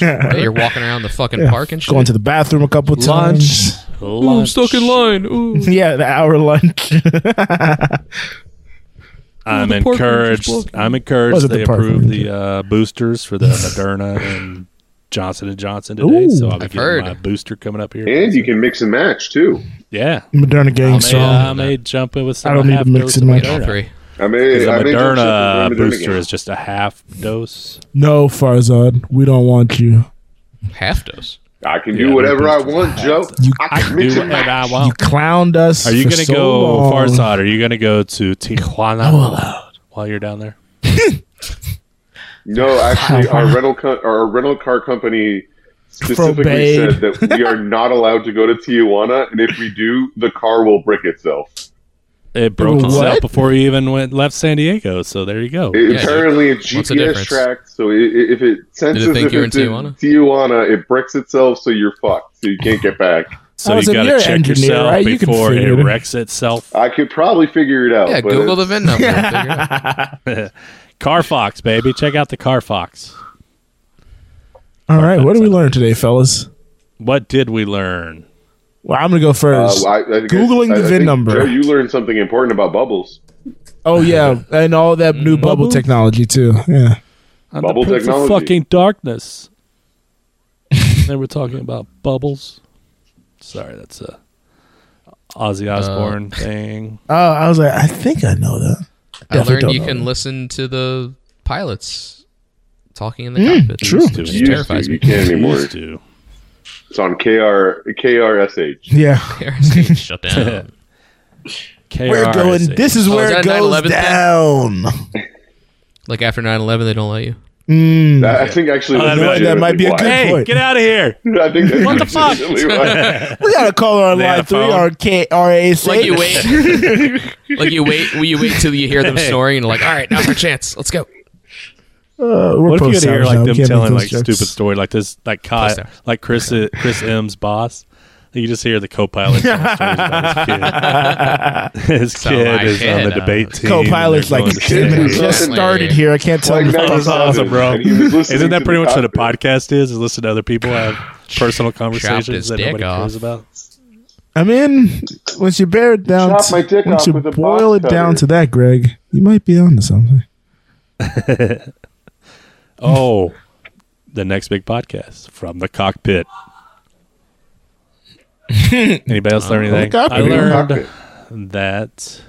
[SPEAKER 6] Yeah, You're walking around the fucking park and shit.
[SPEAKER 5] Going to the bathroom a couple times.
[SPEAKER 6] Ooh, I'm stuck in line. Ooh.
[SPEAKER 5] Yeah, the hour lunch.
[SPEAKER 4] I'm
[SPEAKER 6] park ranger's
[SPEAKER 4] encouraged.
[SPEAKER 6] blocking.
[SPEAKER 4] I'm
[SPEAKER 5] Was
[SPEAKER 4] encouraged.
[SPEAKER 5] it the
[SPEAKER 4] They
[SPEAKER 5] park
[SPEAKER 4] approved
[SPEAKER 5] ranger?
[SPEAKER 4] the uh, boosters for the Moderna and Johnson and Johnson today, so I'll be
[SPEAKER 6] I've
[SPEAKER 4] getting
[SPEAKER 6] heard.
[SPEAKER 4] my booster coming up here.
[SPEAKER 2] And you can mix and match too.
[SPEAKER 4] yeah.
[SPEAKER 5] Moderna
[SPEAKER 4] I
[SPEAKER 5] gang
[SPEAKER 4] may,
[SPEAKER 5] strong.
[SPEAKER 4] I may jump in with some.
[SPEAKER 5] I don't need to
[SPEAKER 4] half
[SPEAKER 5] mix
[SPEAKER 4] dose
[SPEAKER 5] in
[SPEAKER 4] of
[SPEAKER 5] my-
[SPEAKER 6] Get all
[SPEAKER 4] Moderna.
[SPEAKER 6] three.
[SPEAKER 2] I
[SPEAKER 4] The
[SPEAKER 2] may, I may jump ship
[SPEAKER 4] Moderna
[SPEAKER 2] and join Moderna
[SPEAKER 4] booster
[SPEAKER 2] gang.
[SPEAKER 4] is just a half dose.
[SPEAKER 5] No, Farzad, we don't want you.
[SPEAKER 6] Half dose.
[SPEAKER 2] I can
[SPEAKER 4] Yeah,
[SPEAKER 2] do whatever I
[SPEAKER 4] that booster's
[SPEAKER 2] want,
[SPEAKER 4] hot.
[SPEAKER 2] Joe.
[SPEAKER 5] You-
[SPEAKER 2] I
[SPEAKER 4] I
[SPEAKER 2] can
[SPEAKER 4] can
[SPEAKER 2] mix
[SPEAKER 4] do
[SPEAKER 2] and
[SPEAKER 4] what
[SPEAKER 2] match.
[SPEAKER 4] I
[SPEAKER 5] You
[SPEAKER 4] want.
[SPEAKER 5] clowned us.
[SPEAKER 4] Oh. Are you
[SPEAKER 5] going
[SPEAKER 4] going to
[SPEAKER 5] to
[SPEAKER 4] go far side? Are you going to go to Tijuana while you're down there?
[SPEAKER 2] No, actually, our rental co- our rental car company specifically
[SPEAKER 5] Forbade.
[SPEAKER 2] said that we are not allowed to go to Tijuana, and if we do, the car will brick itself.
[SPEAKER 4] It broke itself
[SPEAKER 5] What?
[SPEAKER 4] before you even went left San Diego. So there you go.
[SPEAKER 2] It,
[SPEAKER 6] Yeah,
[SPEAKER 2] apparently, it's
[SPEAKER 6] what's the
[SPEAKER 2] GPS
[SPEAKER 6] difference?
[SPEAKER 2] tracked, so i- i if it senses
[SPEAKER 6] think
[SPEAKER 2] if
[SPEAKER 6] you're
[SPEAKER 2] it's
[SPEAKER 6] in
[SPEAKER 2] in
[SPEAKER 6] Tijuana?
[SPEAKER 2] Tijuana, it bricks itself, so you're fucked. So you can't get back.
[SPEAKER 4] So
[SPEAKER 5] Allison,
[SPEAKER 4] you got
[SPEAKER 5] you're
[SPEAKER 4] to
[SPEAKER 5] an
[SPEAKER 4] check
[SPEAKER 5] engineer,
[SPEAKER 4] yourself
[SPEAKER 5] right? You can
[SPEAKER 4] before
[SPEAKER 5] figure
[SPEAKER 4] it
[SPEAKER 5] it.
[SPEAKER 4] wrecks itself.
[SPEAKER 2] I could probably figure it out.
[SPEAKER 6] Yeah,
[SPEAKER 2] but
[SPEAKER 6] Google the
[SPEAKER 2] it's-
[SPEAKER 6] VIN number. Figure it out.
[SPEAKER 4] Carfox, baby, check out the Carfox.
[SPEAKER 5] All right, what did we learn today, fellas?
[SPEAKER 4] What did we learn?
[SPEAKER 5] Well, I'm going to go first.
[SPEAKER 2] Uh, I, I think I-
[SPEAKER 5] Googling
[SPEAKER 2] I-
[SPEAKER 5] the
[SPEAKER 2] I
[SPEAKER 5] VIN
[SPEAKER 2] think,
[SPEAKER 5] number.
[SPEAKER 2] Joe, you learned something important about bubbles.
[SPEAKER 5] oh, yeah, and all that new
[SPEAKER 4] Mm-hmm.
[SPEAKER 5] bubble technology, too. Yeah.
[SPEAKER 4] I'm
[SPEAKER 2] Bubble
[SPEAKER 4] the prince of
[SPEAKER 2] technology.
[SPEAKER 4] fucking darkness. they were talking about bubbles. Sorry, that's a Ozzy Osbourne thing.
[SPEAKER 5] Oh, I was like, I think I know that.
[SPEAKER 6] I
[SPEAKER 5] Definitely
[SPEAKER 6] learned
[SPEAKER 5] don't
[SPEAKER 6] you
[SPEAKER 5] know
[SPEAKER 6] can
[SPEAKER 5] that.
[SPEAKER 6] listen to the pilots talking in the cockpit.
[SPEAKER 5] Mm, true.
[SPEAKER 4] Used
[SPEAKER 6] Which just
[SPEAKER 4] to.
[SPEAKER 2] Used to,
[SPEAKER 6] terrifies
[SPEAKER 2] you
[SPEAKER 6] me.
[SPEAKER 2] can't anymore.
[SPEAKER 4] Used to.
[SPEAKER 2] It's on KR KRSH.
[SPEAKER 5] Yeah.
[SPEAKER 6] Shut down.
[SPEAKER 5] We're
[SPEAKER 4] KRSA.
[SPEAKER 5] going, this is
[SPEAKER 6] Oh,
[SPEAKER 5] where it
[SPEAKER 6] is that a
[SPEAKER 5] goes
[SPEAKER 6] 9/11 thing?
[SPEAKER 5] down.
[SPEAKER 6] like after 9-11, they don't let you. Hmm.
[SPEAKER 5] Mm.
[SPEAKER 2] That- I think actually
[SPEAKER 4] Oh,
[SPEAKER 2] that's
[SPEAKER 4] that might-
[SPEAKER 5] that might be a
[SPEAKER 2] legitimately
[SPEAKER 5] good
[SPEAKER 4] Hey,
[SPEAKER 5] point.
[SPEAKER 4] get out of here!
[SPEAKER 2] why. I think that's
[SPEAKER 4] What the fuck?
[SPEAKER 2] legitimately why.
[SPEAKER 5] We got a caller on
[SPEAKER 4] They had
[SPEAKER 5] line
[SPEAKER 4] a
[SPEAKER 5] three,
[SPEAKER 4] phone.
[SPEAKER 5] our KRAC.
[SPEAKER 6] Like you wait. like you wait. You wait till you hear them snoring and like, all right, now's our chance. Let's go.
[SPEAKER 5] Uh, we're
[SPEAKER 4] What if you
[SPEAKER 5] post
[SPEAKER 4] could hear
[SPEAKER 5] hours now.
[SPEAKER 4] like them
[SPEAKER 5] We can't make
[SPEAKER 4] telling
[SPEAKER 5] those
[SPEAKER 4] like
[SPEAKER 5] jokes.
[SPEAKER 4] stupid story like this, like Kai,
[SPEAKER 6] Post hours.
[SPEAKER 4] like Chris uh, Chris M's boss? You just hear the co-pilot telling stories about his kid. his
[SPEAKER 6] So
[SPEAKER 4] kid
[SPEAKER 6] my
[SPEAKER 4] is on
[SPEAKER 6] kid,
[SPEAKER 4] the
[SPEAKER 6] uh,
[SPEAKER 4] debate team. and
[SPEAKER 5] Co-pilot's
[SPEAKER 4] they're
[SPEAKER 5] like,
[SPEAKER 4] going to
[SPEAKER 5] "Kid,
[SPEAKER 4] San Diego."
[SPEAKER 5] we just
[SPEAKER 6] Exactly.
[SPEAKER 5] started here. I can't tell
[SPEAKER 2] Like
[SPEAKER 5] you.
[SPEAKER 2] that
[SPEAKER 4] That's
[SPEAKER 2] was uh,
[SPEAKER 4] awesome, bro.
[SPEAKER 2] And he was listening
[SPEAKER 4] Isn't
[SPEAKER 2] to
[SPEAKER 4] that pretty
[SPEAKER 2] the
[SPEAKER 4] much what a
[SPEAKER 2] cockpit.
[SPEAKER 4] podcast is? Is listen to other people have personal
[SPEAKER 6] his
[SPEAKER 4] conversations that
[SPEAKER 6] dick
[SPEAKER 4] nobody
[SPEAKER 6] off.
[SPEAKER 4] cares about.
[SPEAKER 5] I mean, once you bear it down,
[SPEAKER 2] Chop my dick
[SPEAKER 5] once
[SPEAKER 2] off
[SPEAKER 5] you
[SPEAKER 2] with a
[SPEAKER 5] boil it
[SPEAKER 2] box
[SPEAKER 5] down
[SPEAKER 2] cutter.
[SPEAKER 5] to that, Greg, you might be onto something.
[SPEAKER 4] Oh, the next big podcast from the cockpit. Anybody else learn anything?
[SPEAKER 5] From the
[SPEAKER 4] I
[SPEAKER 5] cockpit.
[SPEAKER 4] learned that.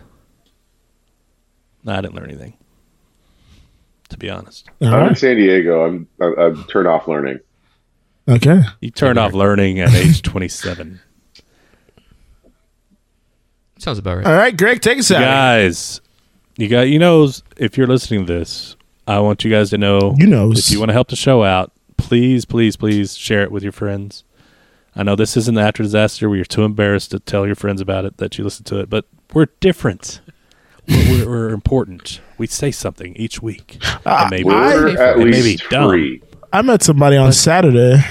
[SPEAKER 4] No, I didn't learn anything. To be honest,
[SPEAKER 5] All
[SPEAKER 2] I'm in
[SPEAKER 5] right.
[SPEAKER 2] San Diego. I'm I'm, I'm turned off learning.
[SPEAKER 5] Okay.
[SPEAKER 4] you turned off learning at age twenty-seven.
[SPEAKER 6] Sounds about right.
[SPEAKER 5] All right, Greg, take us out.
[SPEAKER 4] guys you got you knows if you're listening to this i want you guys to know
[SPEAKER 5] You knows.
[SPEAKER 4] if you want to help the show out please please please share it with your friends i know this isn't the after disaster where you're too embarrassed to tell your friends about it that you listen to it but we're different we're, we're, we're important we say something each week and maybe
[SPEAKER 2] We're at
[SPEAKER 4] it may be
[SPEAKER 2] least
[SPEAKER 4] dumb.
[SPEAKER 2] three.
[SPEAKER 5] I met somebody on Saturday,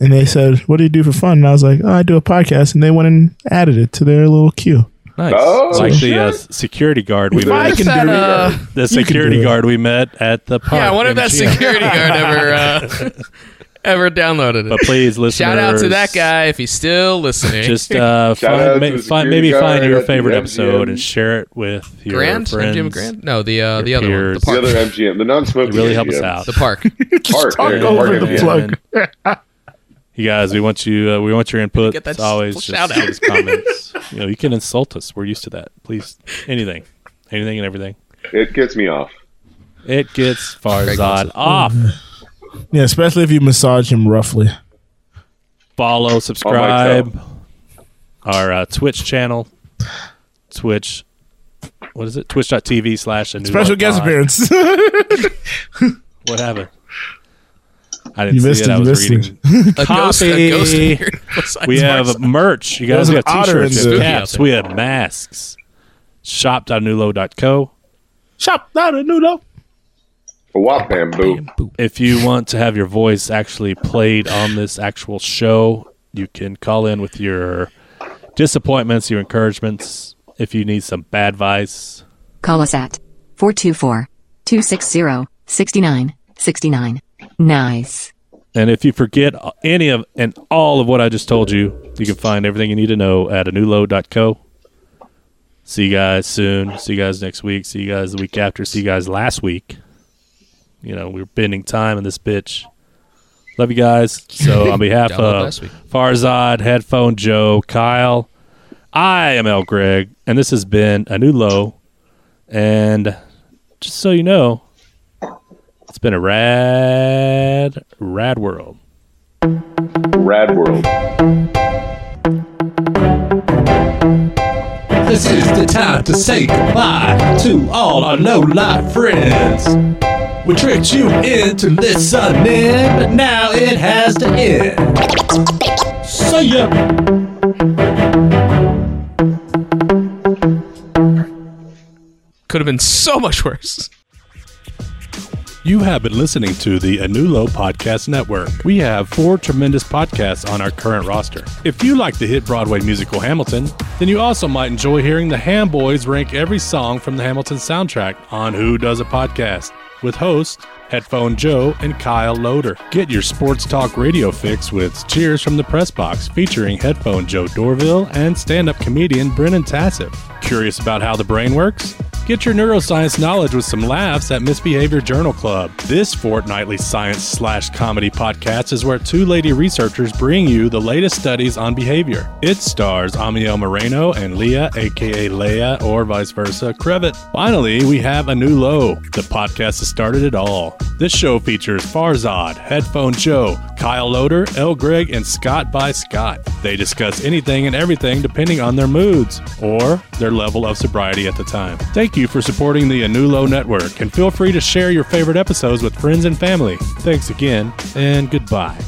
[SPEAKER 5] and they said, "What do you do for fun?" And I was like, "Oh, I do a podcast," and they went and added it to their little queue.
[SPEAKER 4] nice
[SPEAKER 2] Oh,
[SPEAKER 4] like the uh,
[SPEAKER 2] shit.
[SPEAKER 4] security guard we
[SPEAKER 5] I
[SPEAKER 4] met
[SPEAKER 5] can do
[SPEAKER 6] Uh,
[SPEAKER 4] the
[SPEAKER 5] can do
[SPEAKER 4] security
[SPEAKER 5] it.
[SPEAKER 4] guard we met at the park
[SPEAKER 6] yeah, I wonder
[SPEAKER 4] in
[SPEAKER 6] if that
[SPEAKER 4] Chino.
[SPEAKER 6] security guard ever uh, ever downloaded it.
[SPEAKER 4] but please listen
[SPEAKER 6] Shout out to that guy if he's still listening.
[SPEAKER 4] Just uh,
[SPEAKER 2] out
[SPEAKER 4] find,
[SPEAKER 2] to
[SPEAKER 4] ma-
[SPEAKER 2] the
[SPEAKER 4] find,
[SPEAKER 2] security
[SPEAKER 4] maybe
[SPEAKER 2] guard
[SPEAKER 4] find your
[SPEAKER 2] at the
[SPEAKER 4] favorite
[SPEAKER 2] MGM.
[SPEAKER 4] episode and share it with your
[SPEAKER 6] Grand,
[SPEAKER 4] friends.
[SPEAKER 6] Jim Grand. No, the uh, the other one,
[SPEAKER 4] peers.
[SPEAKER 6] the
[SPEAKER 2] The
[SPEAKER 6] park,
[SPEAKER 2] other MGM, the non-smoking.
[SPEAKER 4] It really helps us
[SPEAKER 2] MGM.
[SPEAKER 4] out.
[SPEAKER 6] the park.
[SPEAKER 2] Park,
[SPEAKER 5] talk
[SPEAKER 2] there you go,
[SPEAKER 5] over
[SPEAKER 2] park
[SPEAKER 5] the
[SPEAKER 2] MGM.
[SPEAKER 5] plug.
[SPEAKER 4] You guys, we want you. Uh, we want your input.
[SPEAKER 6] Get that
[SPEAKER 4] It's always
[SPEAKER 6] s-
[SPEAKER 4] just
[SPEAKER 6] shout
[SPEAKER 4] give us comments. you know, you can insult us. We're used to that. Please, anything, anything, and everything.
[SPEAKER 2] It gets me off.
[SPEAKER 4] It gets
[SPEAKER 6] Greg
[SPEAKER 4] Farzad
[SPEAKER 6] loves it.
[SPEAKER 4] off.
[SPEAKER 5] Yeah, especially if you massage him roughly.
[SPEAKER 4] follow, subscribe our uh, Twitch channel. Twitch, what is it? Twitch.tv slash a new
[SPEAKER 5] Special
[SPEAKER 4] Life
[SPEAKER 5] guest
[SPEAKER 4] Pod.
[SPEAKER 5] appearance.
[SPEAKER 4] What happened? I didn't
[SPEAKER 5] You
[SPEAKER 4] see
[SPEAKER 5] missed
[SPEAKER 4] it.
[SPEAKER 5] it,
[SPEAKER 4] I
[SPEAKER 5] you
[SPEAKER 4] was
[SPEAKER 5] missed it.
[SPEAKER 4] reading.
[SPEAKER 6] A ghost, a ghost
[SPEAKER 4] Copy.
[SPEAKER 6] appeared besides
[SPEAKER 4] We
[SPEAKER 6] my
[SPEAKER 4] have
[SPEAKER 6] son.
[SPEAKER 4] merch. You
[SPEAKER 5] There
[SPEAKER 4] guys
[SPEAKER 5] was
[SPEAKER 4] we
[SPEAKER 5] an
[SPEAKER 4] have
[SPEAKER 5] otter in
[SPEAKER 4] t-shirts,
[SPEAKER 5] the-
[SPEAKER 4] we have
[SPEAKER 6] Yeah.
[SPEAKER 4] caps, we have masks. Shop.nulo.co.
[SPEAKER 5] Shop not a noodle.
[SPEAKER 2] Wap bamboo.
[SPEAKER 4] If you want to have your voice actually played on this actual show, you can call in with your disappointments, your encouragements. If you need some bad advice,
[SPEAKER 8] Call us at 424 260 6969. Nice.
[SPEAKER 4] and if you forget any of and all of what I just told you, you can find everything you need to know at anewlow.co. See you guys soon. See you guys next week. See you guys the week after. See you guys last week. You know, we are bending time in this bitch. Love you guys. So on behalf
[SPEAKER 6] Download
[SPEAKER 4] of
[SPEAKER 6] last week.
[SPEAKER 4] Farzad, Headphone Joe, Kyle, I am El Greg, and this has been a new low. And just so you know, it's been a rad, rad world.
[SPEAKER 2] Rad world.
[SPEAKER 3] This is the time to say goodbye to all our no life friends. We tricked you into listening, but now it has to end. See ya.
[SPEAKER 6] Could have been so much worse.
[SPEAKER 4] You have been listening to the Anulo Podcast Network. We have four tremendous podcasts on our current roster. If you like the hit Broadway musical Hamilton, then you also might enjoy hearing the Ham Boys rank every song from the Hamilton soundtrack on Who Does a Podcast with hosts Headphone Joe and Kyle Loader. Get your sports talk radio fix with Cheers from the Press Box featuring Headphone Joe Dorville and stand-up comedian Brennan Tassett. Curious about how the brain works? Get your neuroscience knowledge with some laughs at Misbehavior Journal Club. This fortnightly science slash comedy podcast is where two lady researchers bring you the latest studies on behavior. It stars Amiel Moreno and Leah, aka Leah, or vice versa, Crevit. Finally, we have a new low. The podcast has started it all. This show features Farzad, Headphone Joe, Kyle Loader, L. Greg, and Scott by Scott. They discuss anything and everything depending on their moods or their level of sobriety at the time. Thank you for supporting the Anulo Network and feel free to share your favorite episodes with friends and family. Thanks again and goodbye.